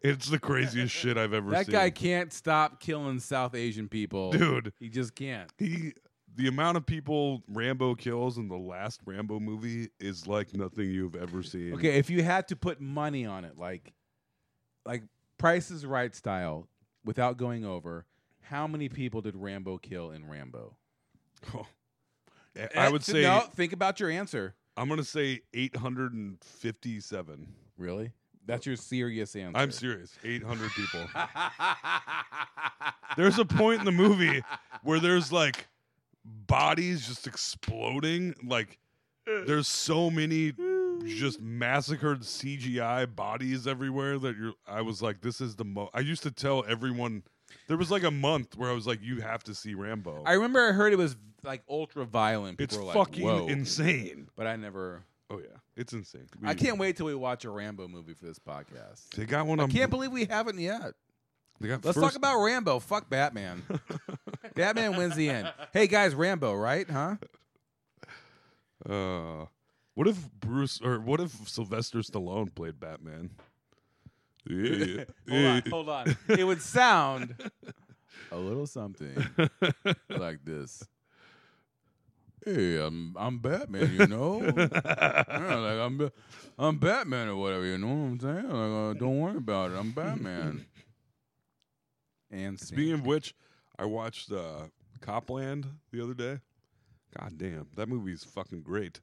It's the craziest shit I've ever
that
seen.
guy can't stop killing South Asian people.
Dude.
He just can't.
he, the amount of people Rambo kills in the last Rambo movie is like nothing you've ever seen.
Okay, if you had to put money on it, like like Price is Right style, without going over, how many people did Rambo kill in Rambo?
I
Eh,
would
th-
say,
no. Think about your answer.
I'm going to say 857.
Really? That's your serious answer.
I'm serious. 800 people. there's a point in the movie where there's like bodies just exploding. Like, there's so many just massacred CGI bodies everywhere that you're I was like this is the mo I used to tell everyone there was like a month where I was like you have to see Rambo.
I remember I heard it was like ultra violent.
it's
People were like,
fucking
"Whoa."
insane.
But I never.
Oh yeah, it's insane.
I can't wait till we watch a Rambo movie for this podcast.
They got one
I
on
can't believe we haven't yet.
they got
Let's talk
first-
about Rambo. Fuck Batman. Batman wins the end. Hey guys, Rambo, right? Huh?
Uh, what if Bruce or what if Sylvester Stallone played Batman? Yeah.
hold on, hold on. It would sound a little something like this. Hey, I'm I'm Batman, you know. Yeah, like I'm Ba- I'm Batman or whatever, you know what I'm saying? Like, uh, don't worry about it. I'm Batman. and
Speaking of which, I watched uh, Copland the other day. God damn, that movie's fucking great.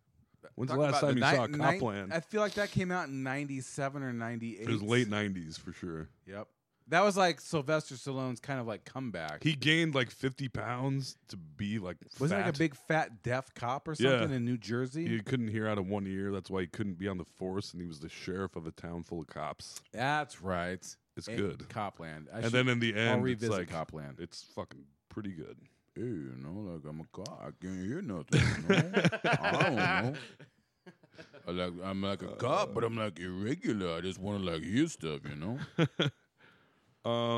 When's the last time you saw Copland?
I feel like that came out in '97 or '98.
it was late '90s for sure.
Yep, that was like Sylvester Stallone's kind of like comeback.
He gained like 50 pounds to be like
Wasn't it like
fat.
a big fat deaf cop or
Yeah.
something in New Jersey?
He couldn't hear out of one ear. That's why he couldn't be on the force, and he was the sheriff of a town full of cops.
That's right.
It's
And
good.
Eh, Copland. I
and
should-
then in the end,
I'll
it's
revisit
like
Copland.
It's fucking pretty good.
Hey, you know, like I'm a cop. I can't hear nothing. You know? I don't know. I like I'm like a cop, but I'm like irregular. I just want to like hear stuff, you know.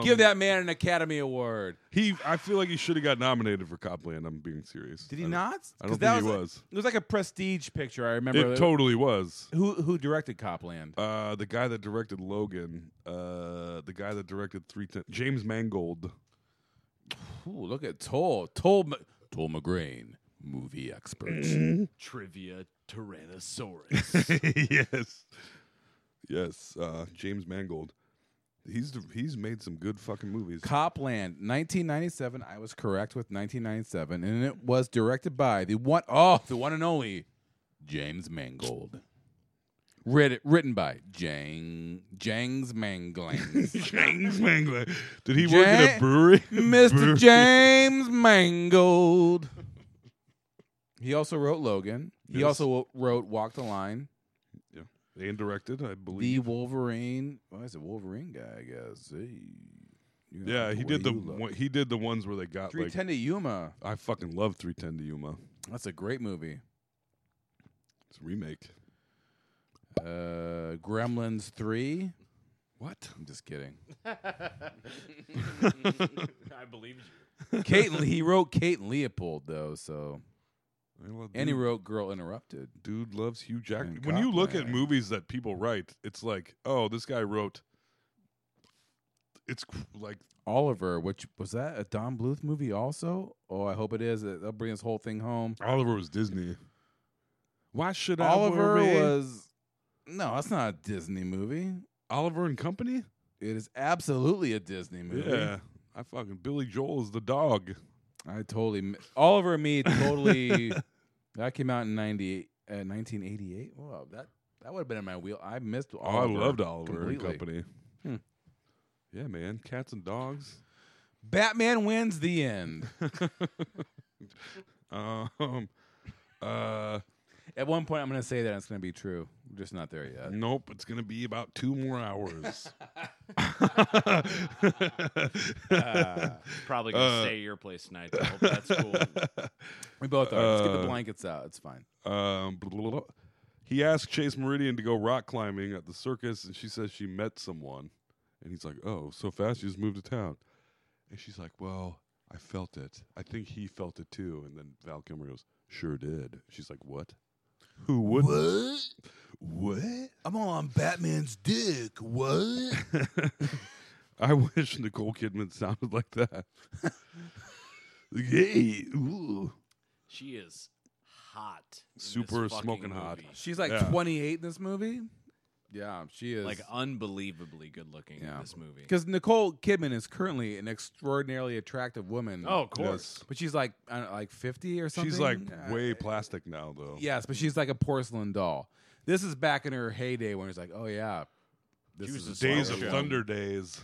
Give that man an Academy Award.
He, I feel like he should have got nominated for Copland. I'm being serious.
Did he
I don't-
not?
I
'Cause
don't
that
think he
was a-
was.
It was like a prestige picture. I remember.
It totally was.
who who directed Copland?
Uh, the guy that directed Logan, uh, the guy that directed Three Ten, James Mangold.
Ooh, look at Toll. Toll. M- Toll McGrain, movie expert.
Trivia Tyrannosaurus.
yes, yes, uh, James Mangold. He's the, he's made some good fucking movies.
Copland, 1997. I was correct with 1997, and it was directed by the one, oh, the one and only James Mangold. Writ- written by Jang Jangs Manglangs.
James Mangold. Did he work at
Ja-
a brewery?
Mr.
Brewery.
James Mangold. He also wrote Logan. He
Yes.
also wo- wrote Walk the Line,
Yeah, and directed, I believe.
The Wolverine. Why is it Wolverine guy? I guess. Hey, you're gonna
yeah,
look
he
the way
did the
you look.
one- he did the ones where they got like
310 to Yuma.
I fucking love 310 to Yuma.
That's a great movie.
It's a remake.
Uh, Gremlins three. What? I'm just kidding.
I believed you.
Kate, he wrote Kate and Leopold though, so
Well,
and he
dude-
wrote Girl Interrupted.
dude loves Hugh Jackman.
And
When you look at
Copland.
movies that people write, it's like, oh, this guy wrote. It's cr- like
Oliver, which was that a Don Bluth movie also? Oh, I hope it is. That'll bring this whole thing home.
Oliver was Disney. Why should I
Oliver
worry?
was no, that's not a Disney movie.
Oliver and Company?
It is absolutely a Disney movie.
Yeah, I fucking Billy Joel is the dog.
I totally mi- Oliver and me totally. that came out in ninety uh, 1988. Whoa, that that would have been in my wheel. I missed.
Oh, I
Oliver
loved Oliver
completely.
and Company.
Hmm.
Yeah, man, cats and dogs.
Batman wins the end.
Um, uh,
At one point, I'm going to say that it's going to be true. We're just not there yet.
nope, it's gonna be about two more hours.
Probably
Uh.
gonna stay at your place tonight. I hope that's cool.
We both are. Let's
Uh,
get the blankets out. It's fine.
Um, blah, blah, blah. He asked Chase Meridian to go rock climbing at the circus, and she says she met someone. And he's like, "Oh, so fast? You just moved to town?" And she's like, "Well, I felt it. I think he felt it too." And then Val Kilmer goes, "Sure did." She's like, "What? Who would? What? What?
I'm all on Batman's dick. What?
I wish Nicole Kidman sounded like that." Yay! Ooh.
She is hot. in this
Super
fucking
smoking hot.
movie.
She's like
Yeah.
28 in this movie. Yeah, she is.
Like unbelievably good looking
Yeah.
in this movie.
Because Nicole Kidman is currently an extraordinarily attractive woman.
Oh, of course.
But she's like I don't know, like 50 or something.
She's like
Uh,
way plastic now, though.
Yes, but she's like a porcelain doll. This is back in her heyday when it's like, oh, yeah. This
was
is
a
Days
slut
of
show.
Thunder days.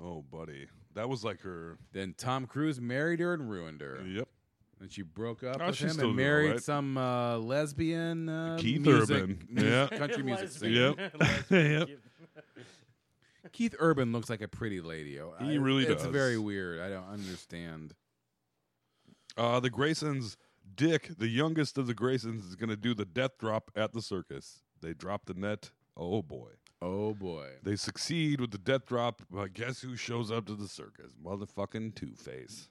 Oh, buddy, that was like her.
Then Tom Cruise married her and ruined her.
Yep.
And she broke up
Oh,
with
she's
him
still
and
doing
married
alright.
some uh, lesbian uh,
Keith
music,
Urban.
mus-
Yeah.
country music singer.
Yep. yep.
Keith Urban looks like a pretty lady. Oh,
He
I-
really
it's
does.
very weird. I don't understand.
Uh, the Graysons, Dick, the youngest of the Graysons, is going to do the death drop at the circus. They drop the net. Oh boy.
Oh boy.
They succeed with the death drop, but guess who shows up to the circus? Motherfucking Two Face.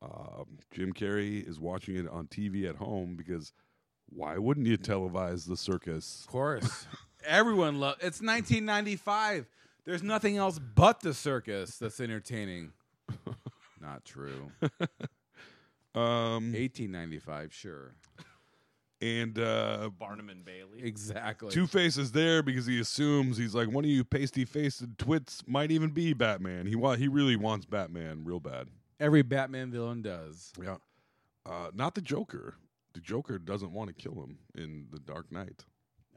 Um, Jim Carrey is watching it on TV at home because why wouldn't you televise the circus?
Of course. Everyone loves It's 1995. There's nothing else but the circus that's entertaining. Not true.
Um,
1895, sure.
and uh,
Barnum and Bailey.
Exactly.
Two Face is there because he assumes he's like one of you pasty faced twits might even be Batman. He wa- he really wants Batman real bad.
Every Batman villain does.
Yeah. Uh, not the Joker. The Joker doesn't want to kill him in The Dark Knight.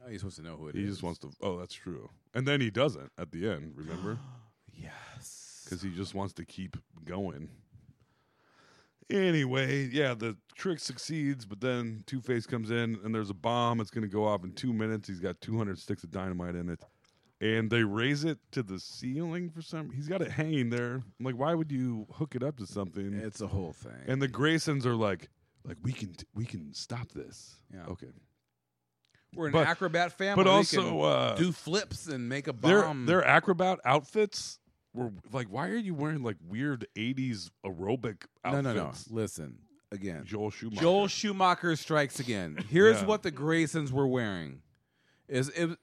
Oh, you're supposed to know who it is.
He just wants to. Oh, that's true. And then he doesn't at the end, remember?
Yes.
Because he just wants to keep going. Anyway, yeah, the trick succeeds, but then Two Face comes in and there's a bomb. It's going to go off in two minutes. He's got 200 sticks of dynamite in it. And they raise it to the ceiling for some. He's got it hanging there. I'm like, why would you hook it up to something?
It's a whole thing.
and the Graysons are like, like we can t- we can stop this.
Yeah.
Okay.
We're an
but-
acrobat family.
but
We
also,
can
uh,
do flips and make a
their
bomb.
their acrobat outfits were like why are you wearing like weird 80s aerobic
no,
outfits
no, no. Listen again.
joel schumacher
Joel Schumacher strikes again. Here's
Yeah.
what the Graysons were wearing. Is it,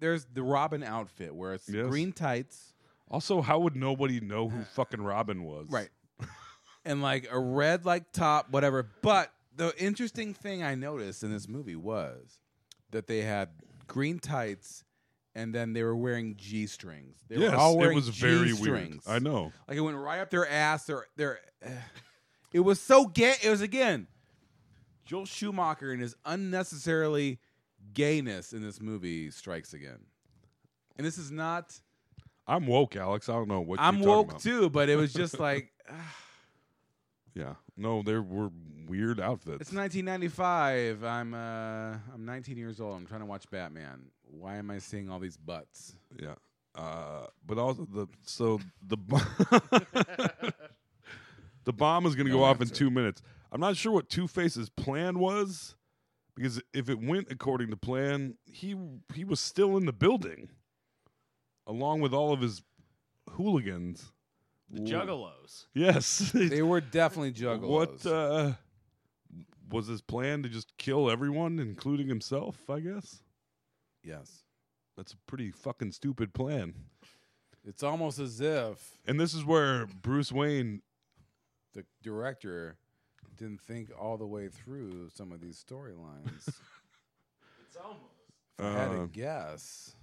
there's the Robin outfit where it's
Yes.
green tights,
also how would nobody know who fucking robin was
and like a red like top, whatever. But the interesting thing I noticed in this movie was that they had green tights, and then they were wearing g strings. They
yes
were all
it
wearing
was very weird
G-strings.
i know
Like it went right up their ass. Their their. it was so gay. It was again, Joel Schumacher and his unnecessarily gayness in this movie strikes again. And this is not.
i'm woke alex i don't know what
I'm
you're talking
woke
about.
too, but it was just like
yeah no there were weird outfits
it's 1995. I'm uh I'm 19 years old. I'm trying to watch Batman. Why am I seeing all these butts?
yeah uh but also the so the bo- the bomb is going to
No
go off in
answer.
2 minutes i'm not sure what two face's plan was because if it went according to plan he he was still in the building along with all of his hooligans
The Juggalos.
yes
They were definitely juggalos.
what uh was his plan to just kill everyone including himself i guess
yes.
that's a pretty fucking stupid plan
It's almost as if
and this is where bruce wayne
the director didn't think all the way through some of these storylines. if I had
uh,
a guess.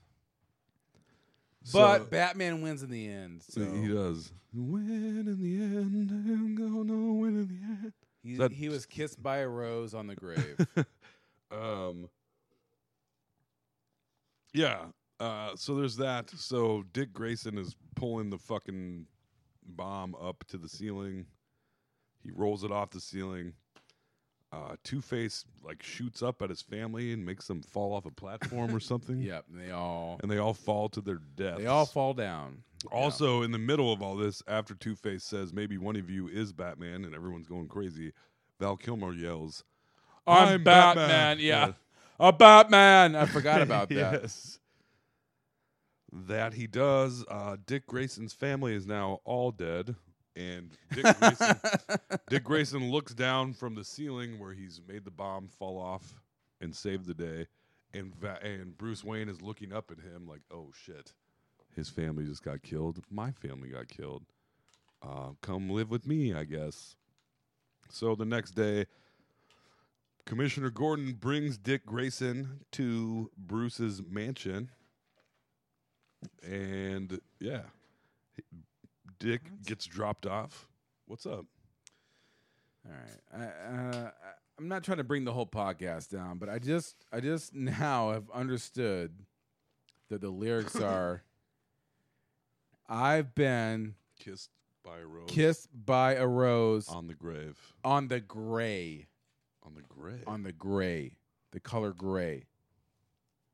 so-
But Batman wins in the end. So
He does. Win in the end. I'm gonna win in the end.
he,
that-
he was kissed by a rose on the grave.
Um. Yeah. Uh. So there's that. So Dick Grayson is pulling the fucking bomb up to the ceiling. He rolls it off the ceiling. Uh, Two Face like shoots up at his family and makes them fall off a platform or something.
yep. and They all
And they all fall to their death.
they all fall down.
Also, in the middle of all this, after Two Face says maybe one of you is Batman and everyone's going crazy, Val Kilmer yells,
I'm, Batman. Yeah. A Batman. I forgot about that.
yes. That he does. Uh, Dick Grayson's family is now all dead. And Dick Grayson, Dick Grayson looks down from the ceiling where he's made the bomb fall off and saved the day. And, Va- and Bruce Wayne is looking up at him like, oh shit, his family just got killed. My family got killed. Uh, come live with me, I guess. So the next day, Commissioner Gordon brings Dick Grayson to Bruce's mansion. And yeah, Dick gets dropped off. What's up?
All right. I, uh, I- I'm not trying to bring the whole podcast down, but I just I just now have understood that the lyrics are I've been
Kissed by a rose.
Kiss by a Rose
on the grave.
on the gray.
On the grave.
On the gray. The color gray.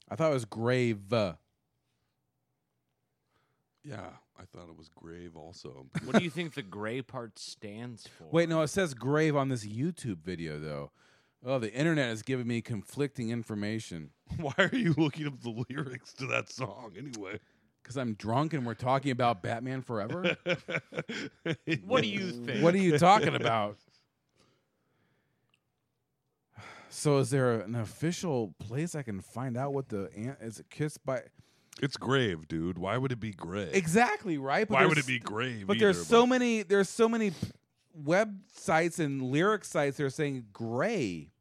I thought it was grave. What
yeah, I thought it was grave also.
What do you think the gray part stands for?
Wait, no, it says grave on this YouTube video, though. Oh, the internet is giving me conflicting information
Why are you looking up the lyrics to that song anyway?
because I'm drunk and we're talking about Batman Forever?
What do you think?
what are you talking about? So, is there an official place I can find out what the an- is it Kiss by?
It's grave, dude. Why would it be grave?
Exactly right.
Why would
there's-
it be grave?
But
either,
there's so many. There's so many p- websites and lyric sites that are saying gray.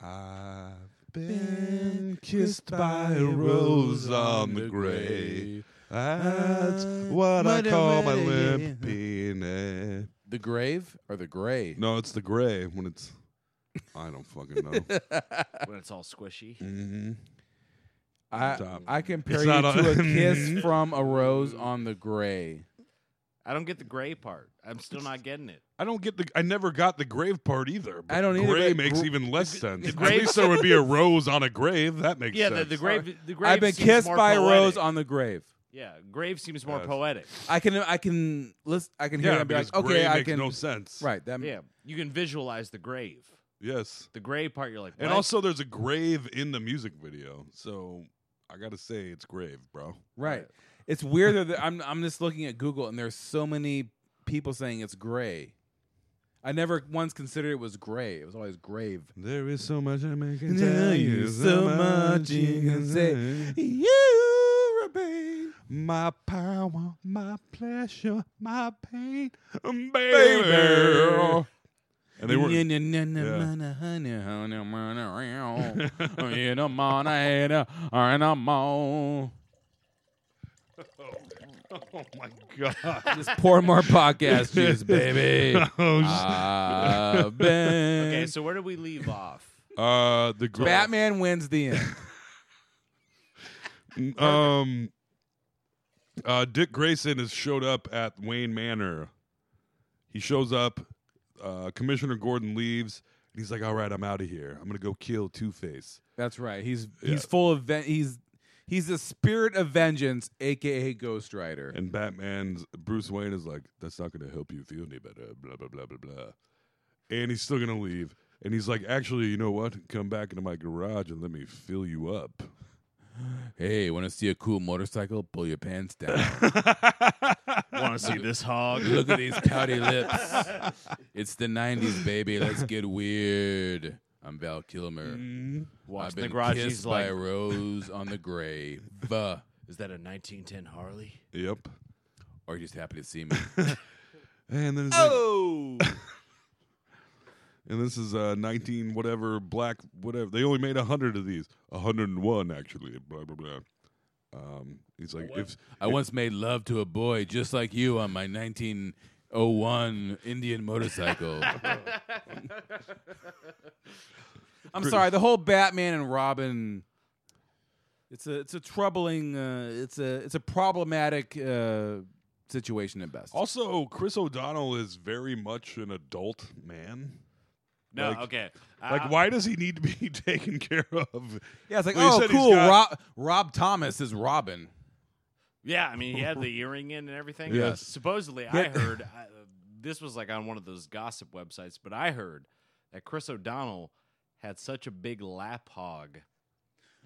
I've been kissed by a rose on the grave. That's what I call my limp penis.
The grave or the gray?
No, it's the gray when it's. I don't fucking know.
When it's all squishy.
Mhm.
I,
Stop.
I compare
It's
you
not
to a
on-
kiss from a rose on the gray.
I don't get the gray part. I'm still not getting it.
I don't get the. I never got the grave part either. But
I don't either,
Gray
but
makes
gr-
even less sense. At
grave-
least there would be a rose on a grave. That makes
Yeah, the,
sense.
the grave. The grave.
I've been
seems
kissed
more
by a
poetic.
rose on the grave.
Yeah, grave seems more
Yes.
poetic.
I can I can listen. I can hear
Yeah,
that and be
because
like, okay,
gray
I
makes
can.
no sense.
Right. That
Yeah, you can visualize the grave.
Yes.
The gray part, you're like,
And
what?
also, there's a grave in the music video, so I gotta say it's grave, bro.
Right. It's weird that the- I'm I'm just looking at Google and there's so many people saying it's gray. I never once considered it was gray. It was always grave.
There is so much I can
you remain.
My power, my pleasure, my pain, baby.
Baby.
And they were Oh my god.
Just pour more podcast juice, baby.
Oh, sh-
I've been-
okay. So where do we leave off?
uh, the gr-
Batman wins the end.
Um, uh, Dick Grayson has showed up at Wayne Manor. He shows up. Uh, Commissioner Gordon leaves, and he's like, "All right, I'm out of here. I'm gonna go kill Two Face."
That's right. He's
Yeah.
he's full of ven- he's he's the spirit of vengeance, aka Ghost Rider.
And Batman's Bruce Wayne is like, "That's not gonna help you feel any better." Blah blah blah blah blah. And he's still gonna leave. And he's like, "Actually, you know what? Come back into my garage and let me fill you up."
Hey, want to see a cool motorcycle? Pull your pants down.
Want to see this hog?
Look at these pouty lips. It's the '90s, baby. Let's get weird. I'm Val Kilmer. I've
Mm-hmm. Watch
been
the garage.
kissed
He's
by
like,
a rose on the grave, or
is that a 1910 Harley?
Yep.
you're just happy to see me.
And then it's like,
Oh,
and this is uh, 19 whatever black whatever they only made 100 of these 101 actually blah blah blah um he's like if
I once made love to a boy just like you on my 1901 Indian motorcycle. I'm sorry, the whole Batman and Robin. It's a it's a troubling uh, it's a it's a problematic uh, situation at best.
also chris o'donnell is very much an adult man
no.
Like-
okay.
like
I-
why does he need to be taken care of
yeah, it's like
Well, he
oh
said he's
cool,
got-
Rob, Rob Thomas is Robin.
Yeah, I mean, he had the earring in and everything.
Yes.
Supposedly, I heard I, this was like on one of those gossip websites, but I heard that Chris O'Donnell had such a big lap hog.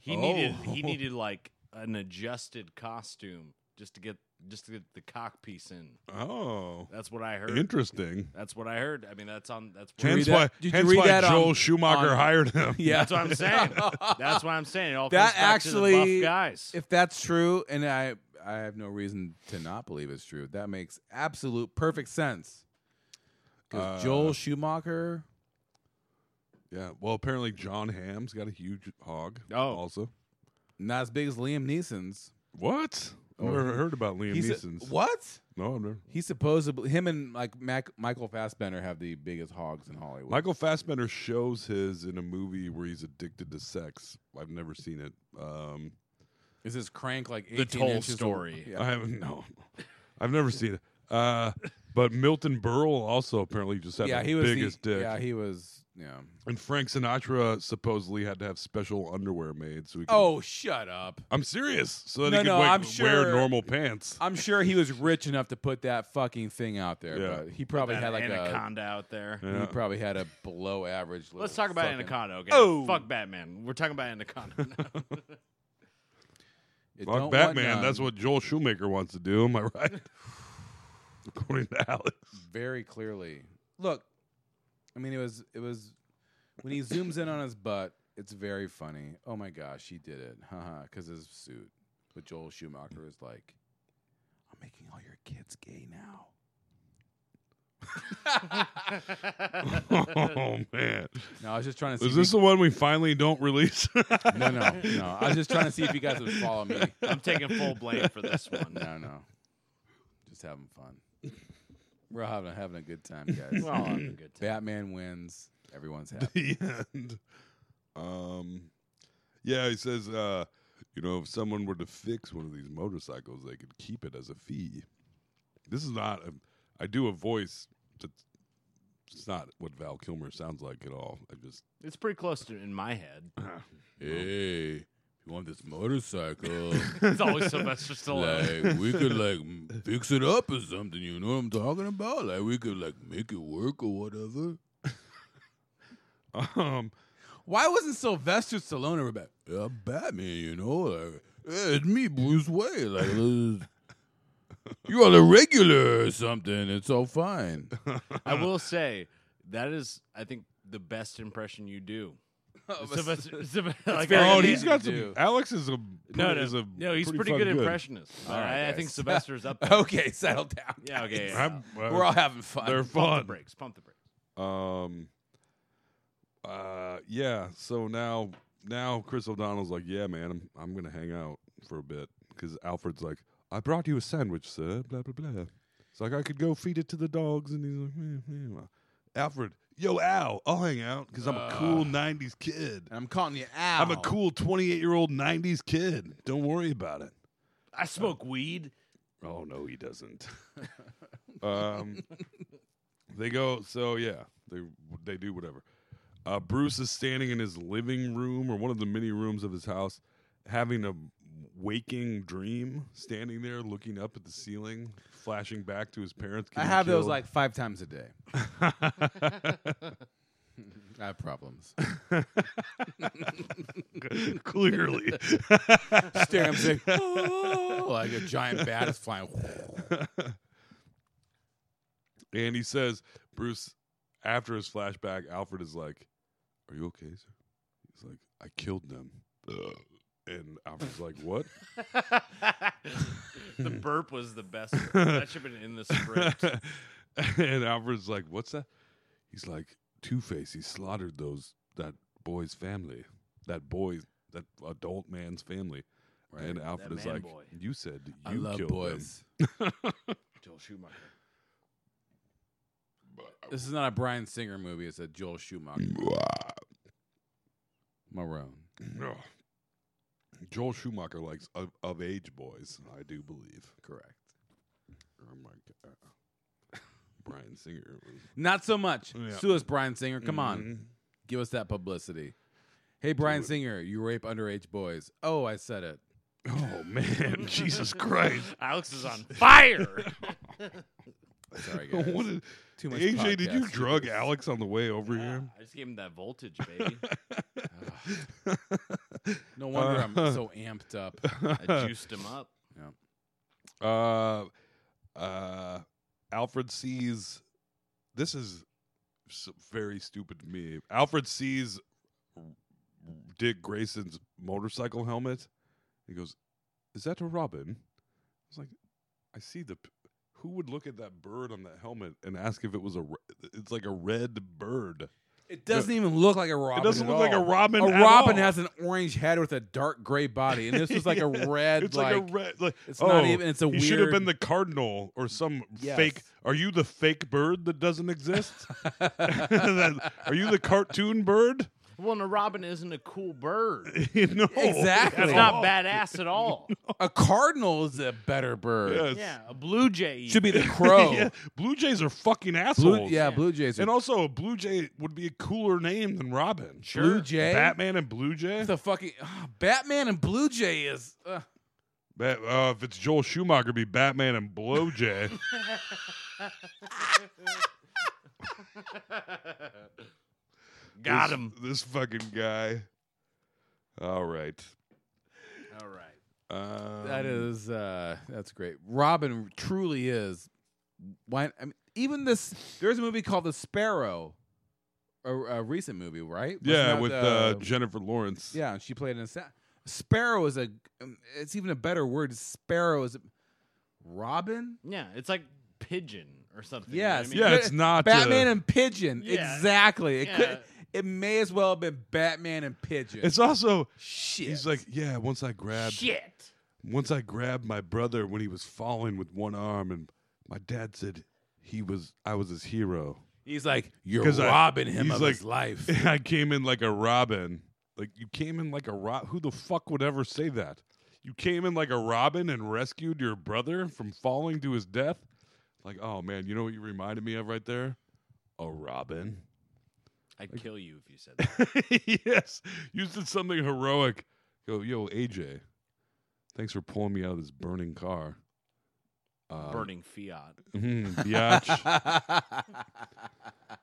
He needed he
Oh.
needed like an adjusted costume just to get just to get the cock piece in.
oh
That's what I heard.
interesting
that's what I heard. I mean, that's on that's what,
hence
read
why
that- did you
hence
read
why
that on-
joel schumacher
on-
hired him
Yeah,
that's what I'm saying. that's what I'm saying. It all
That
comes back to the
actually-
buff guys.
If that's true, and I I have no reason to not believe it's true, that makes absolute perfect sense. Because
Uh,
Joel Schumacher,
yeah well apparently john ham's got a huge hog
Oh.
also
not as big as Liam Neeson's.
what I've never heard about Liam
He's-
Neeson's.
what?
No, I've never.
He supposedly him and like Mac, Michael Fassbender have the biggest hogs in Hollywood.
Michael Fassbender shows his in a movie where he's addicted to sex. I've never seen it. Um,
Is his crank like 18
Toll
inches
Story.
Away? Yeah.
I haven't. No, I've never seen it. Uh, but Milton Berle also apparently just had
yeah,
the
he was the-
biggest dick.
Yeah, he was. Yeah.
and Frank Sinatra supposedly had to have special underwear made so he could.
Oh, shut up.
I'm serious. So that
No,
he could
no,
like,
I'm
wear
sure-
normal pants.
I'm sure he was rich enough to put that fucking thing out there,
Yeah.
but he probably had
That
like
Anaconda out there.
a
Yeah.
he probably had a below average. little
Let's talk about
fucking-
Anaconda. Okay.
Oh!
Fuck Batman. We're talking about Anaconda. now.
You don't
Fuck
want
Batman.
none.
That's what Joel Shoemaker wants to do. Am I right? According to Alex.
very clearly. Look, I mean, it was it was when he zooms in on his butt. It's very funny. Oh my gosh, he did it, haha! Because his suit with Joel Schumacher is like, I'm making all your kids gay now.
oh man,
No, I was just trying to see.
is
if
this the one we finally don't release?
you- no, no, no. I was just trying to see if you guys would follow me.
I'm taking full blame for this one.
No, no. Just having fun. We're having having a good time, guys.
We're all having a good time.
Batman wins. Everyone's happy.
the end. Um, yeah, he says, uh, you know, if someone were to fix one of these motorcycles, they could keep it as a fee. This is not. A, I do a voice that's it's not what Val Kilmer sounds like at all. I just
It's pretty close to in my head.
Hey, if you want this motorcycle,
It's always Sylvester Stallone.
like we could like m- fix it up or something. You know what I'm talking about? Like we could like make it work or whatever.
um,
Why wasn't Sylvester Stallone ever back? Yeah, I'm Batman, you know, like "Yeah, it's me, Bruce Wayne. Like let's- you're on a regular or something. It's all fine.
I will say that is, I think, the best impression you do. Sylvester, Sylvester, like,
very
oh,
good.
he's got
to
some.
do.
Alex is a
no, no,
is a
no, he's pretty,
fucking
good, impressionist.
All right,
I, I
guys.
think Sylvester's up there.
okay, settle down.
Yeah, okay.
guys.
I'm- uh,
We're all having fun.
they're
Pump the
fun.
brakes. Pump the brakes.
Um. Uh. Yeah. So now, now Chris O'Donnell's like, "Yeah, man, I'm I'm gonna hang out for a bit." Because Alfred's like, "I brought you a sandwich, sir." Blah blah blah. It's like I could go feed it to the dogs, and he's like, "Eh, eh, eh." "Alfred, yo, Al, I'll hang out because I'm a cool '90s kid.
I'm calling you out.
I'm a cool 28 year old '90s kid. Don't worry about it."
I smoke weed.
Oh no, he doesn't. um, they go. So yeah, they they do whatever. Uh, Bruce is standing in his living room or one of the many rooms of his house, having a waking dream. Standing there, looking up at the ceiling, flashing back to his parents.
I
getting
have those
killed.
like five times a day. I have problems.
clearly.
Staring up saying, "Oh," like a giant bat is flying.
and he says, Bruce, after his flashback, Alfred is like, "Are you okay, sir?" He's like, "I killed them." Ugh. And Alfred's like, "What?"
the burp was the best. That should have been in the script.
and Alfred's like, "What's that?" He's like, "Two Face. He slaughtered those that boy's family, that boy's that adult man's family." And Alfred
That
is
man
like,
boy.
"You said you
I love
killed
boys.
Joel Schumacher.
This is not a Brian Singer movie. It's a Joel Schumacher.
them."
Maroon.
Ugh. Joel Schumacher likes of, of age boys, I do believe. Correct. Oh my god. Brian Singer. was-
Not so much.
Yeah. Mm-hmm.
Sue us, Brian Singer. Come on. Give us that publicity. Hey, Brian
it.
Singer, you rape underage boys. Oh, I said it.
Oh man, Jesus Christ.
Alex is on fire.
Sorry, guys.
What did,
Too much
AJ, did you
podcast.
drug Alex on the way over here?
I just gave him that voltage, baby.
No wonder I'm so amped up.
I juiced him up.
uh, uh, Alfred sees. This is s- very stupid to me. Alfred sees Dick Grayson's motorcycle helmet. He goes, "Is that a robin?" I was like, "I see the." p- Who would look at that bird on that helmet and ask if it was a? re- It's like a red bird.
It doesn't even look like a robin.
doesn't
at
look like a
all.
robin
A
at
robin
all.
has an orange head with a dark gray body, and this is like a
Yeah.
red.
It's
like,
like, a red. Like,
it's
oh,
not even- it's a
You should have been
weird-
the cardinal or some
Yes.
fake. Are you the fake bird that doesn't exist? Are you the cartoon bird?
Well, and a robin isn't a cool bird.
no,
That's
Exactly.
not badass at all.
A cardinal is a better bird.
Yes.
Yeah, a blue jay.
Should be the crow.
Yeah, Blue Jays are fucking assholes.
Blue, yeah, Blue Jays. Are,
And also, a Blue Jay would be a cooler name than Robin.
Blue Jay.
Batman and Blue Jay.
the fucking ah, Batman and Blue Jay is. Uh,
Bat, uh, if it's Joel Schumacher, it'd be Batman and Blow Jay.
Got
This-
him.
This fucking guy. All right.
All right.
Um,
that is. Uh, that's great. Robin truly is. Why? I mean, even this. There's a movie called The Sparrow, a, a recent movie, right? Wasn't
Yeah,
that
with
the-
uh, Jennifer Lawrence.
yeah, and she played an assassin. Sparrow is a. um, It's even a better word. Sparrow is. A, Robin.
Yeah, it's like pigeon or something. you know
Yes.
what
Yeah, it's not,
Batman
uh,
and Pigeon.
Yeah.
Exactly. It could.
Yeah.
It may as well have been Batman and Pigeon.
It's also
shit.
he's like, yeah. Once I
I mean?
grabbed,
Shit.
once I grabbed my brother when he was falling with one arm, and my dad said he was, I was his hero.
He's like, you're
'Cause I-
robbing him
he's
of
like-
his life.
I came in like a robin. Like you came in like a rob. Who the fuck would ever say that? You came in like a robin and rescued your brother from falling to his death. Like, oh man, you know what you reminded me of right there? A robin.
I'd kill you if you said that.
yes, you did something heroic. Go, yo, AJ. Thanks for pulling me out of this burning car. Um,
Burning fiat.
Mhm, biatch.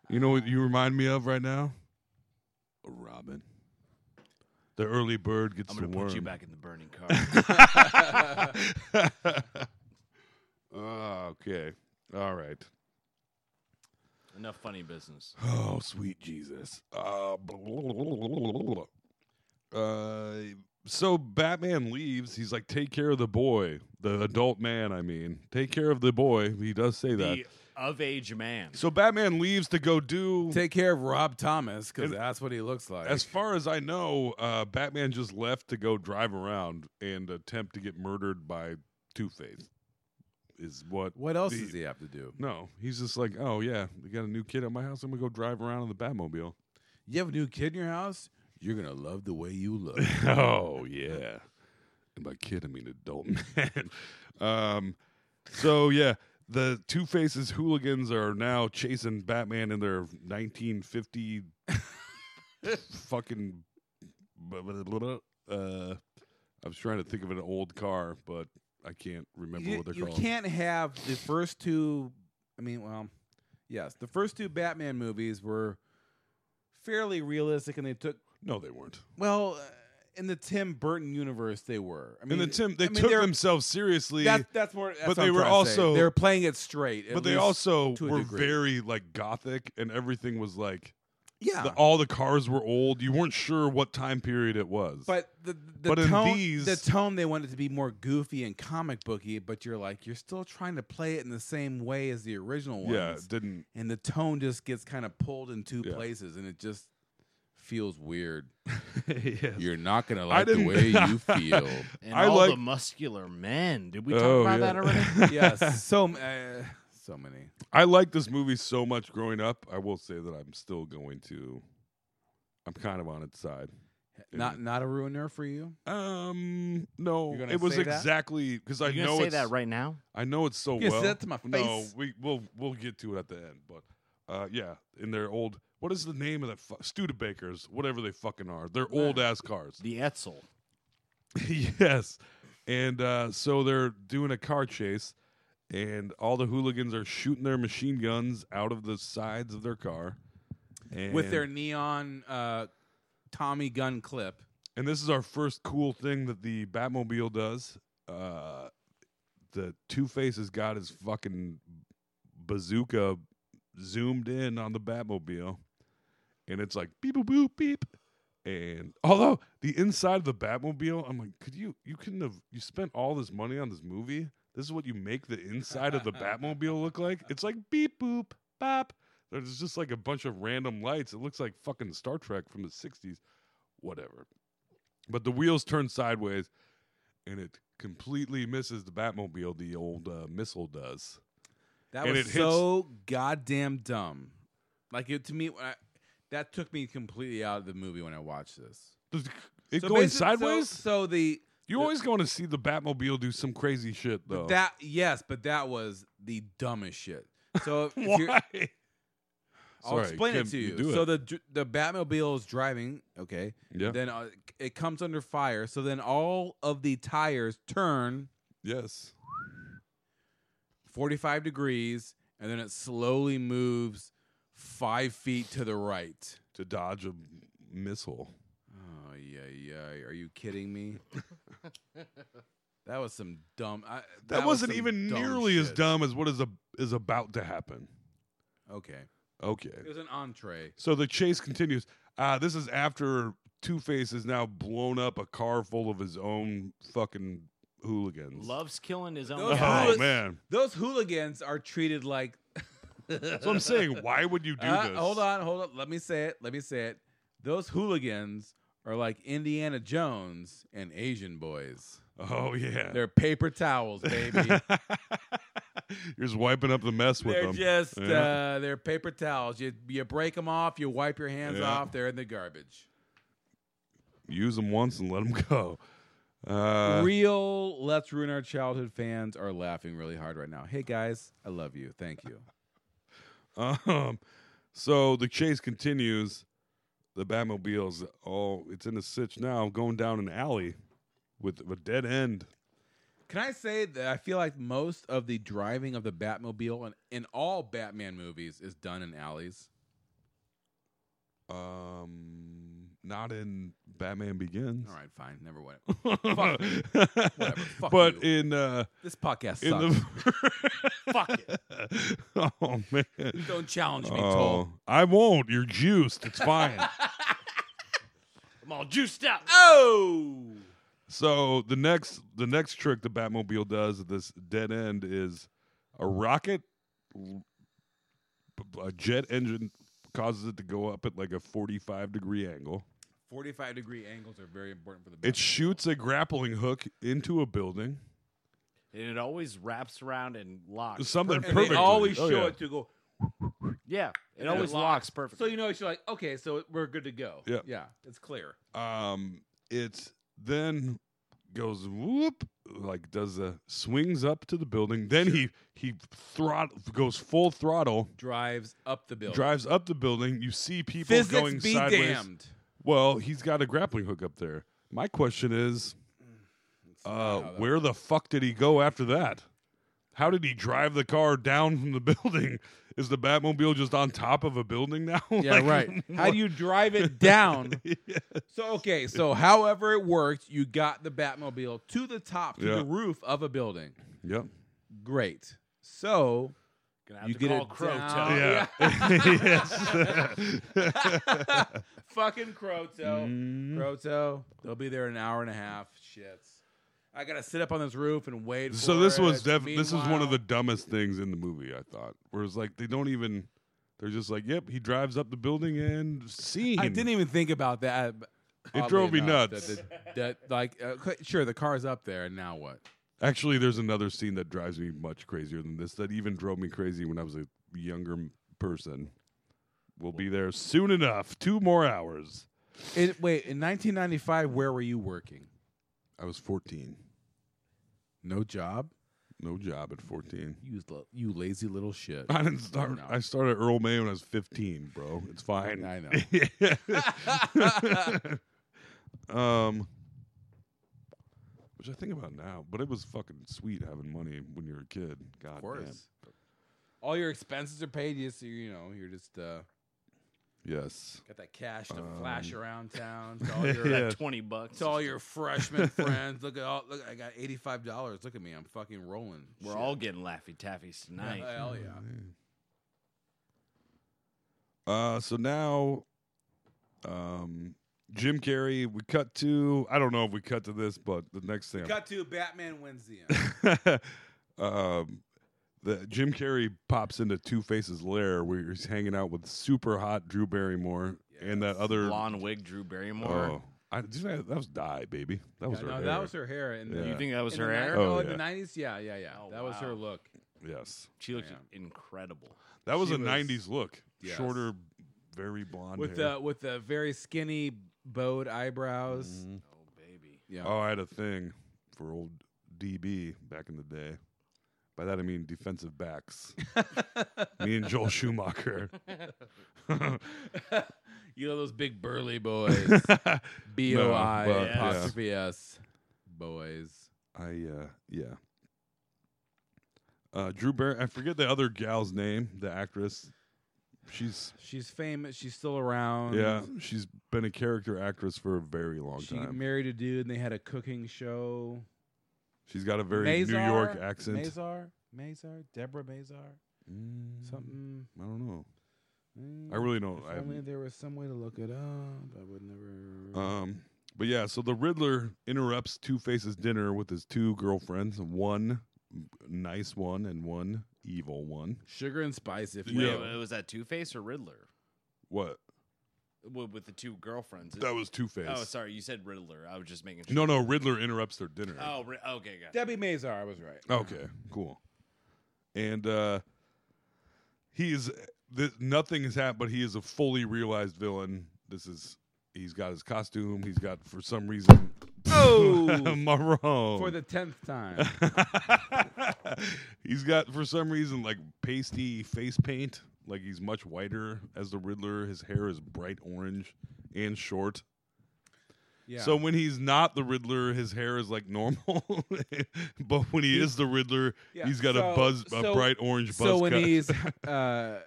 you know what you remind me of right now? A robin. The early bird gets
I'm
the
going to
worm.
put you back in the burning car.
Oh, okay. All right.
Enough funny business.
Oh, sweet Jesus. Uh, uh, so Batman leaves. He's like, take care of the boy. The adult man, I mean. Take care of the boy. He does say that.
The of age man.
So Batman leaves to go do.
Take care of Rob Thomas because that's what he looks like.
As far as I know, uh, Batman just left to go drive around and attempt to get murdered by Two Face. Is what?
what else
the-
does he have to do?
No, he's just like, oh yeah, we got a new kid at my house. I'm gonna go drive around in the Batmobile.
You have a new kid in your house. You're gonna love the way you look.
Oh yeah, and by kid I mean adult man. um, so yeah, the Two Faces hooligans are now chasing Batman in their 1950 fucking. blah, blah, blah, blah. Uh, I was trying to think of an old car, but I can't remember
you
what they're
you
called.
can't have the first two. I mean, well, yes, the first two Batman movies were fairly realistic, and they took
No, they weren't.
well uh, in the Tim Burton universe. They were. I mean,
and the Tim, they
I mean,
took
they're-
themselves seriously.
That, that's more. that's
but
what
they
I'm
were
trying to say.
also-
they were playing it straight. at
but they
least
also
to a
were
degree.
very like gothic, and everything was like
yeah.
the, all the cars were old. You weren't sure what time period it was.
But the, the
But in
tone,
these-
the tone they wanted to be more goofy and comic booky, but you're like you're still trying to play it in the same way as the original ones.
yeah, it didn't.
and the tone just gets kind of pulled in two
Yeah.
places, and it just feels weird.
Yes.
You're not gonna
I
like the
didn't-
way you feel.
And
I
all
like-
the muscular men. Did we talk
Oh,
about
yeah.
that already?
yes, so m- uh, so many.
I liked this movie so much growing up. I will say that I'm still going to. I'm kind of on its side. e
Not not a ruiner for you.
Um, no,
You're gonna
it was
say that?
exactly because I
you
know
gonna say
it's
that right now?
I know it's so
You gonna
well.
say that to my
No,
face?
we we'll we'll get to it at the end. But uh, yeah, in their old what is the name of that fu- Studebakers, whatever they fucking are, they're old ass cars.
The Etzel.
yes. And uh, so they're doing a car chase, and all the hooligans are shooting their machine guns out of the sides of their car. And,
With their neon uh, Tommy gun clip,
and this is our first cool thing that the Batmobile does. Uh, the Two Face has got his fucking bazooka zoomed in on the Batmobile, and it's like beep boop boop beep. And although the inside of the Batmobile, I'm like, could you? You couldn't have. You spent all this money on this movie. This is what you make the inside of the Batmobile look like. It's like beep boop bop. There's just like a bunch of random lights. It looks like fucking Star Trek from the '60s. Whatever. But the wheels turn sideways, and it completely misses the Batmobile. The old uh, missile does.
that
And
was
it hits-
so goddamn dumb. Like it to me, when I- that took me completely out of the movie when I watched this.
Does it
So
going
basically- so-
sideways?
So, the
you always going to see the Batmobile do some crazy shit though.
that yes, but that was the dumbest shit. So if you're-
why?
I'll
Sorry,
explain
Kim,
it to
you
you.
do
so
it.
the dr- the Batmobile is driving, okay?
Yeah.
Then uh, it comes under fire. So then all of the tires turn
Yes.
45 degrees and then it slowly moves 5 feet to the right.
To dodge a missile.
Oh yeah, yeah. Are you kidding me? that was some dumb I,
That,
was
wasn't
some
even
dumb
nearly as
shit.
dumb as what is a, is about to happen.
Okay.
Okay.
It was an entree.
So the chase continues. Uh, this is after Two Face has now blown up a car full of his own fucking hooligans.
Loves killing his own
Those
guy.
Oh
hooli-
man.
Those hooligans are treated like
That's what I'm saying. Why would you do
Uh,
this?
Hold on, hold on. Let me say it. Let me say it. Those hooligans are like Indiana Jones and Asian boys.
Oh yeah.
They're paper towels, baby.
You're just wiping up the mess with
they're
them.
just
Yeah.
uh, they're paper towels. You you break them off, you wipe your hands
Yeah.
off. They're in the garbage.
Use them once and let them go. Uh,
Real Let's Ruin Our Childhood fans are laughing really hard right now. Hey guys, I love you. Thank you.
um, so the chase continues. The Batmobile's all it's in a sitch now, going down an alley with a dead end.
Can I say that I feel like most of the driving of the Batmobile in, in all Batman movies is done in alleys?
Um, not in Batman Begins.
All right, fine. Never went.
Whatever,
fuck
but
you.
in uh,
This podcast sucks.
in the
Fuck it.
oh man,
Don't challenge me,
oh,
Toll.
I won't. You're juiced. It's fine.
I'm all juiced up.
Oh!
so the next the next trick the Batmobile does at this dead end is a rocket, l- a jet engine causes it to go up at like a 45 degree angle.
45 degree angles are very important for the
It shoots a grappling hook into a building.
And it always wraps around and locks.
Something
perfect.
and they
perfectly.
always
Oh,
show
yeah.
it to go.
Yeah. It
and
always locks perfectly.
So you know it's like, okay, so we're good to go.
Yeah.
Yeah. It's clear.
um it then goes whoop like does a swings up to the building then he he throttle goes full throttle
Drives up the building.
drives up the building you see people
Physics
going
be
sideways
damned.
well he's got a grappling hook up there my question is uh where the fuck did he go after that how did he drive the car down from the building is the batmobile just on top of a building now
Yeah,
Like,
right. How do you drive it down? So okay, so however it worked, you got the Batmobile to the top, to
Yeah.
the roof of a building.
yep
Great. So
Gonna have
you
to
get
call
it
Crow
down.
Toad.
yeah,
Fucking Croto.
Mm-hmm.
Croto. They'll be there in an hour and a half. Shit. I gotta sit up on this roof and wait.
So
for
this was
it.
def- this is one of
Meanwhile-
the dumbest things in the movie. I thought, where it's like they don't even, they're just like, yep, he drives up the building and scene.
I didn't even think about that. oddly
drove me
enough,
nuts.
That, the- that, like, uh, c- sure, the car's up there, and now what?
Actually, there's another scene that drives me much crazier than this. That even drove me crazy when I was a younger m- person. We'll be there soon enough. Two more hours.
It, wait, in 1995, where were you working?
I was 14.
No job.
No job at 14.
You l- you lazy little shit.
I didn't start.
No.
I started Earl May when I was 15, bro. It's fine.
I know.
um, which I think about now, but it was fucking sweet having money when you're a kid. God
Of course. All your expenses are paid. You so you know you're just uh,
damn. Yes.
got that cash to flash around town. to all your-
Yeah.
20 bucks.
To all your freshman friends, look at all. Look, I got eighty five dollars. Look at me, I'm fucking rolling.
We're
Shit.
all getting Laffy Taffys tonight.
hell yeah.
Uh, so now, um, Jim Carrey. We cut to. I don't know if we cut to this, but the next thing.
Cut to Batman wins the end.
um, the Jim Carrey pops into Two Face's lair where he's hanging out with super hot Drew Barrymore and that other
Blonde wig, Drew Barrymore.
Oh, I, did you know that was die, baby. That was
Yeah,
her.
no,
hair.
that was her hair. In the,
Yeah.
You think that was
in
her
the
hair?
ni-
Oh,
oh, in
yeah.
the nineties. Yeah, yeah, yeah.
Oh,
that was her
wow.
look.
Yes,
She looked
Yeah.
incredible.
that was
She
a
was-
'90s look.
Yes.
Shorter very blonde
with uh,
hair.
the with the very skinny bowed eyebrows.
Oh baby.
Yeah.
Oh, I had a thing for old DB back in the day. By that I mean defensive backs. Me and Joel Schumacher.
You know those big burly boys. B O I
but, yeah.
apostrophe S boys.
I uh yeah. Uh Drew Barry I forget the other gal's name, the actress. She's
She's famous. She's still around.
yeah, she's been a character actress for a very long
She
time.
married a dude and they had a cooking show.
She's got a very New York
Mazar?
accent.
Mazar? Mazar? Deborah Mazar?
Mm,
Something.
I don't know.
Mm,
I really don't.
If
I
only
haven't-
there was some way to look it up. I would never.
Um, but yeah, so the Riddler interrupts Two Face's dinner with his two girlfriends, one nice one and one evil one.
Sugar and spice, if you
Wait,
Yeah.
wa- was that Two Face or Riddler?
What?
Wi- With the two girlfriends.
That was Two Face.
Oh, sorry, you said Riddler. I was just making sure.
No, no, Riddler interrupts their dinner.
Oh, ri- okay, got
Debbie Mazar, I was right.
Okay, cool. And uh he is th- nothing has happened, but he is a fully realized villain. This is he's got his costume. He's got for some reason
Oh,
Marone
for the tenth time.
he's got for some reason like pasty face paint. Like he's much whiter as the Riddler. His hair is bright orange and short.
Yeah.
So when he's not the Riddler, his hair is like normal. but when he is the Riddler,
Yeah,
he's got
so-
a buzz, a
so-
bright orange buzz.
so when
cut.
he's uh,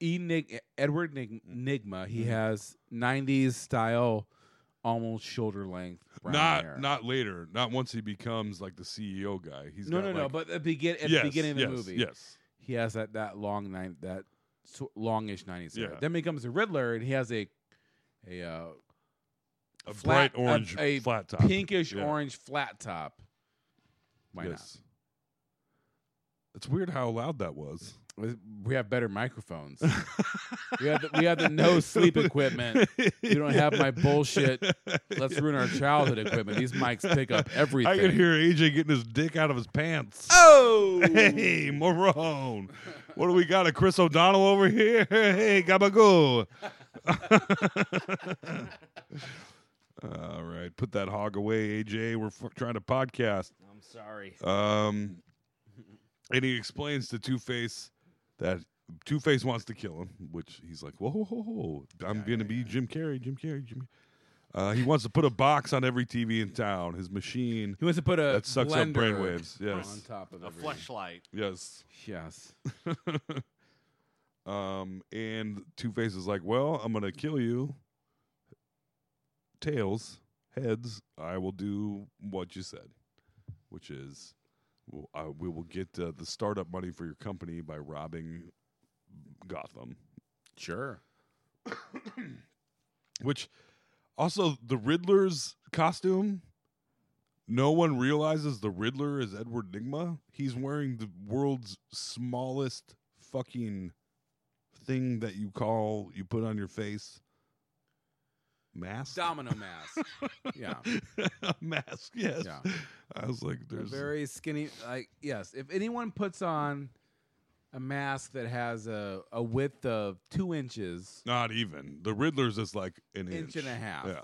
Enig- Edward Nig- Nigma, he
Mm-hmm.
has '90s style, almost shoulder length brown
not
hair.
not later, not once he becomes like the CEO guy. He's
no,
got,
no, no.
like-
But at the, begin- at
Yes,
the beginning of the
yes,
movie,
yes.
he has that that long nine that so longish '90s hair.
Yeah.
Then becomes a Riddler, and he has a a uh,
A
flat-
bright orange
a, a
flat top,
pinkish
Yeah.
orange flat top. Why
yes. It's weird how loud that was.
not? We have better microphones. we have the, we have the no sleep equipment. We don't have my bullshit. Let's ruin our childhood equipment. These mics pick up everything.
I could hear AJ getting his dick out of his pants.
Oh,
Hey, Marone. what do we got? A Chris O'Donnell over here? Hey, Gabagoo. All right. Put that hog away, AJ. We're f- trying to podcast.
it. I'm sorry.
Um, and he explains to Two Face that Two Face wants to kill him, which he's like, "Whoa, whoa, whoa, whoa. I'm gonna be Jim Carrey, Jim Carrey, Jim." Uh, he wants to put a box on every TV in town. His machine
he wants to put a
that sucks up
blender
brainwaves.
on
Yes,
top of
A
everything.
fleshlight.
yes.
Yes,
um, and Two Face is like, "Well, I'm gonna kill you." Tails, heads. I will do what you said, which is, well, I, we will get uh, the startup money for your company by robbing Gotham.
sure.
Which, also, the Riddler's costume. No one realizes the Riddler is Edward Nigma. He's wearing the world's smallest fucking thing that you call you put on your face mask.
Domino mask. yeah,
A mask. Yes.
Yeah.
I was like,
a
there's
very skinny. Like yes, if anyone puts on a mask that has a a width of two inches,
not even the Riddler's is like an inch,
inch and a half.
Yeah.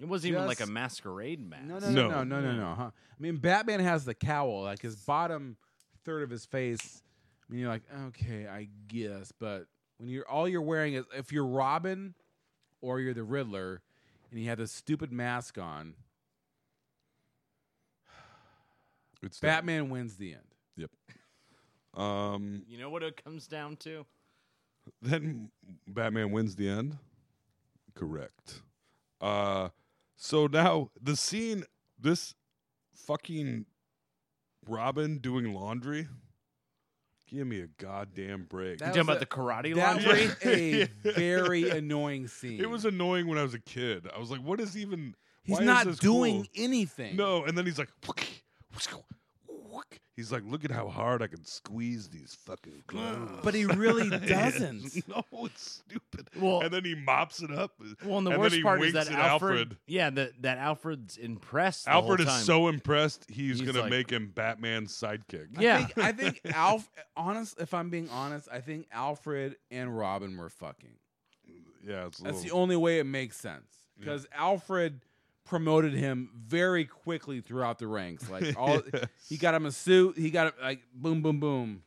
It wasn't even like a
Just-
masquerade mask.
No, no, no, no,
No.
no, no, no. Huh? I mean, Batman has the cowl, like his bottom third of his face. I mean, you're like, okay, I guess, but when you're all you're wearing is if you're Robin or you're the Riddler, and you have this stupid mask on,
It's that.
Batman wins the end.
Um.
You know what it comes down to?
Then Batman wins the end. Correct. Uh so now the scene this fucking Robin doing laundry. Give me a goddamn break.
That
You talking
was
about
a-
the karate
That
laundry?
was a very annoying scene.
it was annoying when I was a kid. I was like, what is even
He's
why is
not
this
doing
cool?
anything.
No, and then he's like He's like, look at how hard I can squeeze these fucking clothes.
but he really doesn't.
no, it's stupid.
Well-
and then he mops it up.
Well, and the
then
worst
he
part is
winks
that
at
Alfred,
Alfred.
Yeah, that that Alfred's impressed. the
Alfred
whole
is
time.
so impressed he's,
He's
gonna
like-
make him Batman's sidekick.
Yeah.
I think, I think Alf. Honest, if I'm being honest, I think Alfred and Robin were fucking.
Yeah, it's a
That's the
little-
only way it makes sense because Alfred promoted him very quickly throughout the ranks. Like all, he got him a suit. He got him, like boom, boom, boom.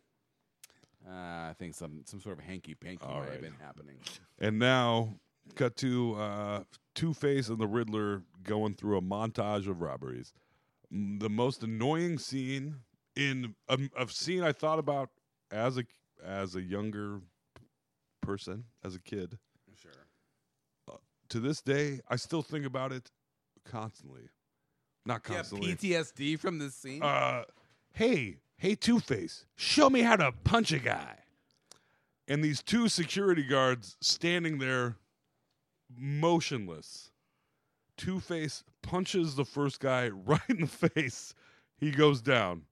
Uh, I think some some sort of hanky panky
All
might
right.
have been happening.
And now, cut to uh, Two Face and the Riddler going through a montage of robberies. Mm, The most annoying scene in a, a scene I thought about as a as a younger person, as a kid. Uh,
Sure.
To this day, I still think about it constantly. Not
Yeah,
constantly.
PTSD from this scene.
uh, hey, hey, Two Face, show me how to punch a guy. And these two security guards standing there motionless. Two Face punches the first guy right in the face. He goes down.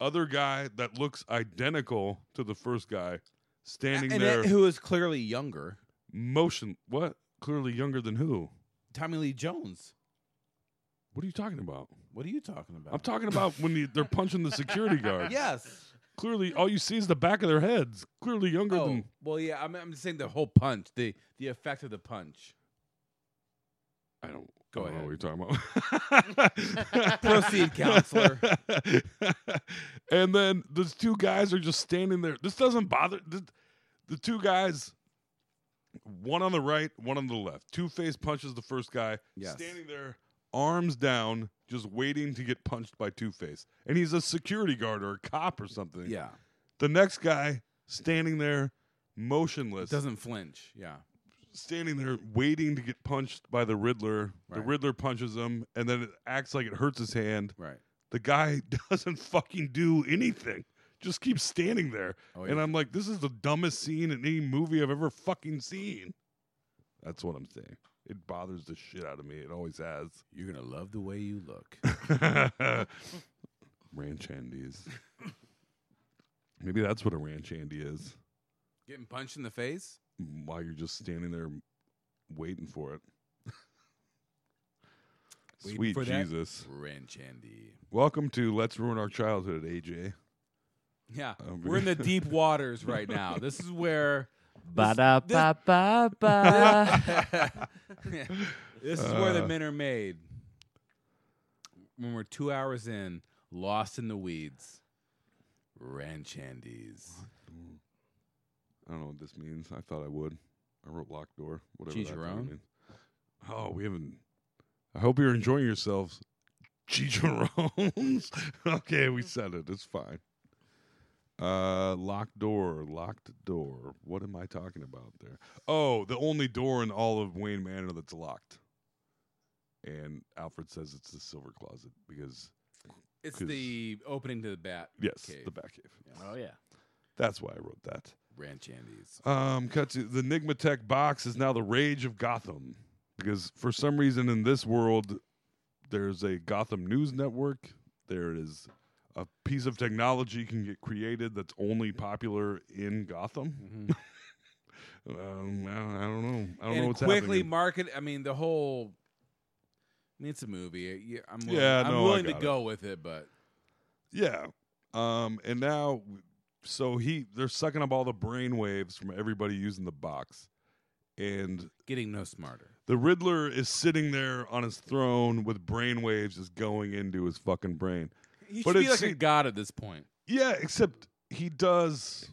Other guy that looks identical to the first guy standing
and
there
it- who is clearly younger,
motion. What? Clearly younger than who?
Tommy Lee Jones.
What are you talking about?
What are you talking about?
I'm talking about when the, they're punching the security guard.
yes.
clearly all you see is the back of their heads. Clearly younger
Oh,
than
well, yeah. I'm, I'm just saying the whole punch, the the effect of the punch.
I don't
Go
I don't
ahead.
know what you're talking about.
Proceed, counselor.
and then those two guys are just standing there. This doesn't bother the, the two guys one on the right, one on the left. Two face punches the first guy,
Yes.
standing there, arms down, just waiting to get punched by Two Face. And he's a security guard or a cop or something.
Yeah.
The next guy standing there, motionless.
Doesn't flinch. Yeah.
standing there waiting to get punched by the Riddler. The
Right.
Riddler punches him, and then it acts like it hurts his hand.
Right.
The guy doesn't fucking do anything. Just keeps standing there.
Oh,
And
yeah.
I'm like, this is the dumbest scene in any movie I've ever fucking seen. That's what I'm saying. It bothers the shit out of me. It always has.
You're gonna love the way you look.
ranch handies. Maybe that's what a ranch handy is.
Getting punched in the face.
While you're just standing there waiting for it.
Waiting
Sweet
for that
Jesus.
Ranch Andy.
Welcome to Let's Ruin Our Childhood, AJ.
Yeah,
Oh,
we're in the deep waters right now. This is where.
Ba da ba ba ba.
this is where
Uh.
the men are made. When we're two hours in, lost in the weeds. Ranch Andes.
I don't know what this means. I thought I would. I wrote locked door. Whatever
Cheech
that
your
fucking
own?
means. Oh, we haven't. I hope you're enjoying yourselves. Chicharrones. okay, we said it. It's fine. Uh, locked door, locked door. What am I talking about there? Oh, the only door in all of Wayne Manor that's locked. And Alfred says it's the silver closet because
It's
'Cause-
the opening to the bat.
yes,
cave.
the back cave.
Oh yeah.
That's why I wrote that.
Ranch Andes.
Um, cut to the Enigma Tech box is now the rage of Gotham because for some reason in this world, there's a Gotham News Network. There is a piece of technology can get created that's only popular in Gotham. um, I, don't, I don't know. I don't
Mm-hmm. and
know what's
quickly
happening.
market. I mean, the whole. I mean, it's a movie. Yeah, I'm willing,
Yeah,
I'm
no, I
willing to
got it.
go with it, but
Yeah. Um, and now, so he they're sucking up all the brain waves from everybody using the box, and
getting no smarter.
The Riddler is sitting there on his throne with brainwaves just going into his fucking brain.
You
But
should be
it's-
like a god at this point.
Yeah, except he does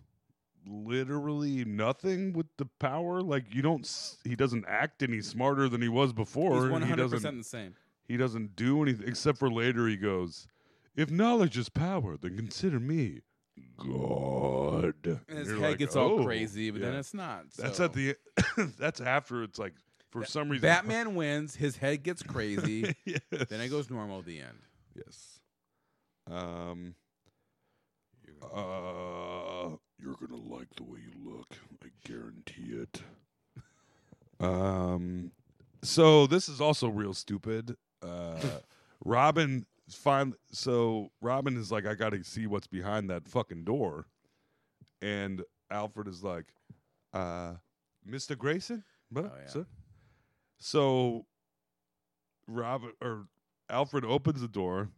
literally nothing with the power. Like you don't, s- he doesn't act any smarter than he was before.
He's
and he
100
doesn't.
percent the same.
He doesn't do anything except for later. He goes, "If knowledge is power, then consider me God."
And his
you're
head
like,
gets
"Oh,
all crazy, but then
yeah."
it's not.
that's
so.
at the. that's after it's like for some reason
Batman wins. His head gets crazy.
yes.
then it goes normal at the end.
Yes. Um. Uh, you're gonna like the way you look. I guarantee it. Um. So this is also real stupid. Uh, Robin find so Robin is like, I gotta see what's behind that fucking door, and Alfred is like, uh, Mister Grayson, but
Oh, yeah.
so Robin or Alfred opens the door,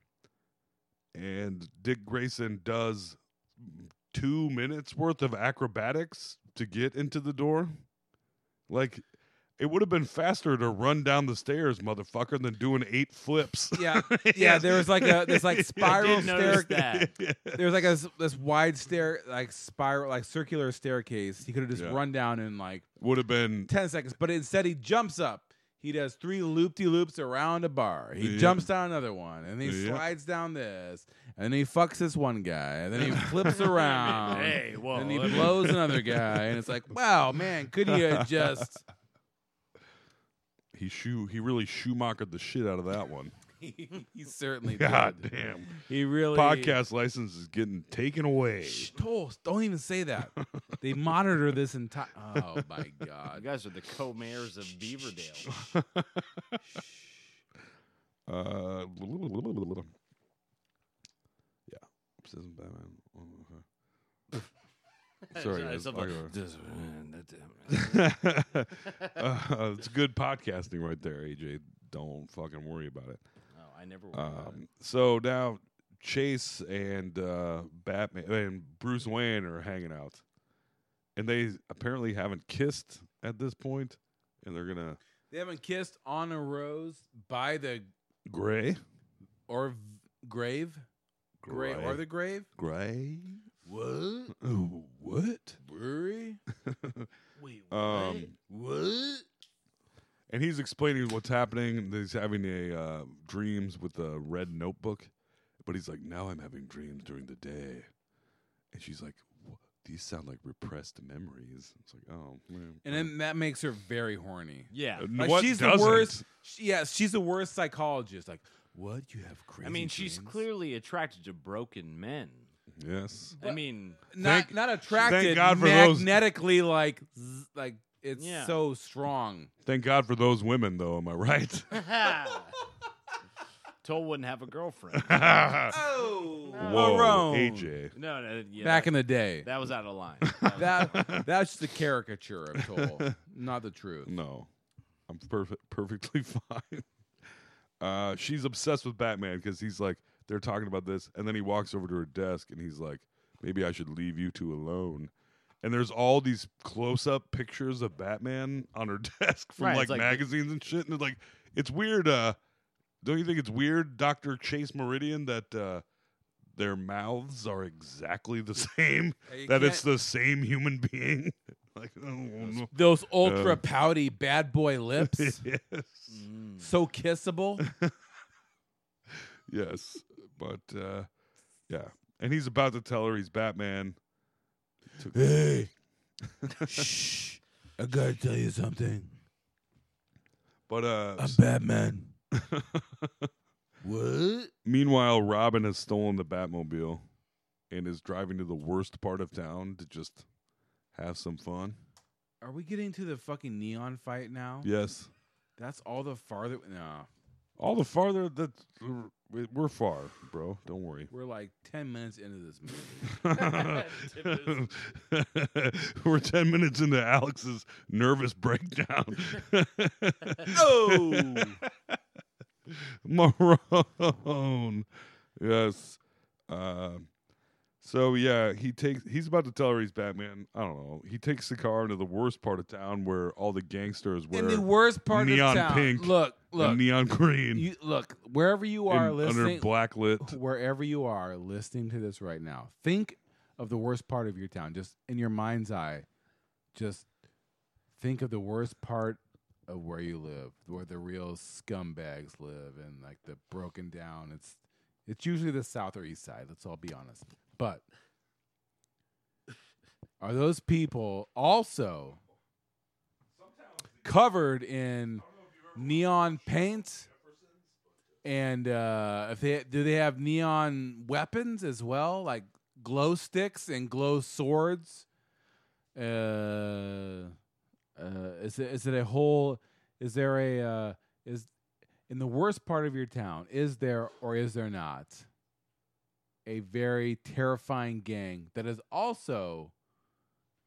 and Dick Grayson does two minutes worth of acrobatics to get into the door. Like It would have been faster to run down the stairs, motherfucker, than doing eight flips.
Yeah, yeah. There was like a this like spiral
did notice
stair.
that.
There was like a s this wide stair, like spiral, like circular staircase. He could have just
Yeah.
run down in like
Would have been
ten seconds, but instead he jumps up. He does three loop de loops around a bar. He
Yeah.
jumps down another one, and then he
Yeah.
slides down this, and then he fucks this one guy, and then he flips around,
Hey, whoa.
and he
let me-
blows another guy, and it's like, wow, man, couldn't you have just?
he shoe he really Schumachered the shit out of that one.
he certainly
God
did.
damn.
He really
Podcast license is getting taken away.
Shh, Toles, don't even say that. they monitor this entire. Oh my
You
god.
guys are the co-mayors of Beaverdale.
Uh, yeah. Says Batman. Sorry, guys.
Something
I'll
like,
go.
"Just, uh, that's it."
uh, it's good podcasting right there, AJ. Don't fucking worry about it.
No, I never worry about it.
Um, so now Chase and uh, Batman and Bruce Wayne are hanging out, and they apparently haven't kissed at this point, and they're gonna
They haven't kissed on a rose by the
gray,
or v- grave, grave or
Gray.
the grave.
gray. What? What?
Brewery?
Wait, what?
Um,
what?
and he's explaining what's happening. and He's having a uh, dreams with a red notebook, but he's like, now I'm having dreams during the day, and she's like, "Wha- these sound like repressed memories. It's like, oh, man.
And then that makes her very horny.
Yeah.
Uh,
Like
what
she's
doesn't?
the worst. She, yeah, she's the worst psychologist. Like, what you have crazy?
I mean, she's
dreams?"
clearly attracted to broken men.
Yes.
I mean,
not
Thank-
not attracted.
God for those-
magnetically, like zzz, like it's
Yeah.
so strong.
Thank God for those women, though. Am I right?
Toll wouldn't have a girlfriend.
Oh,
Whoa, AJ.
No, no, yeah.
Back
that,
in the day,
that was out of line. That was out of
that that's the caricature of Toll, not the truth.
No, I'm perfect, perfectly fine. Uh, she's obsessed with Batman because he's like they're talking about this, and then he walks over to her desk and he's like, "Maybe I should leave you two alone." And there's all these close-up pictures of Batman on her desk from
Right,
like,
it's like the-
magazines and shit, and it's like it's weird. Uh, don't you think it's weird, Doctor Chase Meridian, that uh, their mouths are exactly the same?
Uh, you
That it's
can't-
the same human being? like, oh no.
Those
Um.
ultra pouty bad boy lips,
yes.
so kissable.
Yes, but uh, yeah, and he's about to tell her he's Batman. To-
Hey, shh! I gotta tell you something.
But uh,
Um,
s-
Batman. what?
meanwhile, Robin has stolen the Batmobile and is driving to the worst part of town to just have some fun.
Are we getting to the fucking neon fight now?
Yes,
That's all the farther. No,
all the farther that we- we're far, bro. Don't worry.
we're like ten minutes into this movie.
we're ten minutes into Alex's nervous breakdown.
oh,
Marone. Yes. Uh, so yeah, he takes. He's about to tell her he's Batman. I don't know. He takes the car into the worst part of town where all the gangsters wear
in the worst part
neon
of town.
pink
look,
and
look,
neon green,
you, look. Wherever you are
and under
listening,
blacklit.
wherever you are listening to this right now, think of the worst part of your town. Just in your mind's eye, just think of the worst part of where you live, where the real scumbags live, and like the broken down. It's it's usually the south or east side. Let's all be honest. But are those people also covered in neon paint? And uh, if they do, they have neon weapons as well, like glow sticks and glow swords. Uh, uh, is it is it a whole? Is there a uh, is in the worst part of your town? Is there or is there not a very terrifying gang that is also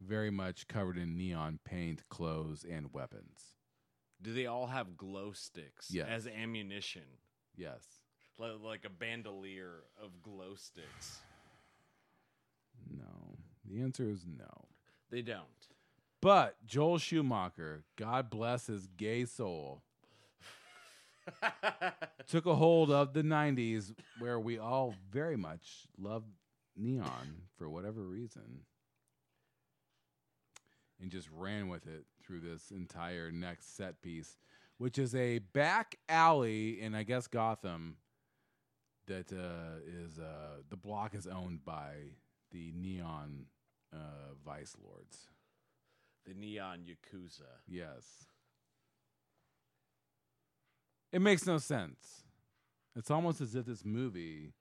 very much covered in neon paint, clothes, and weapons?
Do they all have glow sticks
Yes.
as ammunition?
Yes.
Like, like a bandolier of glow sticks.
No. The answer is no.
They don't.
But Joel Schumacher, God bless his gay soul, took a hold of the 90s where we all very much loved neon for whatever reason and just ran with it through this entire next set piece, which is a back alley in, I guess, Gotham that uh, is uh, the block is owned by the neon uh, vice lords.
The neon yakuza.
Yes. It makes no sense. It's almost as if this movie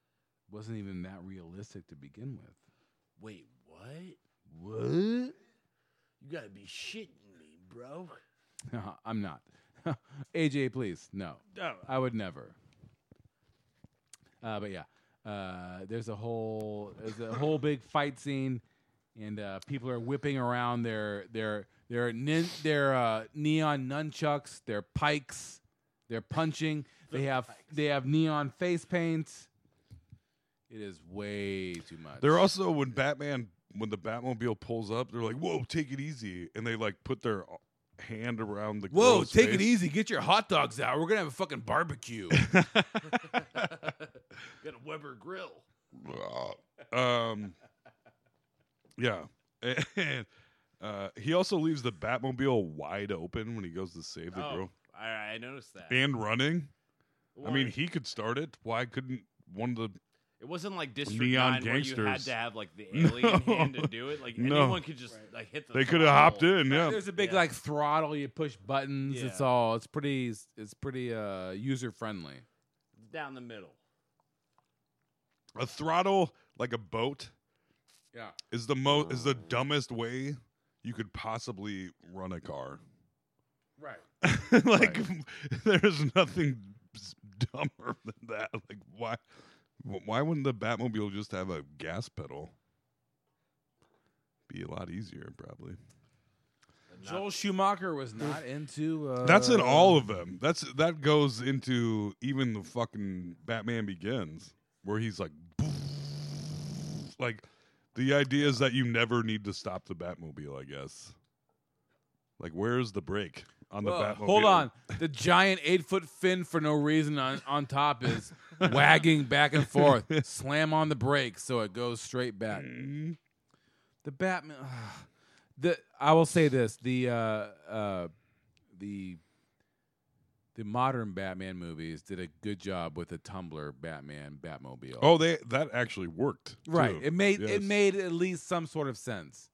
wasn't even that realistic to begin with.
Wait, what?
What?
You gotta be shitting me, bro.
I'm not. AJ, please. No.
No.
I would never. Uh, but yeah, uh, there's a whole there's a whole big fight scene, and uh, people are whipping around their their their nin- their uh, neon nunchucks, their pikes, they're punching. They have they have neon face paint. It is way too much.
They're also when Batman when the Batmobile pulls up, they're like, "Whoa, take it easy," and they like put their hand around the.
Whoa,
girl's
take it
face.
easy. Get your hot dogs out. We're gonna have a fucking barbecue.
Got a Weber grill.
um, yeah, and uh, he also leaves the Batmobile wide open when he goes to save the
Oh,
girl
I, I noticed that.
and running. I
Well,
mean, he could start it. Why couldn't one of the?
it wasn't like District
Neon
Nine where you had
gangsters.
to have like the alien
No.
hand to do it. Like
No.
anyone could just like hit the.
They could have hopped
throttle.
in. Yeah,
There's a big like throttle. You push buttons. It's
Yeah.
all. It's pretty. It's pretty uh, user friendly.
down the middle.
a throttle like a boat
Yeah.
is the most is the dumbest way you could possibly run a car.
Right.
like there's nothing s- dumber than that. Like why wh- why wouldn't the Batmobile just have a gas pedal? Be a lot easier, probably.
Joel Schumacher was not into. Uh,
That's in all of them. That's that goes into even the fucking Batman Begins, where he's like, like the idea is that you never need to stop the Batmobile. I guess. Like, where's the brake on the
Well,
Batmobile?
hold on. The giant eight foot fin for no reason on, on top is wagging back and forth. Slam on the brakes so it goes straight back.
Mm-hmm.
The Batman. the I will say this: the uh, uh, the the modern Batman movies did a good job with the Tumblr Batman Batmobile.
Oh, they that actually worked.
right.
too.
It made
Yes.
it made at least some sort of sense.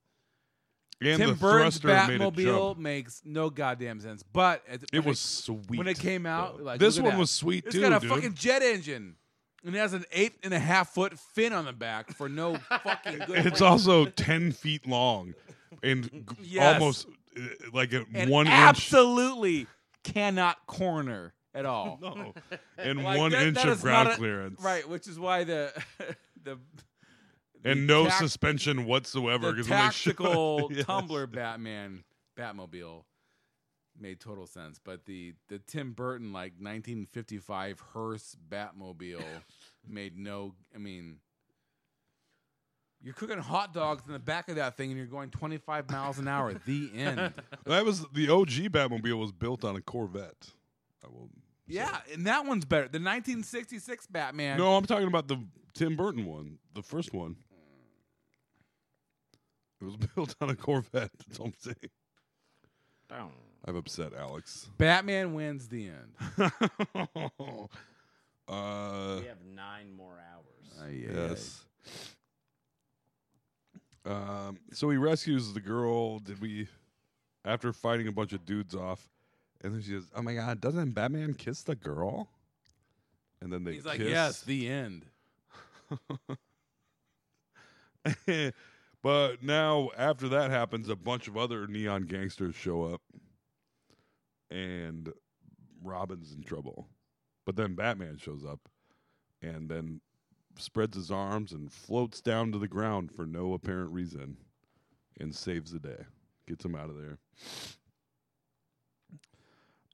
and
Tim
the
Burton's
thruster made it
Batmobile
jump.
makes no goddamn sense, but at the-
It
when
was sweet
when it came out.
though.
Like,
this
look at
one
that.
was sweet
It's
too.
got a
dude.
fucking jet engine, and it has an eight and a half foot fin on the back for no fucking good.
It's
reason.
also ten feet long, and g-
Yes.
almost uh, like a
And
one inch.
absolutely cannot corner at all.
No. And
Like,
one
that-
inch
that
of
is
ground
not a-
clearance.
right? Which is why the the,
And no
tac-
suspension whatsoever.
the
'cause when they show-
tactical
Yes.
tumbler Batman Batmobile made total sense, but the the Tim Burton like 1955 hearse Batmobile made no. I mean. You're cooking hot dogs in the back of that thing, and you're going 25 miles an hour. The end.
That was the OG Batmobile was built on a Corvette. I will.
Yeah, and that one's better. The 1966 Batman.
No, I'm talking about the Tim Burton one, the first one. It was built on a Corvette. That's all I'm saying.
Down.
I've upset Alex.
Batman wins the end.
uh,
We have nine more hours.
Yes. Um, so he rescues the girl. Did we, after fighting a bunch of dudes off, and then she says, "Oh my God, doesn't Batman kiss the girl?" And then they
He's like,
kiss.
yes, the end.
but now after that happens, a bunch of other neon gangsters show up, and Robin's in trouble. But then Batman shows up, and then spreads his arms and floats down to the ground for no apparent reason, and saves the day, gets him out of there.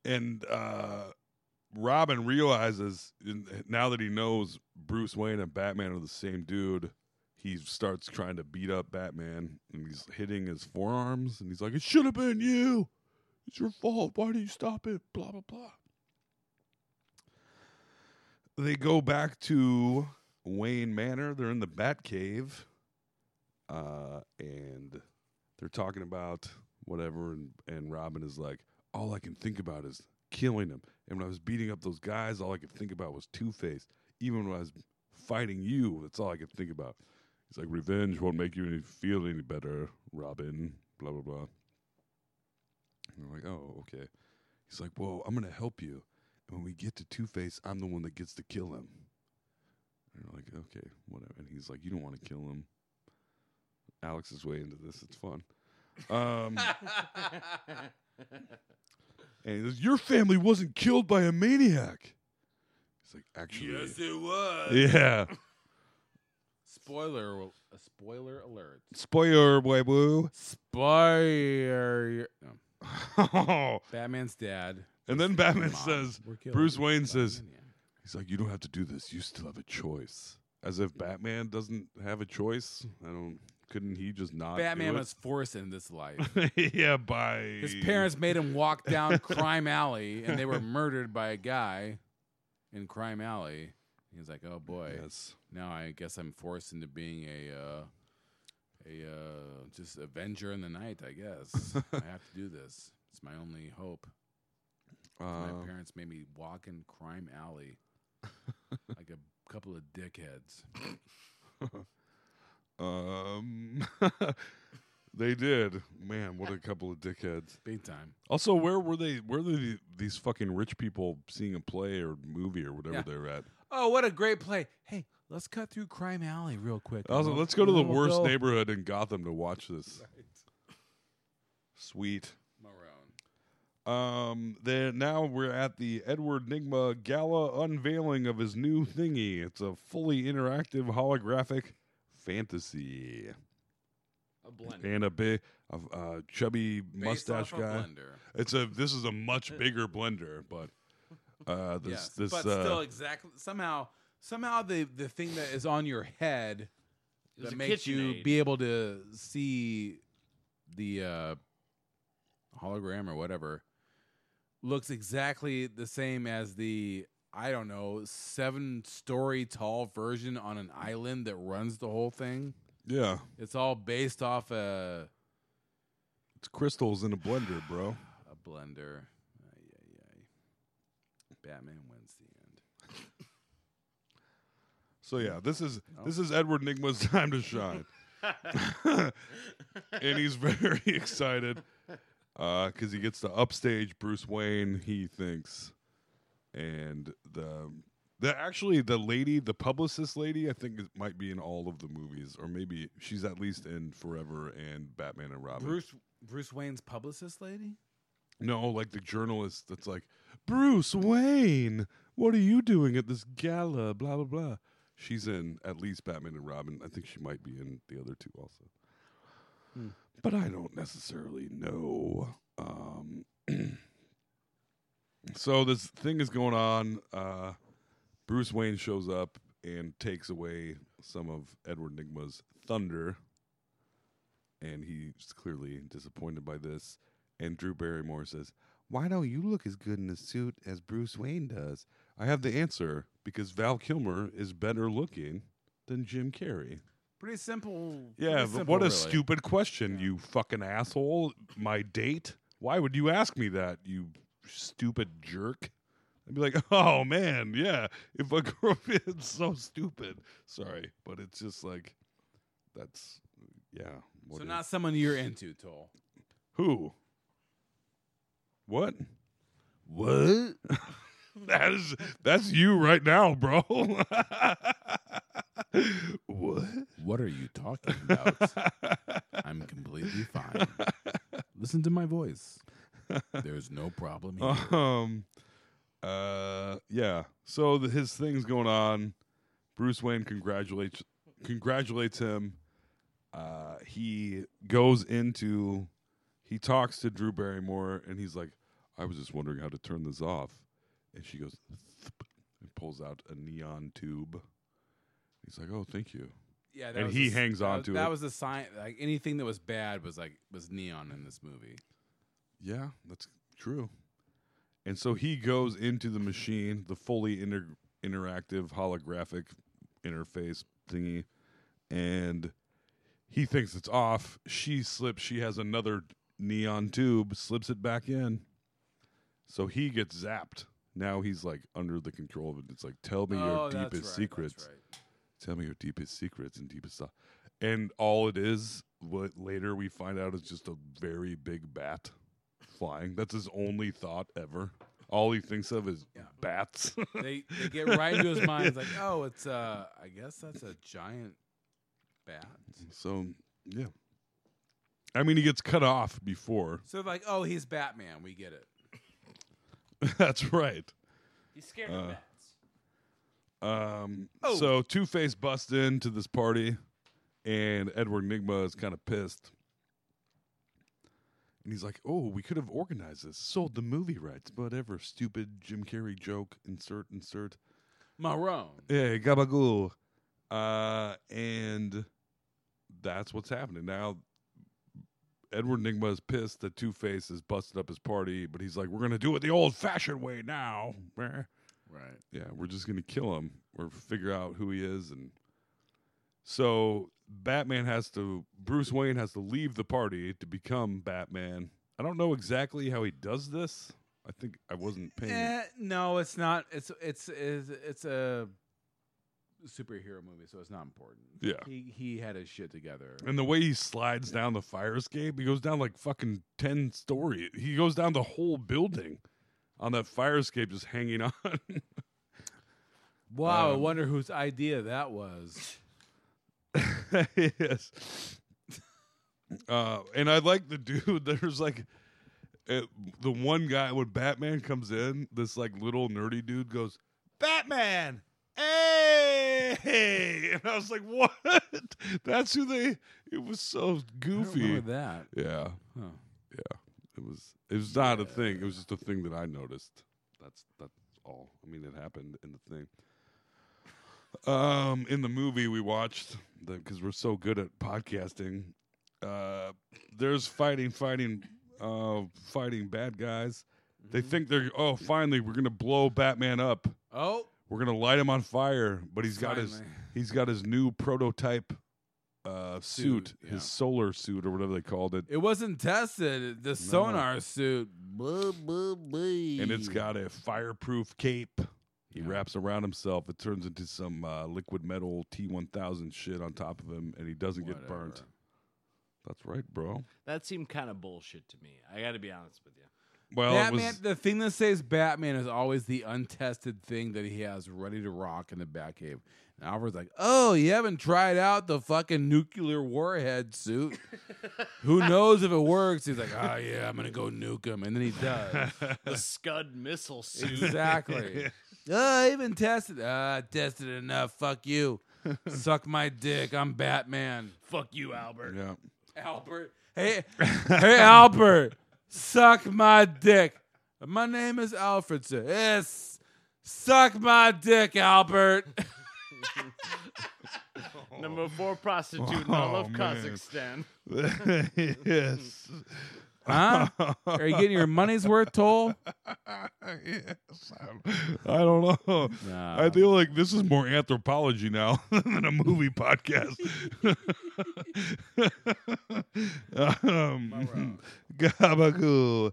And uh, Robin realizes in, now that he knows Bruce Wayne and Batman are the same dude, he starts trying to beat up Batman and he's hitting his forearms and he's like, It should have been you. It's your fault. Why did you stop it? Blah blah blah. They go back to Wayne Manor. They're in the Batcave. Uh and they're talking about whatever and, and Robin is like, All I can think about is killing him. And when I was beating up those guys, all I could think about was Two Face. Even when I was fighting you, that's all I could think about. He's like, revenge won't make you any, feel any better, Robin. Blah blah blah. And I'm like, oh okay. He's like, well, I'm gonna help you. And when we get to Two Face, I'm the one that gets to kill him. And you're like, okay, whatever. And he's like, you don't want to kill him. Alex is way into this. It's fun. Um, and he goes, your family wasn't killed by a maniac. He's like, actually,
it was.
yeah.
Spoiler, a spoiler alert.
Spoiler, boy, boo.
Spoiler.
and
Batman's dad.
then Batman
Mom,
says,
we're killed
Bruce Wayne
by
says,
Batman, yeah.
he's like, you don't have to do this. You still have a choice. As if Batman doesn't have a choice. I don't. Couldn't he just not? do
Batman
it?
was forced into this life.
yeah, by
His parents made him walk down Crime Alley, and they were murdered by a guy in Crime Alley. He's like, "Oh boy,
Yes.
now I guess I'm forced into being a uh, a uh, just Avenger in the night. I guess I have to do this. It's my only hope.
Uh,
my parents made me walk in Crime Alley like a couple of dickheads.
um, they did. Man, what a couple of dickheads.
Big time.
Also, where were they? Where were the, these fucking rich people seeing a play or movie or whatever
Yeah.
they were at?
Oh, what a great play! Hey, let's cut through Crime Alley real quick.
Also,
We'll-
let's go to the
we'll
worst
go-
neighborhood in Gotham to watch this. Sweet.
Marone.
Um, there now we're at the Edward Nigma gala unveiling of his new thingy. It's a fully interactive holographic fantasy,
A blend.
and a big, a, a chubby
Based
mustache
off a
guy.
blender.
It's a this is a much bigger blender, but uh, this
yes,
this
but
uh,
still exactly somehow somehow the the thing that is on your head
was
that
a
makes you
KitchenAid.
be able to see the uh, hologram or whatever looks exactly the same as the I don't know seven story tall version on an island that runs the whole thing.
yeah,
It's all based off a
it's crystals in a blender, bro.
a blender. Ay, ay, ay. Batman wins the end.
So yeah, this is this is Edward Nigma's time to shine, and he's very excited because he gets to upstage Bruce Wayne. He thinks, and the the actually the lady, the publicist lady, I think it might be in all of the movies, or maybe she's at least in Forever and Batman and Robin.
Bruce Bruce Wayne's publicist lady.
No, like the journalist that's like, Bruce Wayne, what are you doing at this gala? Blah, blah, blah. She's in at least Batman and Robin. I think she might be in the other two also. But I don't necessarily know. Um, so this thing is going on. Uh, Bruce Wayne shows up and takes away some of Edward Nigma's thunder. And he's clearly disappointed by this. And Drew Barrymore says, Why don't you look as good in a suit as Bruce Wayne does? I have the answer because Val Kilmer is better looking than Jim Carrey.
Pretty simple.
Yeah,
pretty
but
simple,
what a
really.
stupid question, you fucking asshole. My date? Why would you ask me that, you stupid jerk? I'd be like, oh man, yeah. If a girl, it's so stupid. Sorry, but it's just like, that's, yeah. what
So
is-
not someone you're into, Toll.
who? What? What? that is that's you right now, bro. what?
What are you talking about? I'm completely fine. Listen to my voice. There's no problem here.
Um uh yeah. So the, his thing's going on. Bruce Wayne congratulates congratulates him. Uh he goes into he talks to Drew Barrymore and he's like, I was just wondering how to turn this off. And she goes "Thp," and pulls out a neon tube. He's like, Oh, thank you.
Yeah,
And
was
he
the-
hangs
that
on
was-
to
That
it.
was the sign. Like anything that was bad was like was neon in this movie.
Yeah, that's true. And so he goes into the machine, the fully inter- interactive holographic interface thingy, and he thinks it's off. She slips, she has another neon tube, slips it back in. So he gets zapped. Now he's like under the control of it. It's like, tell me
Oh,
your deepest secrets. Tell me your deepest secrets and deepest. So-. And all it is, what later we find out is just a very big bat flying. That's his only thought ever. All he thinks of is bats.
They they get right into his mind. It's like, oh, it's uh, I guess that's a giant bat.
so, yeah. I mean, he gets cut off before.
So like, oh, he's Batman. We get it.
That's right.
He's scared
of Uh, Um, So Two Face busts into this party, and Edward Nigma is kind of pissed. And he's like, "Oh, we could have organized this, sold the movie rights, whatever. Stupid Jim Carrey joke. Insert, insert.
Marone.
Yeah, gabagool. Uh, and that's what's happening now. Edward Nigma is pissed that Two Face has busted up his party, but he's like, "We're gonna do it the old-fashioned way now." Meh.
Right.
Yeah, we're just going to kill him or figure out who he is. And so Batman has to, Bruce Wayne has to leave the party to become Batman. I don't know exactly how he does this. I think I wasn't paying.
Eh, no, it's not. It's it's it's, it's a superhero movie, so it's not important.
Yeah. Um,
He he had his shit together.
And the way he slides down the fire escape, he goes down like fucking 10 story. He goes down the whole building on that fire escape, just hanging on.
Wow, I wonder whose idea that was.
yes. Uh, and I like the dude. There's like uh the one guy when Batman comes in, this like little nerdy dude goes, Batman, hey! And I was like, what? That's who they. It was so goofy.
Remember that?
Yeah,
Huh.
yeah. It was. It was not a thing. It was just a thing that I noticed. That's that's all. I mean, it happened in the thing. Um, in the movie we watched, because we're so good at podcasting, uh, there's fighting, fighting, uh, fighting bad guys. They think they're oh, finally we're gonna blow Batman up.
Oh,
We're gonna light him on fire, but he's got his
Finally.
he's got his new prototype uh, suit,
Suit, yeah.
his solar suit or whatever they called it,
it wasn't tested. The sonar suit. Blah, blah, blah.
and it's got a fireproof cape. He wraps around himself. It turns into some uh, liquid metal T1000 shit on top of him, and he doesn't get burnt.
Whatever.
That's right, bro.
That seemed kind of bullshit to me. I got to be honest with you.
Well,
Batman.
Oh, it was
The thing that saves Batman is always the untested thing that he has ready to rock in the Batcave. And Alfred's like, "Oh, you haven't tried out the fucking nuclear warhead suit. Who knows if it works?" He's like, "Oh yeah, I'm gonna go nuke him," and then he does.
The Scud missile suit.
Exactly. Uh, I even tested. Uh, I tested it enough. Fuck you. Suck my dick. I'm Batman.
Fuck you, Albert.
yeah.
Albert. Hey, hey, Albert. Suck my dick. My name is Alfred. Sir. Yes. Suck my dick, Albert.
Number four prostitute in all of
Oh, man.
Kazakhstan.
yes.
Huh? Are you getting your money's worth, Toll?
yes. I'm- I don't know.
Nah.
I feel like this is more anthropology now than a movie podcast. um, gabagool.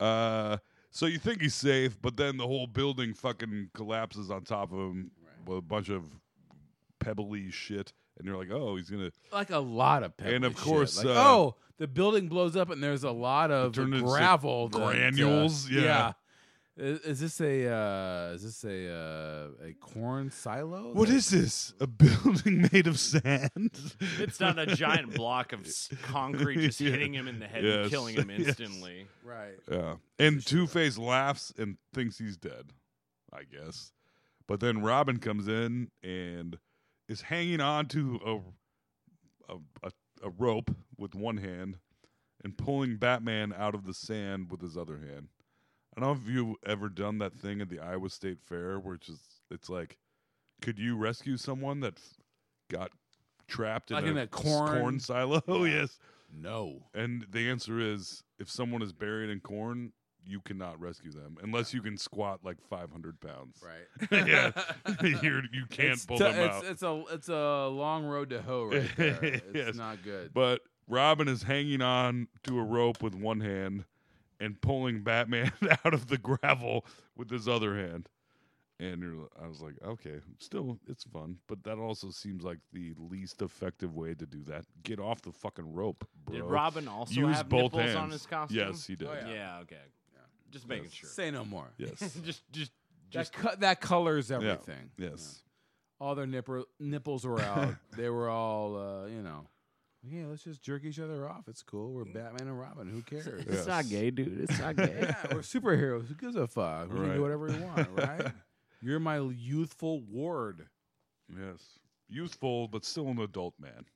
Uh, so you think he's safe, but then the whole building fucking collapses on top of him with a bunch of pebbly shit, and you're like, oh, he's gonna
Like a lot of pepper.
And of course,
like,
uh,
oh, the building blows up and there's a lot of
turned into
gravel that, uh,
granules, yeah.
I- Is, this a uh, is this a uh, a corn silo?
What is this? A building made of sand?
It's not a giant block of s- concrete just
Yeah.
hitting him in the head
Yes.
and killing him
Yes.
instantly.
right?
Yeah. And Two Face laughs and thinks he's dead, I guess. But then Robin comes in and is hanging on to a a, a, a rope with one hand and pulling Batman out of the sand with his other hand. I don't know if you've ever done that thing at the Iowa State Fair, which is it's like, could you rescue someone that f- got trapped in
Like
a
in a
s-
corn-
corn silo. Oh yes.
No.
And the answer is if someone is buried in corn, you cannot rescue them unless you can squat like 500 pounds.
Right.
yeah. You're, you can't
It's
pull
tou-
them
it's,
out.
It's a it's a long road to hoe right there. It's not good.
But Robin is hanging on to a rope with one hand and pulling Batman out of the gravel with his other hand. And you're, I was like, okay, still, it's fun, but that also seems like the least effective way to do that. Get off the fucking rope, bro.
Did Robin also
Use
have
both
nipples
hands.
on his costume?
Yes, he did.
Oh,
yeah. okay. Just making sure.
Say no more.
Oh,
Yes.
just just
That,
just
co- that colors
Yeah.
everything.
Yes.
All their nipper, nipples were out. they were all, uh, you know. Yeah, let's just jerk each other off. It's cool. We're Batman and Robin. Who cares?
It's not Yes. gay,
dude. It's not gay. yeah, we're superheroes. Who gives a fuck? We can
Right.
do whatever we want, right? You're my youthful ward,
Yes. Youthful, but still an adult man.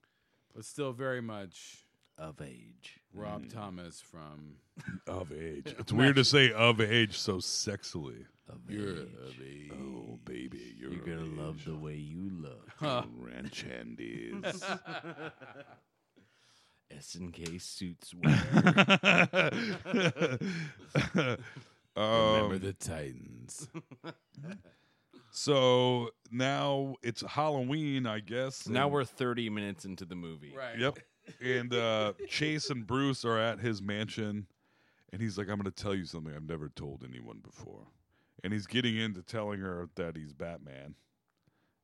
but still very much
of age.
Rob
Mm.
Thomas from
Of age. It's weird to say of age so sexily.
You're of age.
Oh, baby. You're,
You're gonna love the way you look.
ranch handies.
SNK suits wear.
Remember the Titans.
so now it's Halloween, I guess.
now
and-
we're 30 minutes into the movie.
right.
Yep. And uh, Chase and Bruce are at his mansion, and he's like, I'm going to tell you something I've never told anyone before. And he's getting into telling her that he's Batman.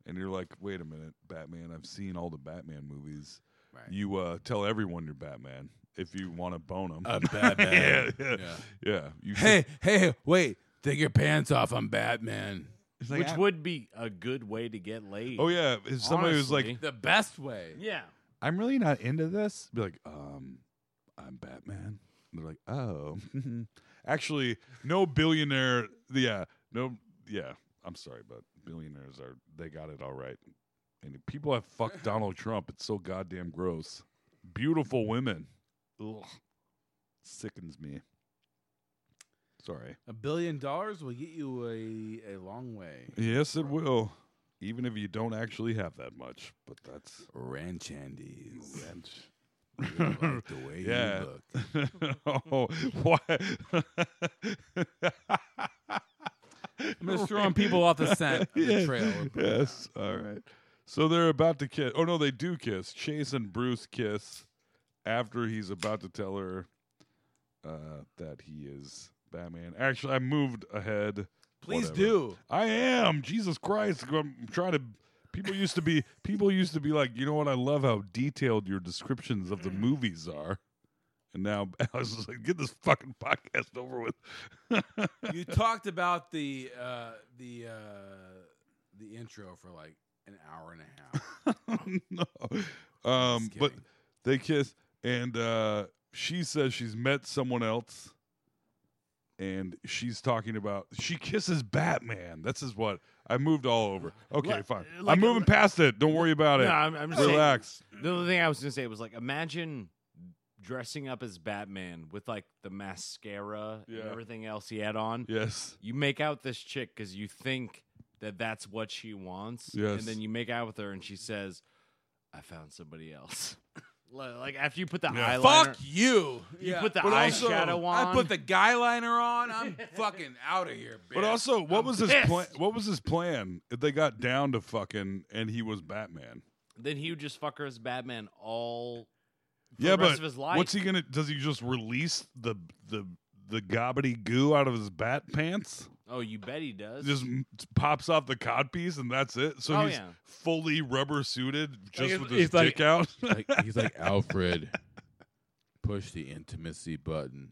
And you're like, wait a minute, Batman, I've seen all the Batman movies.
Right.
You uh, tell everyone you're Batman if you want to bone him.
I'm Batman.
yeah, yeah,
Yeah.
yeah. You
Hey, hey, wait. Take your pants off. I'm Batman.
Which would be a good way to get laid.
Oh yeah, if somebody was like,
Honestly.
The best way.
Yeah.
I'm really not into this. Be like, um, I'm Batman. And they're like, oh, actually, no billionaire. Yeah, no, yeah. I'm sorry, but billionaires are they got it all right. And if people have fucked Donald Trump. It's so goddamn gross. Beautiful women. Ugh. Sickens me. Sorry.
A billion dollars will get you a, a long way.
Yes, it will. Even if you don't actually have that much, but that's
Ranch Andes. the way
Yeah.
you look.
oh, why?
I'm just throwing people off the scent of the trail.
yes. All right. So they're about to kiss. Oh no, they do kiss. Chase and Bruce kiss after he's about to tell her uh, that he is Batman. Actually, I moved ahead.
Please
Whatever.
do.
I am. Jesus Christ. I'm trying to. People used to be. People used to be like, you know what? I love how detailed your descriptions of the movies are. And now I was just like, get this fucking podcast over with.
You talked about the uh, the uh, the intro for like an hour and a half.
no. Um,
Just
but
kidding.
they kiss, and uh, she says she's met someone else, and she's talking about she kisses Batman. This is what I moved all over. Okay,
Like-
fine.
uh, like-
I'm moving past it. Don't worry about it.
No, I'm, I'm just saying-
Relax.
the other thing I was gonna say was like, imagine dressing up as Batman with like the mascara
Yeah.
and everything else he had on.
Yes.
You make out this chick because you think that that's what she wants,
Yes.
and then you make out with her, and she says, "I found somebody else." Li- like after you put the
Yeah.
eyeliner,
Fuck you.
you put the
But also-
eyeshadow on.
I put the guy liner on. I'm fucking out of here, bitch.
But also, what
I'm
was his
pissed.
plan? What was his plan? If they got down to fucking, and he was Batman.
then he would just fuck her as Batman all for
yeah,
the rest
but
of his life.
what's he gonna? Does he just release the the the gobbity goo out of his bat pants?
oh, you bet he does.
just m- pops off the codpiece and that's it. So
Oh,
he's
yeah.
fully rubber suited, just
it's-
with his
it's like-
dick out.
like, he's like Alfred. Push the intimacy button.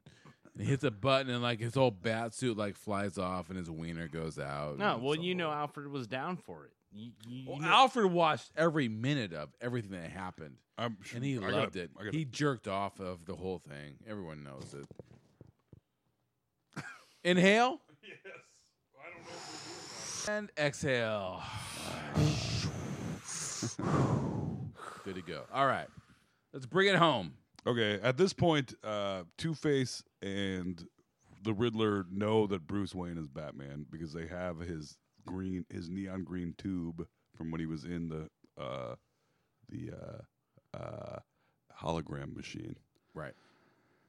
And he hits a button and like his whole bat suit like flies off and his wiener goes out.
no,
and
well,
it's
you know
all-
Alfred was down for it. You, you,
Well,
you know-
Alfred watched every minute of everything that happened,
I'm
and he
I gotta-
loved it.
I gotta-
He jerked off of the whole thing. Everyone knows it. Inhale. Yes. I don't know. And exhale. Good to go. All right. Let's bring it home.
okay, at this point, uh, Two Face and the Riddler know that Bruce Wayne is Batman because they have his green, his neon green tube from when he was in the uh, the uh, uh, hologram machine.
Right.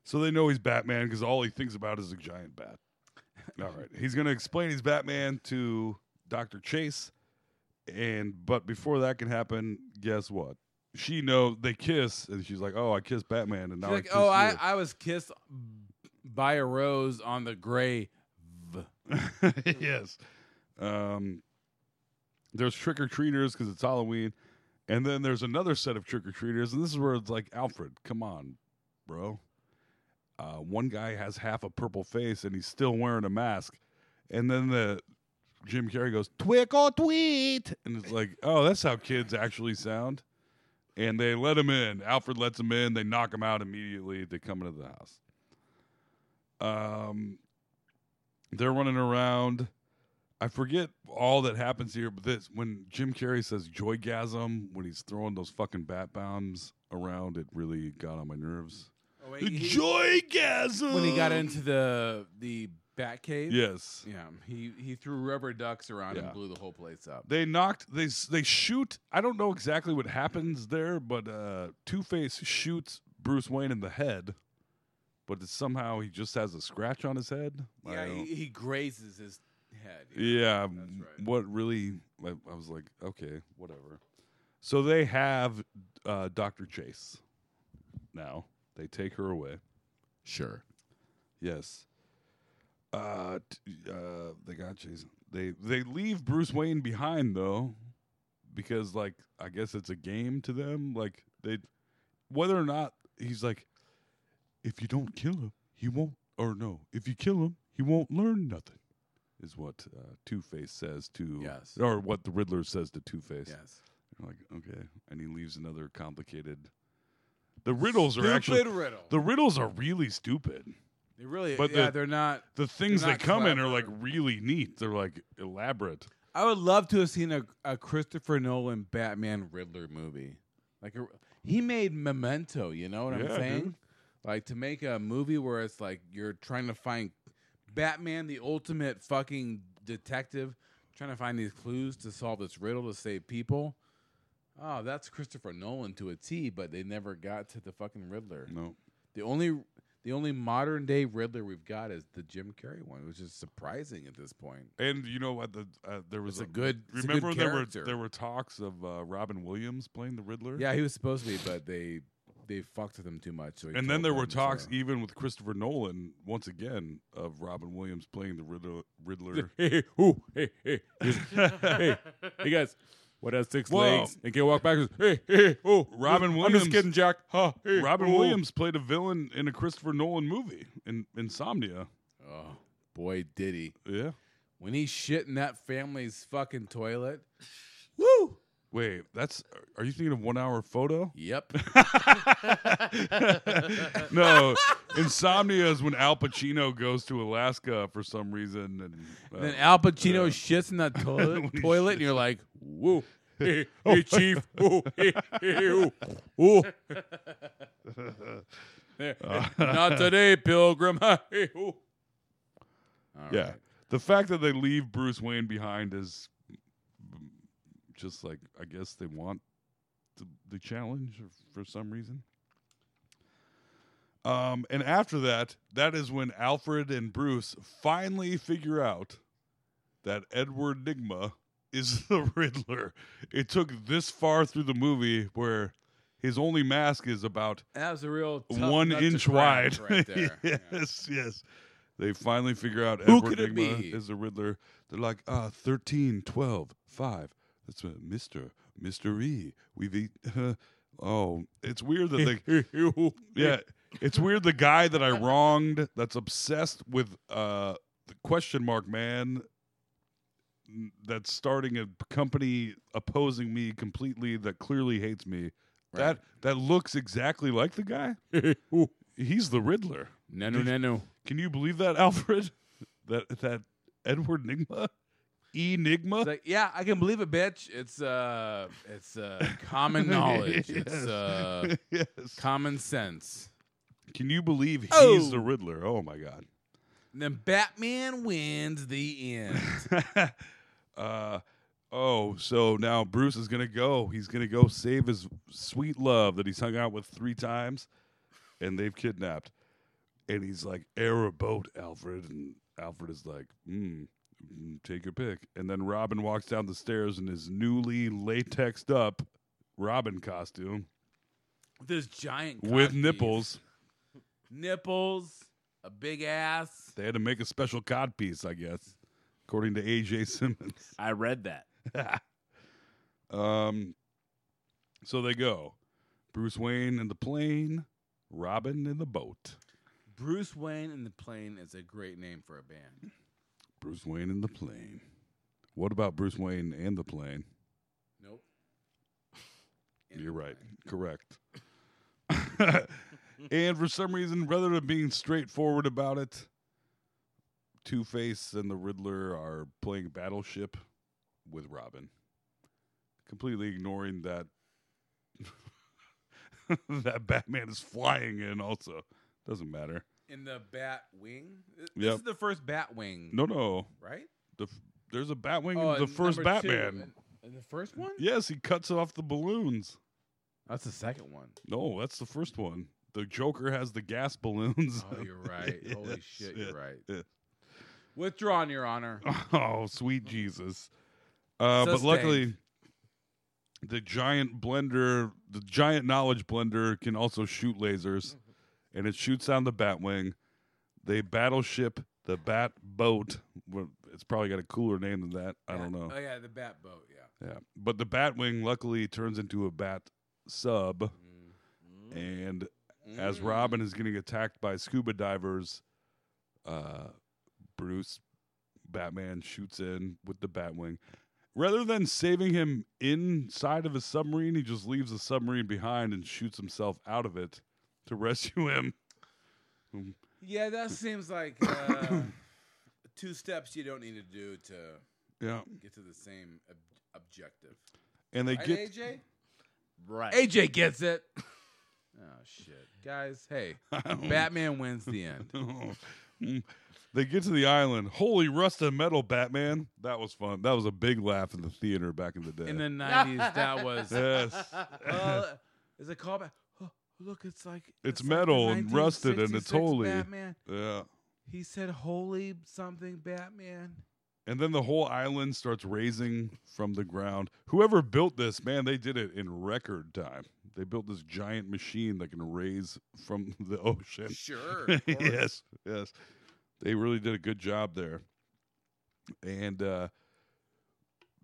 So they know he's Batman because all he thinks about is a giant bat. all right, he's going to explain he's Batman to Doctor Chase, and but before that can happen, guess what? She know they kiss, and she's like, "Oh, I kissed Batman," and now
She's
I
like,
kiss
oh, I,
you."
I was kissed by a rose on the grave.
yes. Um, there's trick or treaters because it's Halloween, and then there's another set of trick or treaters, and this is where it's like Alfred, come on, bro. Uh, one guy has half a purple face and he's still wearing a mask, and then the Jim Carrey goes twick or tweet, and it's like, oh, that's how kids actually sound. And they let him in. Alfred lets him in. They knock him out immediately. They come into the house. Um, they're running around. I forget all that happens here, but this when Jim Carrey says joygasm when he's throwing those fucking bat bombs around, it really got on my nerves.
Joygasm. When he got into the the bat cave.
Yes.
Yeah. He he threw rubber ducks around
Yeah.
and blew the whole place up.
They knocked. They s- they shoot. I don't know exactly what happens there, but uh, Two Face shoots Bruce Wayne in the head, but it's somehow he just has a scratch on his head. I
yeah.
don't-
He, he grazes his head.
Yeah, m- what really? I, I was like, okay, whatever. So they have uh, Doctor Chase now. They take her away.
Sure.
Yes. Uh, t- uh, they got Jason. They they leave Bruce Wayne behind though, because like I guess it's a game to them. Like they, whether or not he's like, if you don't kill him, he won't. Or no, if you kill him, he won't learn nothing. Is what uh, Two Face says to
Yes.
or what the Riddler says to Two Face.
Yes.
You're like okay, and he leaves another complicated. The riddles are actually
Stupid riddle.
the riddles are really stupid.
They really.
But
yeah.
the-
they're not.
The things
they're
that
not
come in
clever.
are like really neat. They're like elaborate.
I would love to have seen a, a Christopher Nolan Batman Riddler movie. Like a, he made Memento, you know what I'm
Yeah,
saying?
dude.
Like to make a movie where it's like you're trying to find Batman, the ultimate fucking detective, trying to find these clues to solve this riddle to save people. Oh, that's Christopher Nolan to a T, but they never got to the fucking Riddler.
No.
The only the only modern day Riddler we've got is the Jim Carrey one, which is surprising at this point.
And you know what? The uh, there was
It's a good- it's a good
Remember there
character.
were there were talks of uh, Robin Williams playing the Riddler.
Yeah, he was supposed to be, but they they fucked with him too much. So he
and then
killed
there were
him, so-
talks, even with Christopher Nolan, once again, of Robin Williams playing the Riddler. Riddler.
Hey, hey, ooh, hey, hey. Here's- hey, hey, guys. What has six
Whoa.
legs and can walk backwards? Hey, hey, oh,
Robin
I'm
Williams.
just kidding, Jack. Ha, hey,
Robin
oh.
Williams played a villain in a Christopher Nolan movie in Insomnia.
Oh boy, did he!
Yeah.
When he shit in that family's fucking toilet.
Woo! Wait, that's. Are you thinking of one hour photo?
Yep.
no, Insomnia is when Al Pacino goes to Alaska for some reason, and uh,
then Al Pacino shits in that toilet, toilet, and you're like, "Whoa,
Hey, hey, chief. Oh, hey, hey, oh, oh.
not today, pilgrim!"
Hey, oh.
yeah, the fact that they leave Bruce Wayne behind is just like I guess they want the, the challenge for some reason. Um, and after that, that is when Alfred and Bruce finally figure out that Edward Nigma is the Riddler. It took this far through the movie where his only mask is about
That was a real tough
one
nut to
inch
crack
wide.
right there.
yes, yes. They finally figure out
Who
Edward
could it
Nigma
be?
is the Riddler. They're like, uh, 13, 12, 5. That's what Mr. Mystery. We've eat. oh, it's weird that they. Yeah, it's weird. The guy that I wronged, that's obsessed with uh, the question mark man, n- that's starting a p- company opposing me completely, that clearly hates me. That that looks exactly like the guy. He's the Riddler.
No, no, no, no.
Can you believe that, Alfred? That that Edward Nigma, E Enigma.
It's like, yeah, I can believe it, bitch. It's uh, it's uh, common knowledge. It's
Yes.
uh,
Yes.
common sense.
Can you believe he's
Oh.
the Riddler? Oh my God.
And then Batman wins the end.
uh, Oh, so now Bruce is gonna go. He's gonna go save his sweet love that he's hung out with three times, and they've kidnapped. And he's like, "Air a boat, Alfred." And Alfred is like, mm, mm, "Take your pick." And then Robin walks down the stairs in his newly latexed up Robin costume
This giant
with
cock
nipples.
piece. nipples, a big ass.
They had to make a special cod piece, I guess, according to AJ Simmons.
I read that.
um, so they go. Bruce Wayne in the plane, Robin in the boat.
Bruce Wayne and the Plane is a great name for a band.
Bruce Wayne in the plane. What about Bruce Wayne and the plane?
Nope.
You're right. Correct. and for some reason, rather than being straightforward about it, Two Face and the Riddler are playing Battleship with Robin, completely ignoring that that Batman is flying in. Also, doesn't matter.
In the Bat Wing? This
Yep.
is the first Bat Wing.
No, no.
Right?
The, f- there's a Batwing
Oh,
in the
and
first
number two,
Batman.
in- in the first one?
Yes, he cuts off the balloons.
That's the second one.
No, that's the first one. The Joker has the gas balloons.
Oh, you're right. Holy
Yes,
shit,
yeah,
you're right.
yeah.
Withdrawn, Your Honor.
Oh, sweet Jesus. Uh, but
Mm. Sustained.
luckily, the giant blender, the giant knowledge blender can also shoot lasers,
Mm-hmm.
and it shoots down the Batwing. They battleship the Bat Boat. Well, It's probably got a cooler name than that. I don't know.
Oh, yeah, the Bat Boat, yeah.
Yeah. But the Batwing luckily turns into a bat sub. And as Robin is getting attacked by scuba divers, uh, Bruce Batman shoots in with the Batwing. Rather than saving him inside of his submarine, he just leaves the submarine behind and shoots himself out of it to rescue him.
Yeah, that seems like uh, two steps you don't need to do to
Yeah.
get to the same ob- objective.
And they
Right,
get
AJ?
Right.
AJ gets it. Oh shit, guys! Hey, Batman wins the end.
they get to the island. Holy rust and metal, Batman! That was fun. That was a big laugh in the theater back in the day.
In the nineties, that was.
yes,
Uh, is it callback? Oh, look, it's like
it's
like the
metal and rusted and
1966
it's holy.
Batman.
Yeah,
He said, "Holy something, Batman."
and then the whole island starts raising from the ground. Whoever built this, man, they did it in record time. They built this giant machine that can raise from the ocean.
Sure. of course.
yes, yes. They really did a good job there. And uh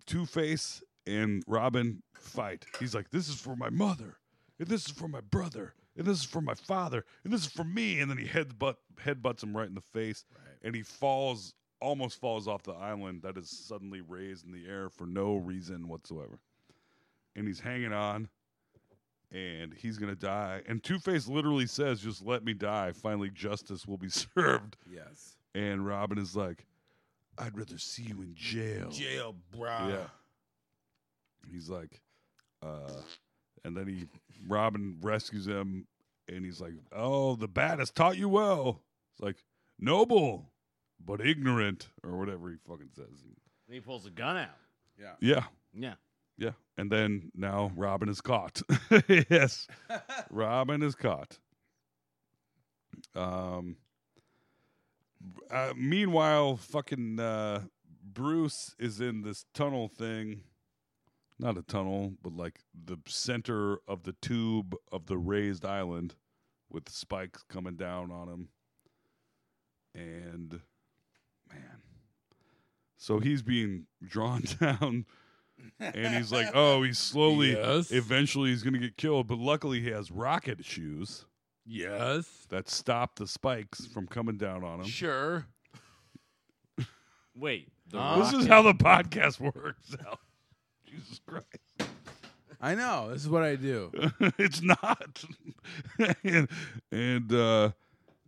Two Face and Robin fight. He's like, This is for my mother, and this is for my brother, and this is for my father, and this is for me. And then he headbutt headbutts him right in the face and he falls almost falls off the island that is suddenly raised in the air for no reason whatsoever. And he's hanging on and he's gonna die. And Two Face literally says, "Just let me die. Finally, justice will be served."
Yes.
And Robin is like, "I'd rather see you in jail."
Jail, bro.
Yeah. He's like, uh, and then he Robin rescues him, and he's like, "Oh, the bat has taught you well." It's like noble, but ignorant, or whatever he fucking says.
And he pulls a gun out.
Yeah,
Yeah.
yeah. And then now Robin is caught. yes. Robin is caught. Um. Uh, meanwhile, fucking uh, Bruce is in this tunnel thing. Not a tunnel, but like the center of the tube of the raised island with spikes coming down on him. And man. So he's being drawn down and he's like, oh, he's slowly,
Yes.
eventually he's going to get killed. But luckily he has rocket shoes
Yes.
that stop the spikes from coming down on him.
Sure.
Wait. The
This
rocket-
is how the podcast works out. Jesus Christ.
I know. This is what I do.
it's not. and and uh,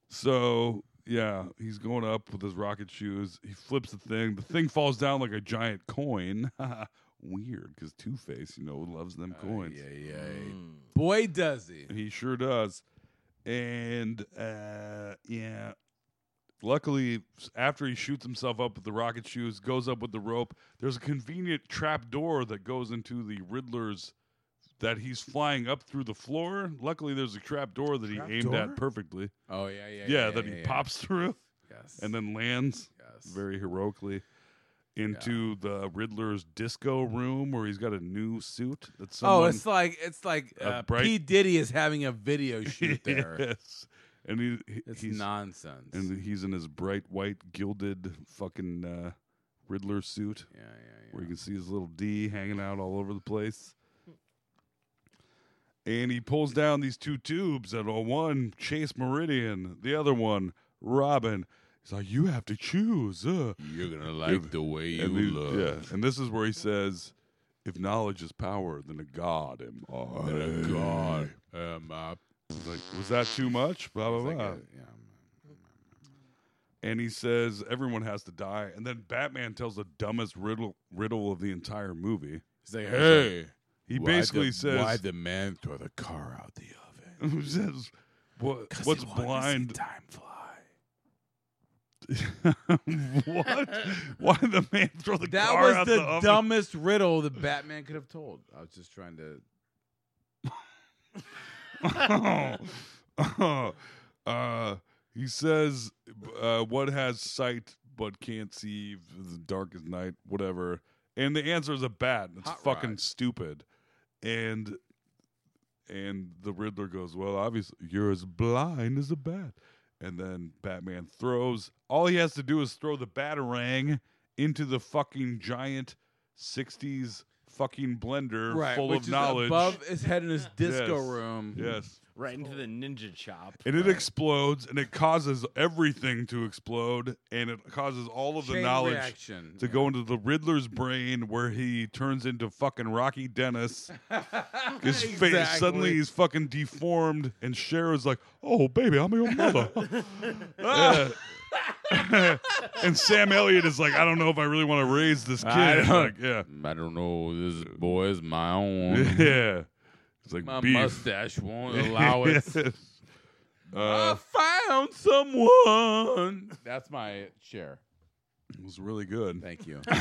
so, yeah, he's going up with his rocket shoes. He flips the thing. The thing falls down like a giant coin. Weird, because Two Face, you know, loves them coins.
Yeah, yeah. Hmm. Boy, does he.
He sure does. And uh, yeah, Luckily, s- after he shoots himself up with the rocket shoes, goes up with the rope, there's a convenient trap door that goes into the Riddler's that he's flying up through the floor. Luckily, there's a trap door that
Trap
he aimed
door?
at perfectly.
Oh, yeah, yeah,
Yeah,
yeah,
that
yeah,
he
yeah.
pops through
Yes.
and then lands very heroically into the Riddler's disco room where he's got a new suit that's
oh, it's like it's like
a
uh,
bright-
P Diddy is having a video shoot there.
yes. And he, he-
It's
he's
nonsense.
And he's in his bright white gilded fucking uh, Riddler suit.
Yeah, yeah, yeah.
Where you can see his little D hanging out all over the place. And he pulls down these two tubes that are one Chase Meridian, the other one Robin. He's like, you have to choose. Uh.
You're gonna
like
the way
And these- Yeah. And this is where he says, if knowledge is power, then a god am I.
God am I.
He's like, was that too much? Blah blah
It's like
blah.
a- yeah.
and he says everyone has to die, and then Batman tells the dumbest riddle riddle of the entire movie.
He's like, hey,
he
why
basically
the-
says,
why the man throw the car out the
oven? says, what,
'Cause he
what's
wanted to see
blind?
time fly.
what? Why did the man throw the
that
car
was
out
the,
the oven?
dumbest riddle the Batman could have told. I was just trying to.
uh, he says, uh, "What has sight but can't see? The darkest night, whatever." And the answer is a bat. It's fucking stupid. And and the Riddler goes, "Well, obviously you're as blind as a bat." And then Batman throws. All he has to do is throw the batarang into the fucking giant '60s fucking blender full
which
of
is
knowledge
Above his head in his disco
Yes.
room.
Yes.
Right into the ninja chop.
And it explodes and it causes everything to explode and it causes all of the
Chain
knowledge
reaction,
to go into the Riddler's brain where he turns into fucking Rocky Dennis. His face suddenly
Exactly.
he's fucking deformed and Cher's like, "Oh baby, I'm your mother." Yeah. and Sam Elliott is like, "I don't know if I really want to raise this kid."
I don't-
Like, yeah.
I don't know. This boy is my own.
Yeah. It's like
My
beef.
mustache won't allow it.
Yes.
I
Uh,
found someone. That's my share.
it was really good.
Thank you. to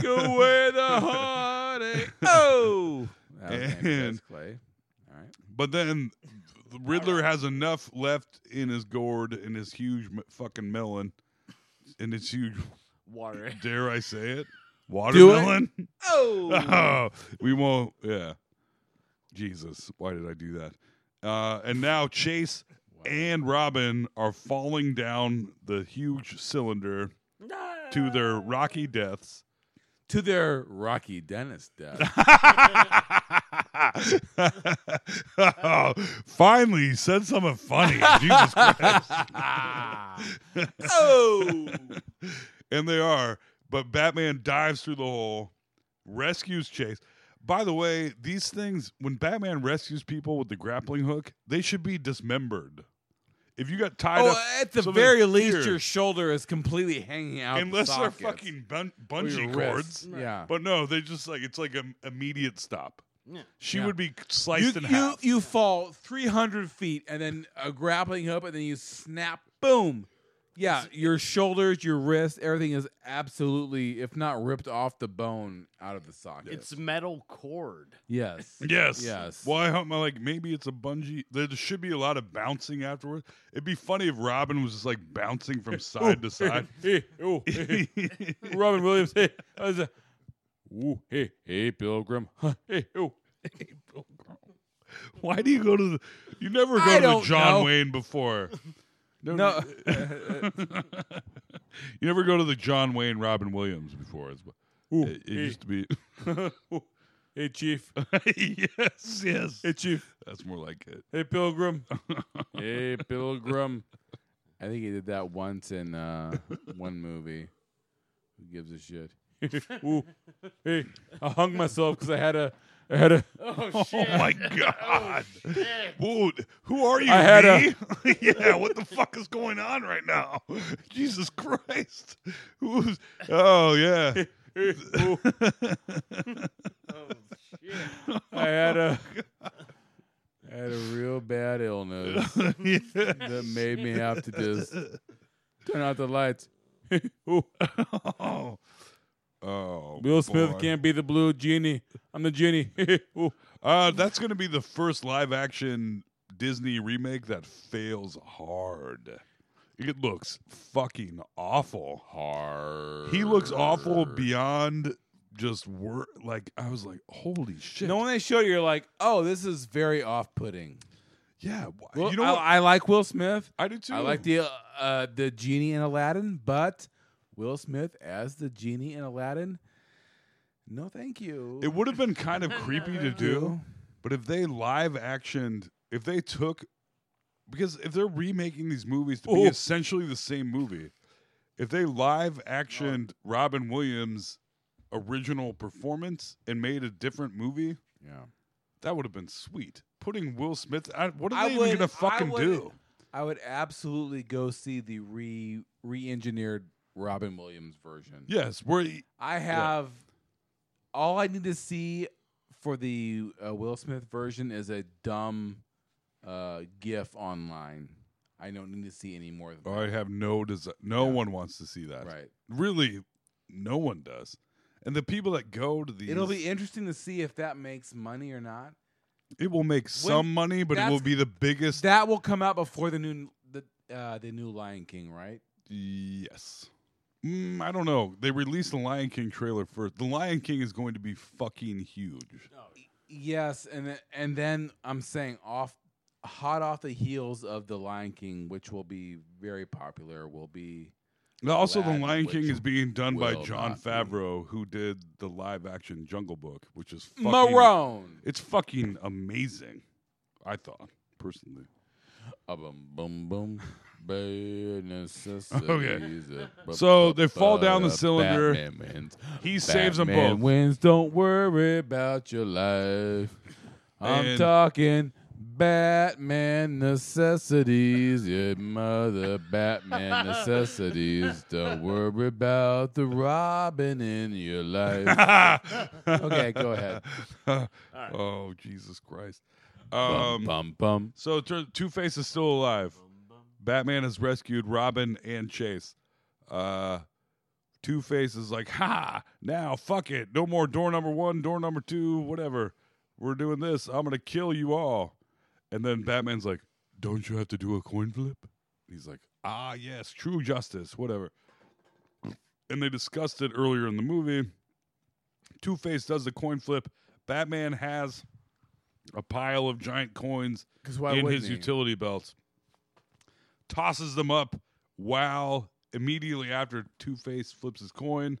take away the heartache. Oh, that was Andy
And-
Clay. All right.
But then the Riddler has enough left in his gourd in his huge m- fucking melon, in his huge,
Water.
dare I say it, watermelon.
Oh.
we won't. Yeah. Jesus, why did I do that? Uh, and now Chase and Robin are falling down the huge cylinder to their rocky deaths.
To their Rocky Dennis death.
Finally, he said something funny. Jesus Christ.
oh.
and they are. But Batman dives through the hole, rescues Chase. By the way, these things, when Batman rescues people with the grappling hook, they should be dismembered. If you got tied up,
Oh, at the
something
very
here,
least, your shoulder is completely hanging out. the
unless they're
sockets.
fucking bun-
Or your
bungee
wrist.
cords.
Yeah.
But no, they just like it's like an immediate stop.
Yeah.
She
Yeah.
would be
you,
sliced in
you,
half.
you fall 300 feet and then a grappling hook and then you snap boom yeah your shoulders your wrists everything is absolutely if not ripped off the bone out of the socket
It's metal cord.
yes
Yes.
yes
Well, I hope my like maybe it's a bungee. There should be a lot of bouncing afterwards. It'd be funny if Robin was just like bouncing from side to side.
Hey, oh, hey, Robin Williams. Hey, I was, uh, ooh, hey, hey, Pilgrim. Huh, hey, oh, hey, Pilgrim.
Why do you go to the? You never
I
go to the
don't
John
know.
Wayne before.
no
You never go to the John Wayne Robin Williams before. It's, uh,
Ooh,
it it
eh.
hey.
used to be.
Ooh, hey, Chief.
yes, yes.
Hey, Chief.
That's more like it.
Hey, Pilgrim. hey, Pilgrim.
i think he did that once in uh, one movie who gives a shit
Ooh, hey, I hung myself because I had a, I had a,
Oh, my god. Whoa, who are you?
I had
me? yeah, what the fuck is going on right now? Jesus Christ. Who's Oh yeah.
hey, ooh,
Oh shit.
I had a, I had a real
bad illness that made me have to just turn out the lights.
oh. oh,
Will Smith
boy.
can't be the blue genie. I'm the genie.
uh, that's going to be the first live action Disney remake that fails hard. It looks fucking awful. Hard. He looks awful beyond just work. Like I was like, holy shit.
No, when they show you, you're like, oh, this is very off-putting.
yeah. wh-
Well,
you know
I,
what?
I like Will Smith.
I do too.
I like the uh, uh, the genie in Aladdin, but Will Smith as the genie in Aladdin. No, thank you.
It would have been kind of creepy to do, but if they live actioned, if they took, because if they're remaking these movies to be
Oh.
essentially the same movie, if they live actioned Robin Williams' original performance and made a different movie,
Yeah.
that would have been sweet. Putting Will Smith, I, what are
I
they
would- I
even gonna fucking
would-
do?
I would absolutely go see the re re-engineered Robin Williams version.
Yes, where he-
I have all I need to see for the uh, Will Smith version is a dumb uh, GIF online. I don't need to see any more. Than
I
that.
have no desire. No one wants to see that.
Right.
Really, no one does. And the people that go to these,
It'll be interesting to see if that makes money or not.
It will make some money, but it will
that's-
be the biggest.
That will come out before the new the uh, the new Lion King, right?
yes. Mm, I don't know. They released the Lion King trailer first. The Lion King is going to be fucking huge.
Yes, and th- and then I'm saying off hot off the heels of the Lion King, which will be very popular, will be
Now, also,
Aladdin,
the Lion
which
King is being done by
will
John
not be.
Favreau, who did the live action Jungle Book, which is fucking,
Marone.
It's fucking amazing. I thought personally.
A boom boom boom. Bad necessities. A-
So they fall down the
Batman
cylinder.
wins.
He saves 'em
Batman
both.
Wins. Don't worry about your life. I'm
And-
talking Batman necessities. Your mother Batman necessities. Don't worry about the Robin in your life. okay, go ahead.
Oh Jesus Christ!
Bum
Um,
bum bum.
So Two Face is still alive. Batman has rescued Robin and Chase. Uh, Two Face is like, ha! Now, fuck it. No more door number one, door number two, whatever. We're doing this. I'm gonna kill you all. And then Batman's like, don't you have to do a coin flip? He's like, ah, yes, true justice, whatever. And they discussed it earlier in the movie. Two Face does the coin flip. Batman has a pile of giant coins
'Cause why
in
wouldn't
his
he?
utility belt, tosses them up while immediately after Two Face flips his coin.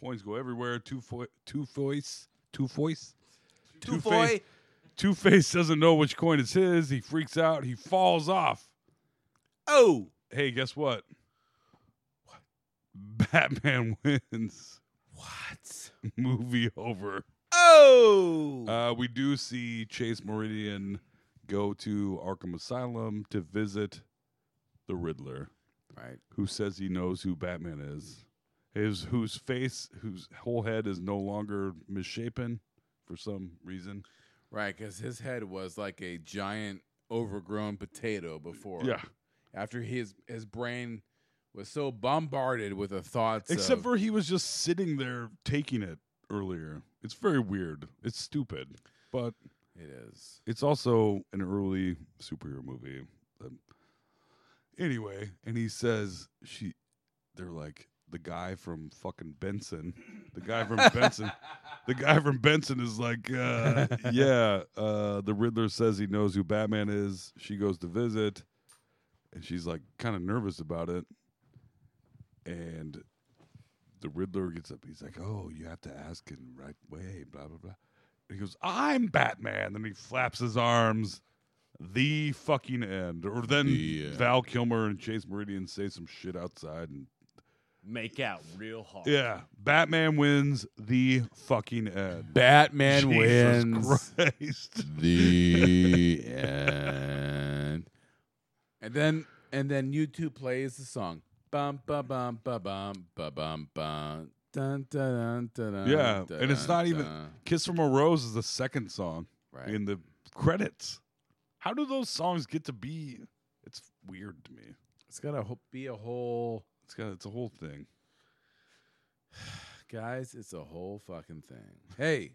Coins go everywhere. Two Fo- Two Face, Two Face, Two Face. Two Face doesn't know which coin is his. He freaks out. He falls off.
Oh.
Hey, guess what? Batman wins.
What?
Movie over.
Oh.
Uh, we do see Chase Meridian go to Arkham Asylum to visit the Riddler,
right.
who says he knows who Batman is, his whose face, whose whole head is no longer misshapen for some reason.
Right, because his head was like a giant overgrown potato before.
Yeah.
After his his brain was so bombarded with the thoughts.
Except
of-
for he was just sitting there taking it earlier. It's very weird. It's stupid, but
it is.
It's also an early superhero movie. Um, anyway, and he says she, they're like the guy from fucking Benson, the guy from Benson, the guy from Benson is like, uh, yeah, uh, the Riddler says he knows who Batman is. She goes to visit, and she's like kind of nervous about it, and. The Riddler gets up. He's like, "Oh, you have to ask in the right way." Blah blah blah. And he goes, I'm Batman. Then he flaps his arms. The fucking end. Or then
The end.
Val Kilmer and Chase Meridian say some shit outside. And
Make out real hard.
yeah, Batman wins the fucking end.
Batman
Jesus
wins
Christ.
the end. And then and then YouTube plays the song. Bum bum bum bum bum bum bum bum. Dun, dun, dun, dun, dun,
yeah,
dun,
and it's not even
dun.
"Kiss from a Rose" is the second song
Right.
in the credits. How do those songs get to be? It's weird to me.
It's gotta ho- be a whole.
It's got. It's a whole thing.
Guys, it's a whole fucking thing. Hey,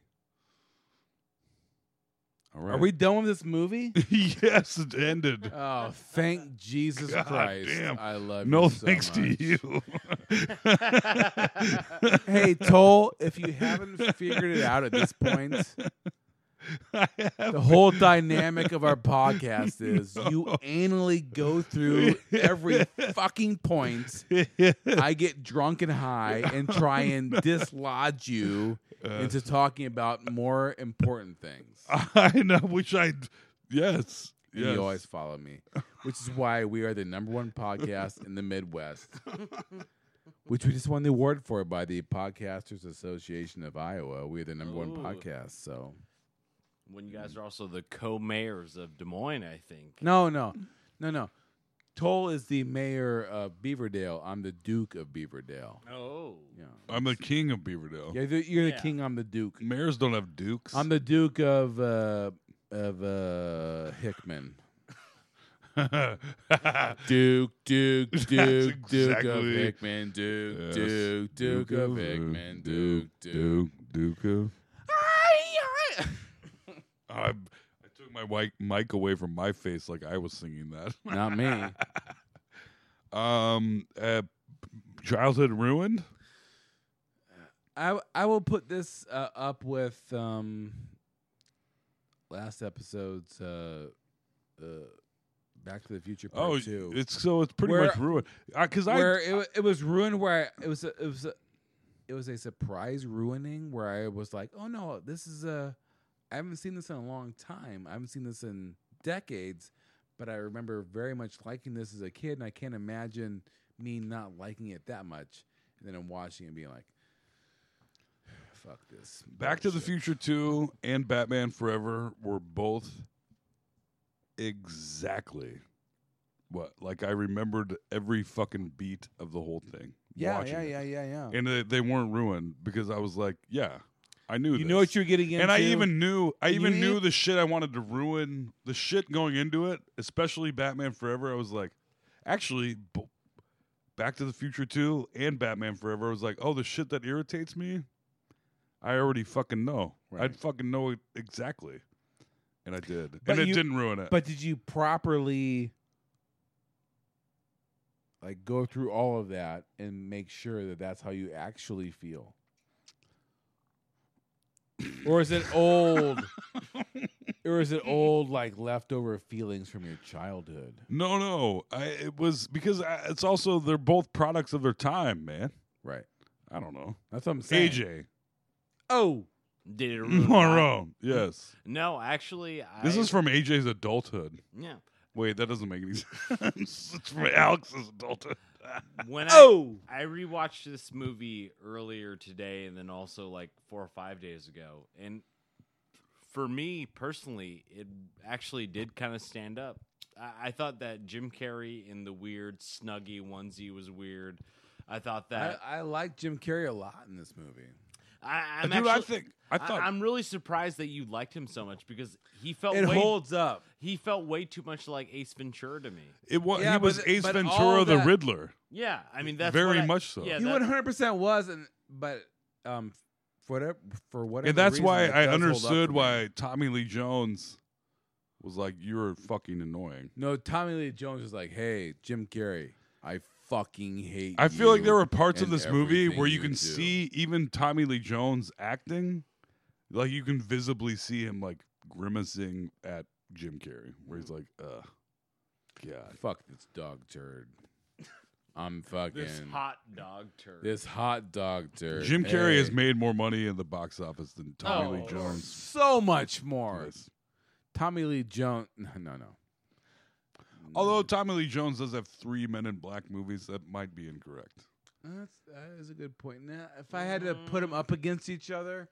All right.
are we done with this movie?
yes, it ended.
Oh, thank Jesus
God
Christ!
damn.
I love
no
you.
thanks
so
to
much.
you.
hey, Toll, if you haven't figured it out at this point, the whole dynamic of our podcast is you anally go through every fucking point. I get drunk and high and try and dislodge you into talking about more important things.
I know. Wish I'd. Yes.
And
Yes.
You always follow me, which is why we are the number one podcast in the Midwest, which we just won the award for by the Podcasters Association of Iowa. We are the number one
Ooh.
podcast. So
When you guys are also the co-mayors of Des Moines, I think.
no, no, no, no. Toll is the mayor of Beaverdale. I'm the Duke of Beaverdale.
Oh,
Yeah,
I'm the king of Beaverdale.
yeah you're you're the
Yeah.
king. I'm the Duke.
Mayors don't have dukes.
I'm the Duke of uh, of uh, Hickman. Duke, Duke, Duke, Duke of
exactly-
Hickman, Duke,
Yes.
Duke, Duke of Hickman, Duke, Duke.
Duke of. I, I took my white mic away from my face like I was singing that.
Not me.
Um, uh, childhood ruined.
I I will put this uh, up with um last episode's uh uh Back to the Future Part
Oh,
Two.
it's so it's pretty
Where-
much ruined. Because I,
where it, wa- it was ruined. Where I, it was a, it was a, it was a surprise ruining. Where I was like, oh no, this is a I haven't seen this in a long time. I haven't seen this in decades, but I remember very much liking this as a kid, and I can't imagine me not liking it that much. And then I'm watching and being like, fuck this.
Back to the
bullshit.
Future Two and Batman Forever were both exactly what like I remembered every fucking beat of the whole thing.
Yeah,
watching
yeah,
it.
yeah, yeah, yeah.
and they, they weren't ruined because I was like, yeah, I knew.
You
this.
know what you're getting into.
and I even knew, I
You
even
need-
knew the shit I wanted to ruin. The shit going into it, especially Batman Forever, I was like, actually, b- Back to the Future Two and Batman Forever, I was like, oh, the shit that irritates me, I already fucking know.
Right.
I'd fucking know it exactly, and I did,
But
and
you-
it didn't ruin it.
But did you properly like go through all of that and make sure that that's how you actually feel? or is it old? or is it old like leftover feelings from your childhood?
no, no, I, it was because I, it's also they're both products of their time, man.
Right.
I don't know.
That's what I'm saying. Mm-hmm.
AJ
Oh.
Did it ruin a lot?
Morone. Yes.
No, actually, I,
This is from AJ's adulthood.
yeah.
Wait, that doesn't make any sense. It's from Alex's adulthood.
When
Oh.
I I rewatched this movie earlier today, and then also like four or five days ago, and for me personally, it actually did kind of stand up. I, I thought that Jim Carrey in the weird snuggie onesie was weird. I thought
I,
that
I like Jim Carrey a lot in this movie.
I, I'm
Dude,
actually,
I think I thought
I, am really surprised that you liked him so much because he felt
It
way,
holds up.
he felt way too much like Ace Ventura to me.
it was
Yeah,
he
but
was
th-
Ace
but all
Ventura the
that-
Riddler.
Yeah, I mean that's
Very
what I-
much so.
Yeah,
he
that-
100 percent was, and but um, for whatever for whatever,
And that's
reason,
why
it
I
does hold up
understood
for me.
why Tommy Lee Jones was like, You're fucking annoying.
No, Tommy Lee Jones was like, "Hey, Jim Carrey, I fucking hate."
I feel like
you
there were parts of
and
this movie
everything
where you can
do."
see even Tommy Lee Jones acting. Like you can visibly see him like grimacing at Jim Carrey, where he's like, Ugh. God.
"Fuck this dog turd." I'm fucking
this hot dog turd.
this hot dog turd.
Jim Carrey has
Hey.
made more money in the box office than Tommy Lee
Oh.
Jones.
so much more.
Yes.
Tommy Lee Jones. No, no, no.
Although Tommy Lee Jones does have three Men in Black movies, that might be incorrect.
That's, that is a good point. Now, if I had to put them
Mm.
up against each other,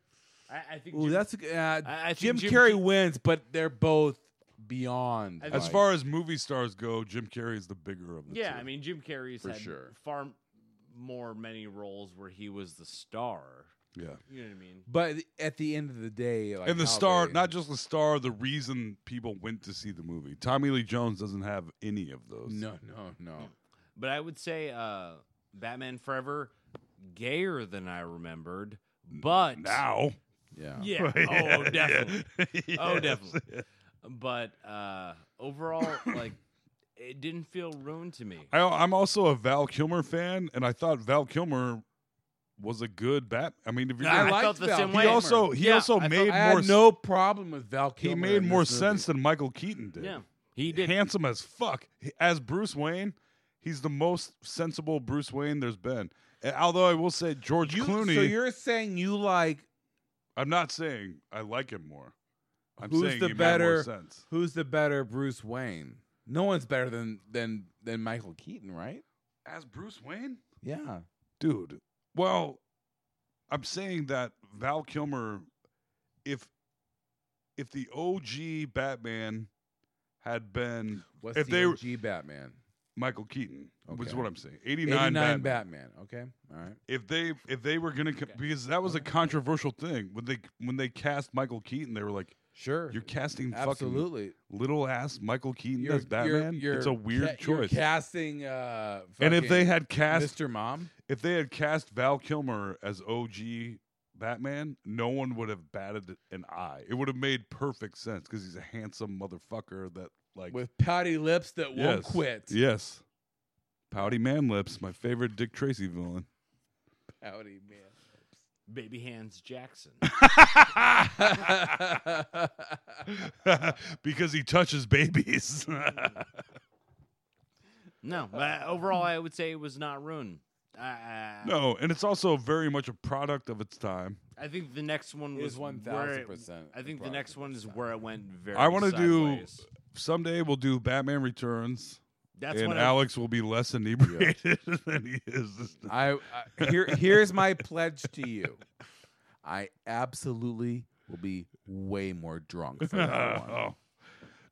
I, I think
ooh,
Jim-
that's a, g- uh,
I- I think
Jim,
Jim
Carrey
Car-
wins, but they're both beyond.
I think-
As
like-
far as movie stars go, Jim Carrey is the bigger of the
yeah.
two.
I mean, Jim Carrey's
For
had
sure.
far more many roles where he was the star.
Yeah.
You know what I mean?
But at the end of the day, like
and the
how
star,
they-
not just the star, the reason people went to see the movie. Tommy Lee Jones doesn't have any of those.
No, no, no.
But I would say uh, Batman Forever, gayer than I remembered, but
Now.
Yeah.
yeah,
Yeah,
oh definitely,
yeah.
oh
Yes.
definitely. But uh, overall, like it didn't feel ruined to me.
I, I'm also a Val Kilmer fan, and I thought Val Kilmer was a good bat. I mean, if you're
I
gonna-
liked Felt the Val same
he
way.
also he
Yeah,
also
I felt-
made
I had
more
no problem with Val Kilmer.
he made
in
more
this
sense
movie.
than Michael Keaton did.
Yeah, he did.
handsome as fuck He- as Bruce Wayne. He's the most sensible Bruce Wayne there's been. And although I will say George
You-
Clooney,
So you're saying you like
I'm not saying I like him more. I'm
who's
saying
the
he
better
made more sense.
who's the better Bruce Wayne? No one's better than than than Michael Keaton, right?
as Bruce Wayne,
Yeah.
dude. Well, I'm saying that Val Kilmer, if if the OG Batman had been
What's
if
the
they were
OG Batman?
Michael Keaton, was
Okay.
what I'm saying. 89,
89
Batman.
Batman. Okay. All right.
if they if they were gonna co- because that was a controversial thing when they when they cast Michael Keaton they were like
Sure.
you're casting
Absolutely.
fucking little ass Michael Keaton
You're-
as Batman
you're-
it's a
you're
weird
ca- you're
choice
casting uh
and if they
fucking
had cast
Mr. Mom,
if they had cast Val Kilmer as OG Batman no one would have batted an eye it would have made perfect sense because he's a handsome motherfucker that like
with pouty lips that won't
yes
quit.
yes pouty man lips my favorite Dick Tracy villain
Pouty man.
Baby Hands Jackson.
because he touches babies.
No, but overall, I would say it was not ruined. I, I,
no, and it's also very much a product of its time.
I think the next one
It
was
is
where it-
1000%
I think the
product
next
of
one is where it went very.
I want to do
sideways.
someday we'll do Batman Returns,
That's
and
when
Alex will be less inebriated than he is. this time.
I, I here here's my pledge to you. I absolutely will be way more drunk for that one.
Oh.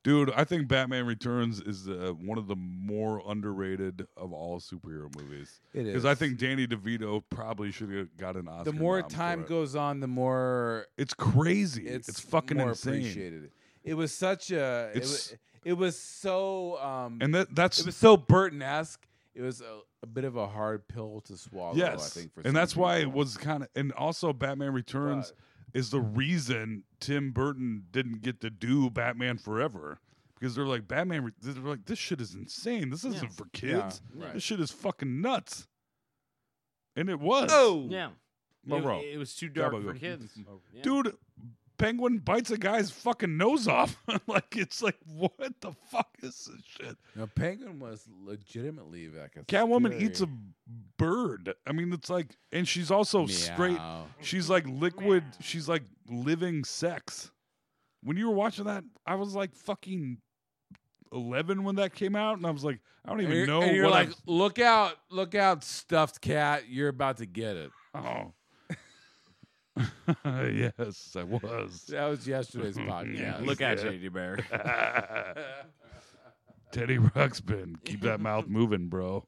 Dude, I think Batman Returns is uh, one of the more underrated of all superhero movies.
It
because I
is.
think Danny DeVito probably should have got an Oscar.
The more
nom for
time
it.
goes on, the more
it's crazy. It's,
it's,
fucking
more
insane.
appreciated. It was such a it
It's-
was, it was so um
And that that's
it was so Burton esque. It was a, a bit of a hard pill to swallow.
yes,
I think for some
and that's why it
people.
was kind of and also Batman Returns is the reason Tim Burton didn't get to do Batman Forever because they're like Batman. Re- They're like this shit is insane. This isn't for kids.
right.
This shit is fucking nuts. And it was.
I, yeah,
Am I
it,
wrong?
it was too dark for
Gabagool.
kids. Yeah.
dude. Penguin bites a guy's fucking nose off. like it's like what the fuck is this shit?
No, Penguin was legitimately like a
Catwoman
scary-
eats a bird. I mean, it's like, and she's also straight.
Meow.
She's like liquid. She's like living sex. When you were watching that, I was like fucking eleven when that came out, and I was like, I don't
And
even
you're-
know
and you're
what
like, look out, look out, stuffed cat, you're about to get it.
I. Oh. yes, I was.
That was yesterday's podcast.
Yeah,
Look at you, Teddy Bear.
Teddy Ruxpin, keep that mouth moving, bro.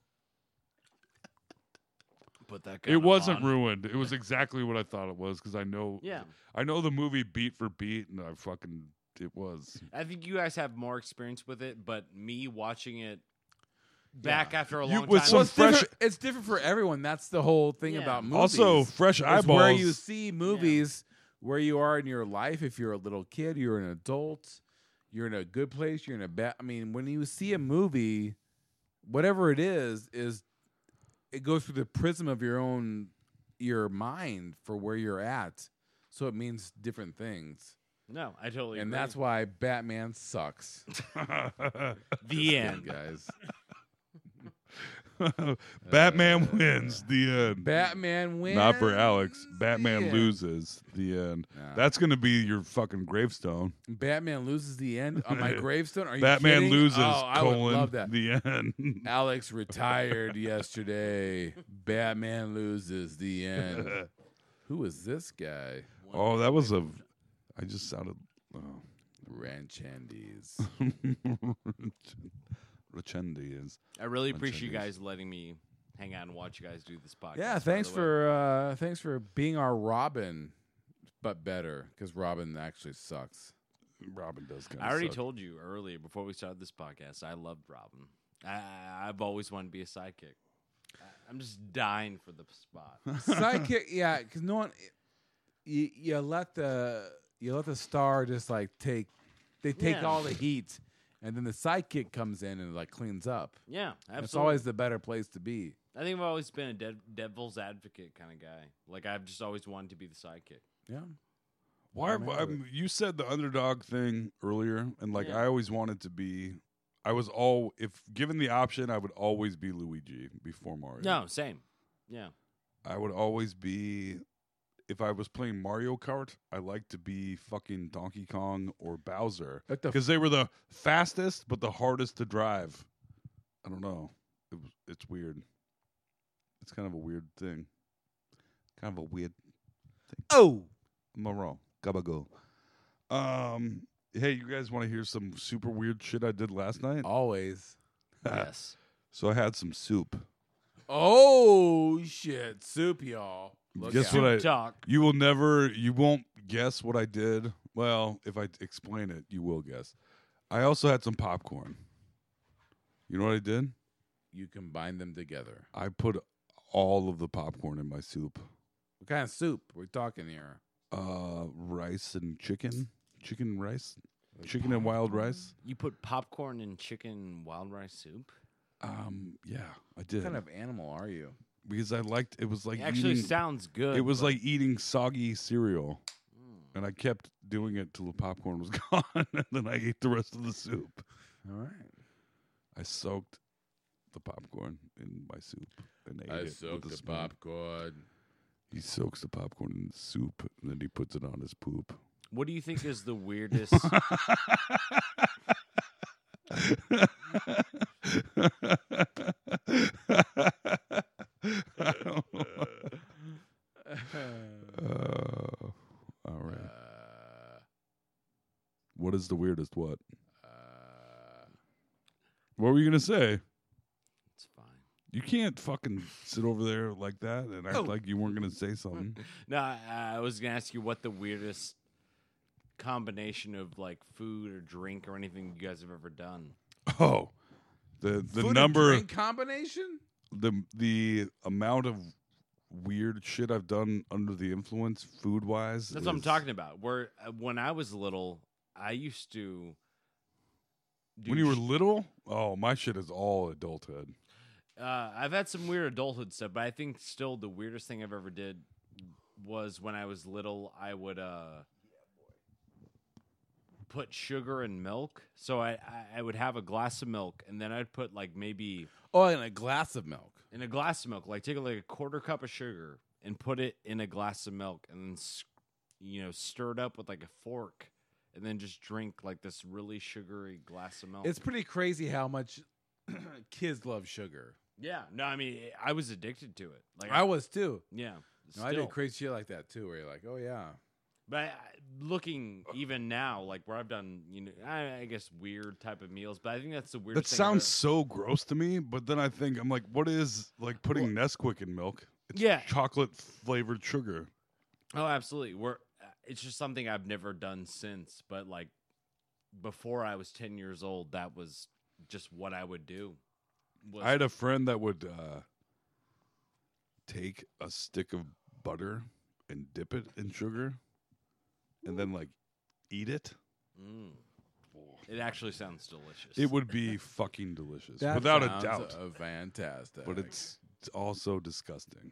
Put that.
It
condom
wasn't
on.
ruined. It was exactly what I thought it was because I know.
Yeah.
I know the movie beat for beat, and I fucking it was.
I think you guys have more experience with it, but me watching it back after a
You-
long
with
time.
some
Well, it's,
fresh-
different, it's different for everyone. That's the whole thing
Yeah.
about movies.
Also, fresh
is
eyeballs.
where you see movies where you are in your life. If you're a little kid, you're an adult, you're in a good place, you're in a bad. I mean, when you see a movie, whatever it is, is it goes through the prism of your own your mind for where you're at. So it means different things,
no, I totally.
and
agree.
that's why Batman sucks.
the
Damn,
end.
guys.
Batman wins the end.
Batman wins.
Not for Alex. Batman
Yeah.
loses the end.
Nah.
That's gonna be your fucking gravestone.
Batman loses the end on my gravestone. Are you
Batman
kidding?
loses.
Oh, I
colon,
would love that.
The end.
Alex retired yesterday. Batman loses the end. Who is this guy?
oh, that was a. I just sounded. Oh.
Ranchandes.
Rachendi is.
I really
Bunch of
appreciate you
these.
guys letting me hang out and watch you guys do this podcast.
Yeah,
by
thanks
the way.
for uh, thanks for being our Robin, but better because Robin actually sucks.
Robin does kind
I already told you earlier before we started this podcast. I loved Robin. I, I've always wanted to be a sidekick. I, I'm just dying for the spot.
sidekick. Yeah, because no one you, you let the you let the star just like take they take
Yeah.
all the heat, and then the sidekick comes in and like cleans up.
Yeah,
It's
absolutely.
always the better place to be.
I think I've always been a dev- devil's advocate kind of guy. Like I've just always wanted to be the sidekick.
Yeah.
Why?
I'm into
I'm, you said the underdog thing earlier, and like
Yeah.
I always wanted to be. I was all if given the option, I would always be Luigi before Mario.
No, same. Yeah.
I would always be. If I was playing Mario Kart, I like to be fucking Donkey Kong or Bowser
Like the-
because they were the fastest but the hardest to drive. I don't know. It was, it's weird. It's kind of a weird thing. Kind of a weird thing.
Oh,
Moreau, gabago. Um, hey, you guys want to hear some super weird shit I did last night?
Uh, Always.
yes.
So I had some soup.
Oh shit, soup, y'all. Look
guess
out.
what I You will never you won't guess what I did. Well, if I explain it, you will guess. I also had some popcorn. You know what I did?
You combine them together.
I put all of the popcorn in my soup.
What kind of soup we're talking here?
Uh rice and chicken. Chicken rice. Chicken and wild rice.
You put popcorn in chicken wild rice soup.
Um, yeah, I did.
What kind of animal are you?
Because I liked it was like
It actually
eating-
sounds good,
It was
but-
like eating soggy cereal.
Mm.
And I kept doing it till the popcorn was gone and then I ate the rest of the soup.
All right.
I soaked the popcorn in my soup and ate it. with a spoon.
popcorn.
He soaks the popcorn in the soup and then he puts it on his poop.
What do you think is the weirdest?
I don't know. Uh, all right.
Uh.
what is the weirdest what?
Uh.
what were you gonna say?
It's fine.
You can't fucking sit over there like that and
Oh.
act like you weren't gonna say something.
no, I, I was gonna ask you what the weirdest combination of like food or drink or anything you guys have ever done.
Oh, the the
Food and
number
drink combination.
the the amount of weird shit I've done under the influence food wise.
That's what I'm talking about. Where uh, when I was little, I used to. do
When you were
sh-
little, oh my shit is all adulthood.
Uh, I've had some weird adulthood stuff, but I think still the weirdest thing I've ever did was when I was little. I would uh, put sugar in milk, so I, I I would have a glass of milk, and then I'd put like maybe
Oh, and a glass of milk.
in a glass of milk, like take like a quarter cup of sugar and put it in a glass of milk, and then s- you know stir it up with like a fork, and then just drink like this really sugary glass of milk.
It's pretty crazy how much kids love sugar.
yeah, no, I mean I was addicted to it. Like
I was too.
yeah.
No, I
still.
did crazy shit like that too, where you're like, oh yeah,
But I, I- looking even now, like where I've done, you know, I, I guess weird type of meals. But I think that's the weirdest.
That
thing I've
sounds
ever-
so gross to me, but then I think I'm like, what is like putting Nesquik in milk? It's
Yeah.
chocolate flavored sugar.
Oh, absolutely. We're it's just something I've never done since. But like before I was ten years old, that was just what I would do. Was,
I had a friend that would uh, take a stick of butter and dip it in sugar, and then like eat it.
Mm. It actually sounds delicious.
It would be fucking delicious,
That
without a
sounds,
doubt.
uh, fantastic.
but it's, it's also disgusting.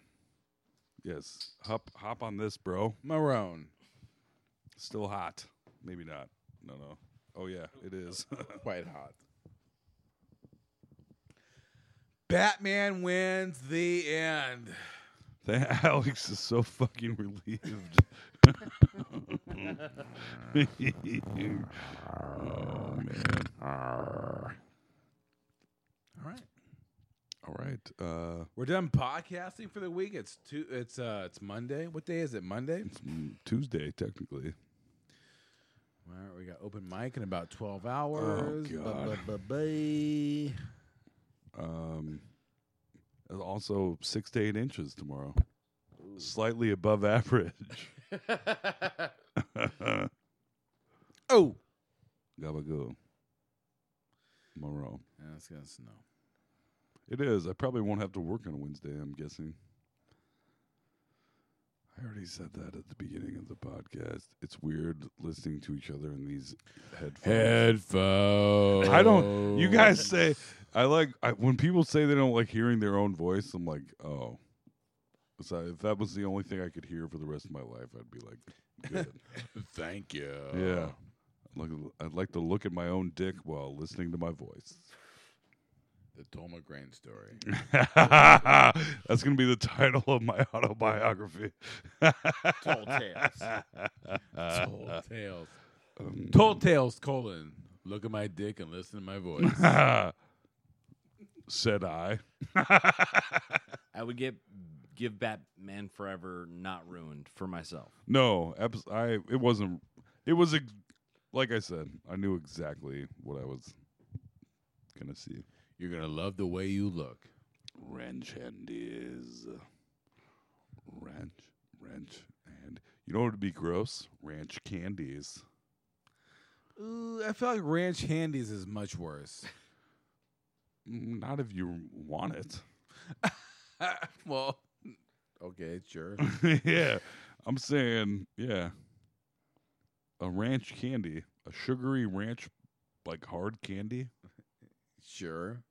Yes, hop hop on this, bro.
maroon.
Still hot? Maybe not. No, no. Oh yeah, it is.
Quite hot. Batman wins the end.
That Alex is so fucking relieved. oh man.
All right,
All right. Uh
we're done podcasting for the week. It's two. It's uh, it's Monday. What day is it? Monday.
mm, Tuesday technically.
All right, we got open mic in about twelve hours.
God.
Ba-ba-ba-ba.
Um and also six to eight inches tomorrow, slightly above average.
oh,
Gabagoo. Tomorrow.
Yeah, it's gonna snow.
It is. I probably won't have to work on Wednesday, I'm guessing. I already said that at the beginning of the podcast. It's weird listening to each other in these headphones.
Headphones.
I don't. You guys say I like I, when people say they don't like hearing their own voice. I'm like, oh, so if that was the only thing I could hear for the rest of my life, I'd be like, good.
Thank you.
yeah, like I'd like to look at my own dick while listening to my voice.
The Dolma Grain story.
That's going to be the title of my autobiography.
Tall tales. Told tales.
Um,
Told tales. Colon. Look at my dick and listen to my voice.
Said I.
I would get give Batman Forever not ruined for myself.
No, abs- I. It wasn't. It was ex- like I said. I knew exactly what I was going to see.
You're gonna love the way you look.
Ranch and is ranch, ranch, and you know what would be gross? Ranch candies.
Ooh, I feel like ranch handies is much worse.
Mm, Not if you want it.
well, okay, sure.
yeah, I'm saying, yeah. A ranch candy, a sugary ranch, like hard candy.
Sure.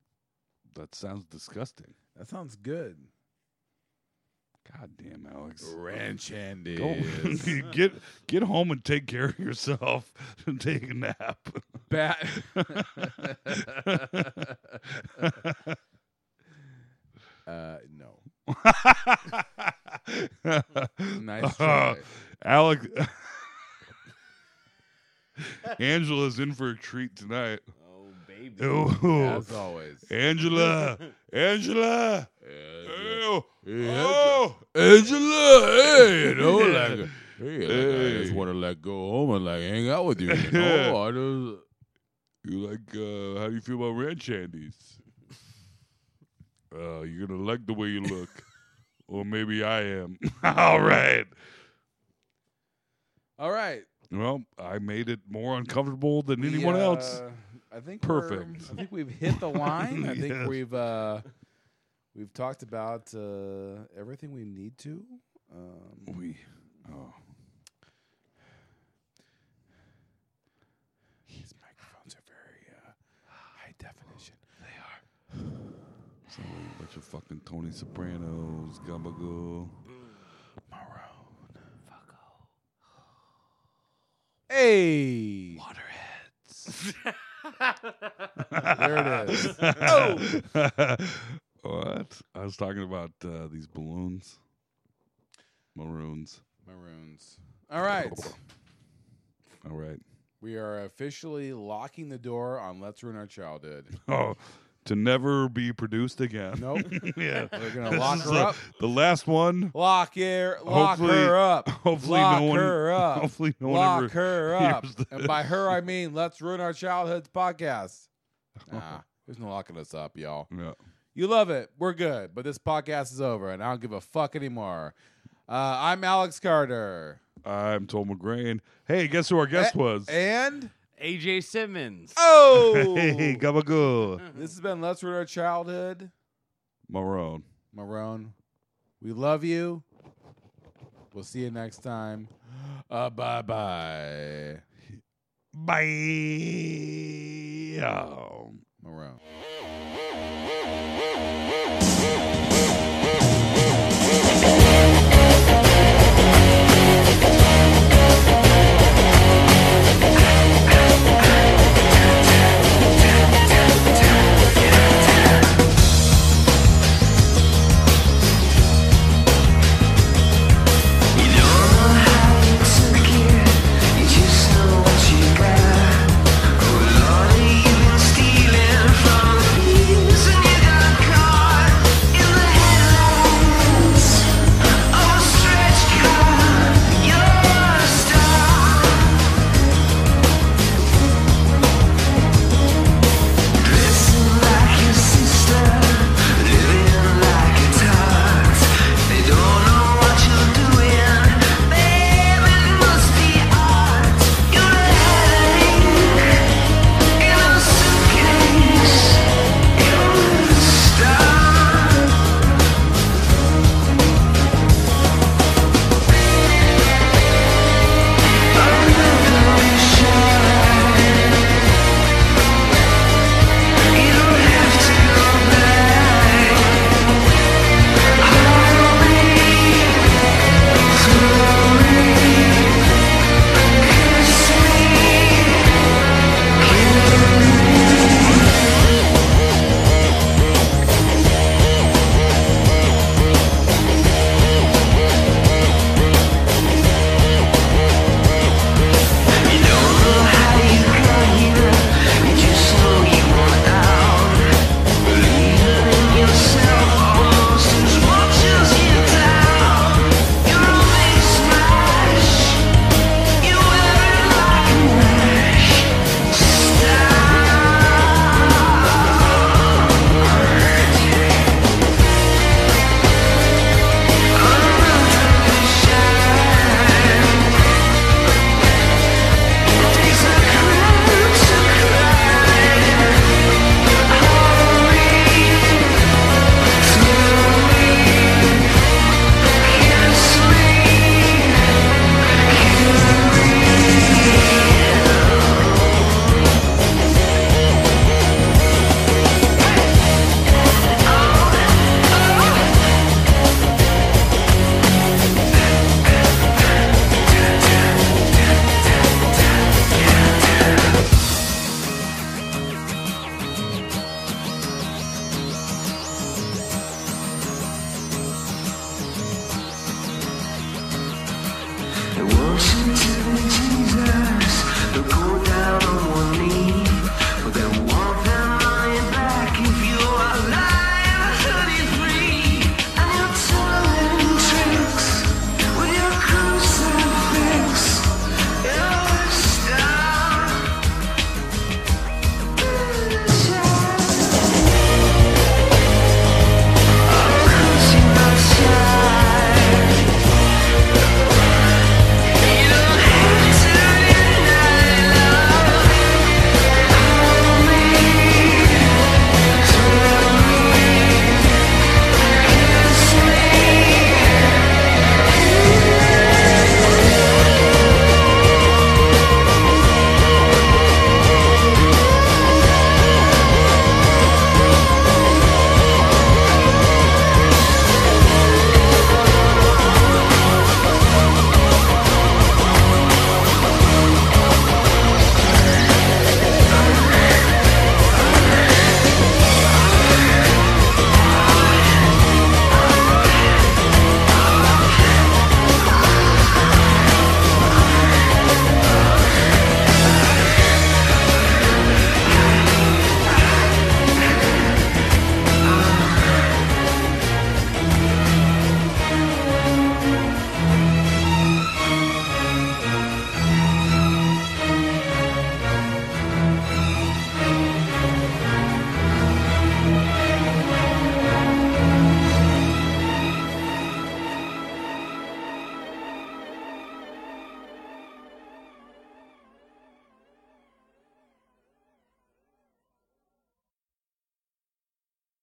That sounds disgusting.
That sounds good.
God damn, Alex.
Ranch handies.
Go get get home and take care of yourself and take a nap.
Bat. uh, no. nice try.
Alex. Angela's in for a treat tonight.
Oh baby.
Ooh.
As always.
Angela, Angela, Ew. oh,
Angela, hey, you know, like, hey, like, I
Hey.
just want to like go home and like hang out with you. You know, I just
you like? Uh, how do you feel about ranch candies? Uh, you're gonna like the way you look, or maybe I am. All right.
All right.
Well, I made it more uncomfortable than anyone
We,
else.
uh, I think
Perfect.
we're- I think we've hit the line. I think
Yes.
we've uh, we've talked about uh, everything we need to. Um,
We, oh,
these microphones are very uh, high definition.
it's not like a bunch of fucking Tony Sopranos, Gumbago.
Hey, there it is. Oh,
what? I was talking about uh, these balloons, maroons.
maroons. All right,
All right.
we are officially locking the door on "Let's Ruin Our Childhood."
Oh, to never be produced again.
Nope.
yeah,
We're gonna
This
lock
is
her
the,
up.
The last one.
Lock her, lock
Hopefully-
her up.
hopefully
lock
no one-
her up.
hopefully no one
lock
ever
her up.
hears this.
And by her, I mean let's ruin our childhood's podcast. Nah, there's no locking us up, y'all.
Yeah.
You love it. We're good, but this podcast is over, and I don't give a fuck anymore. Uh, I'm Alex Carter,
I'm Tom McGrain. Hey, guess who our guest
Eh,
was?
and
AJ Simmons.
oh,
Hey, Gabagoo.
this has been let's ruin our childhood.
Marone.
Marone, we love you. We'll see you next time. Uh, bye bye.
Bye.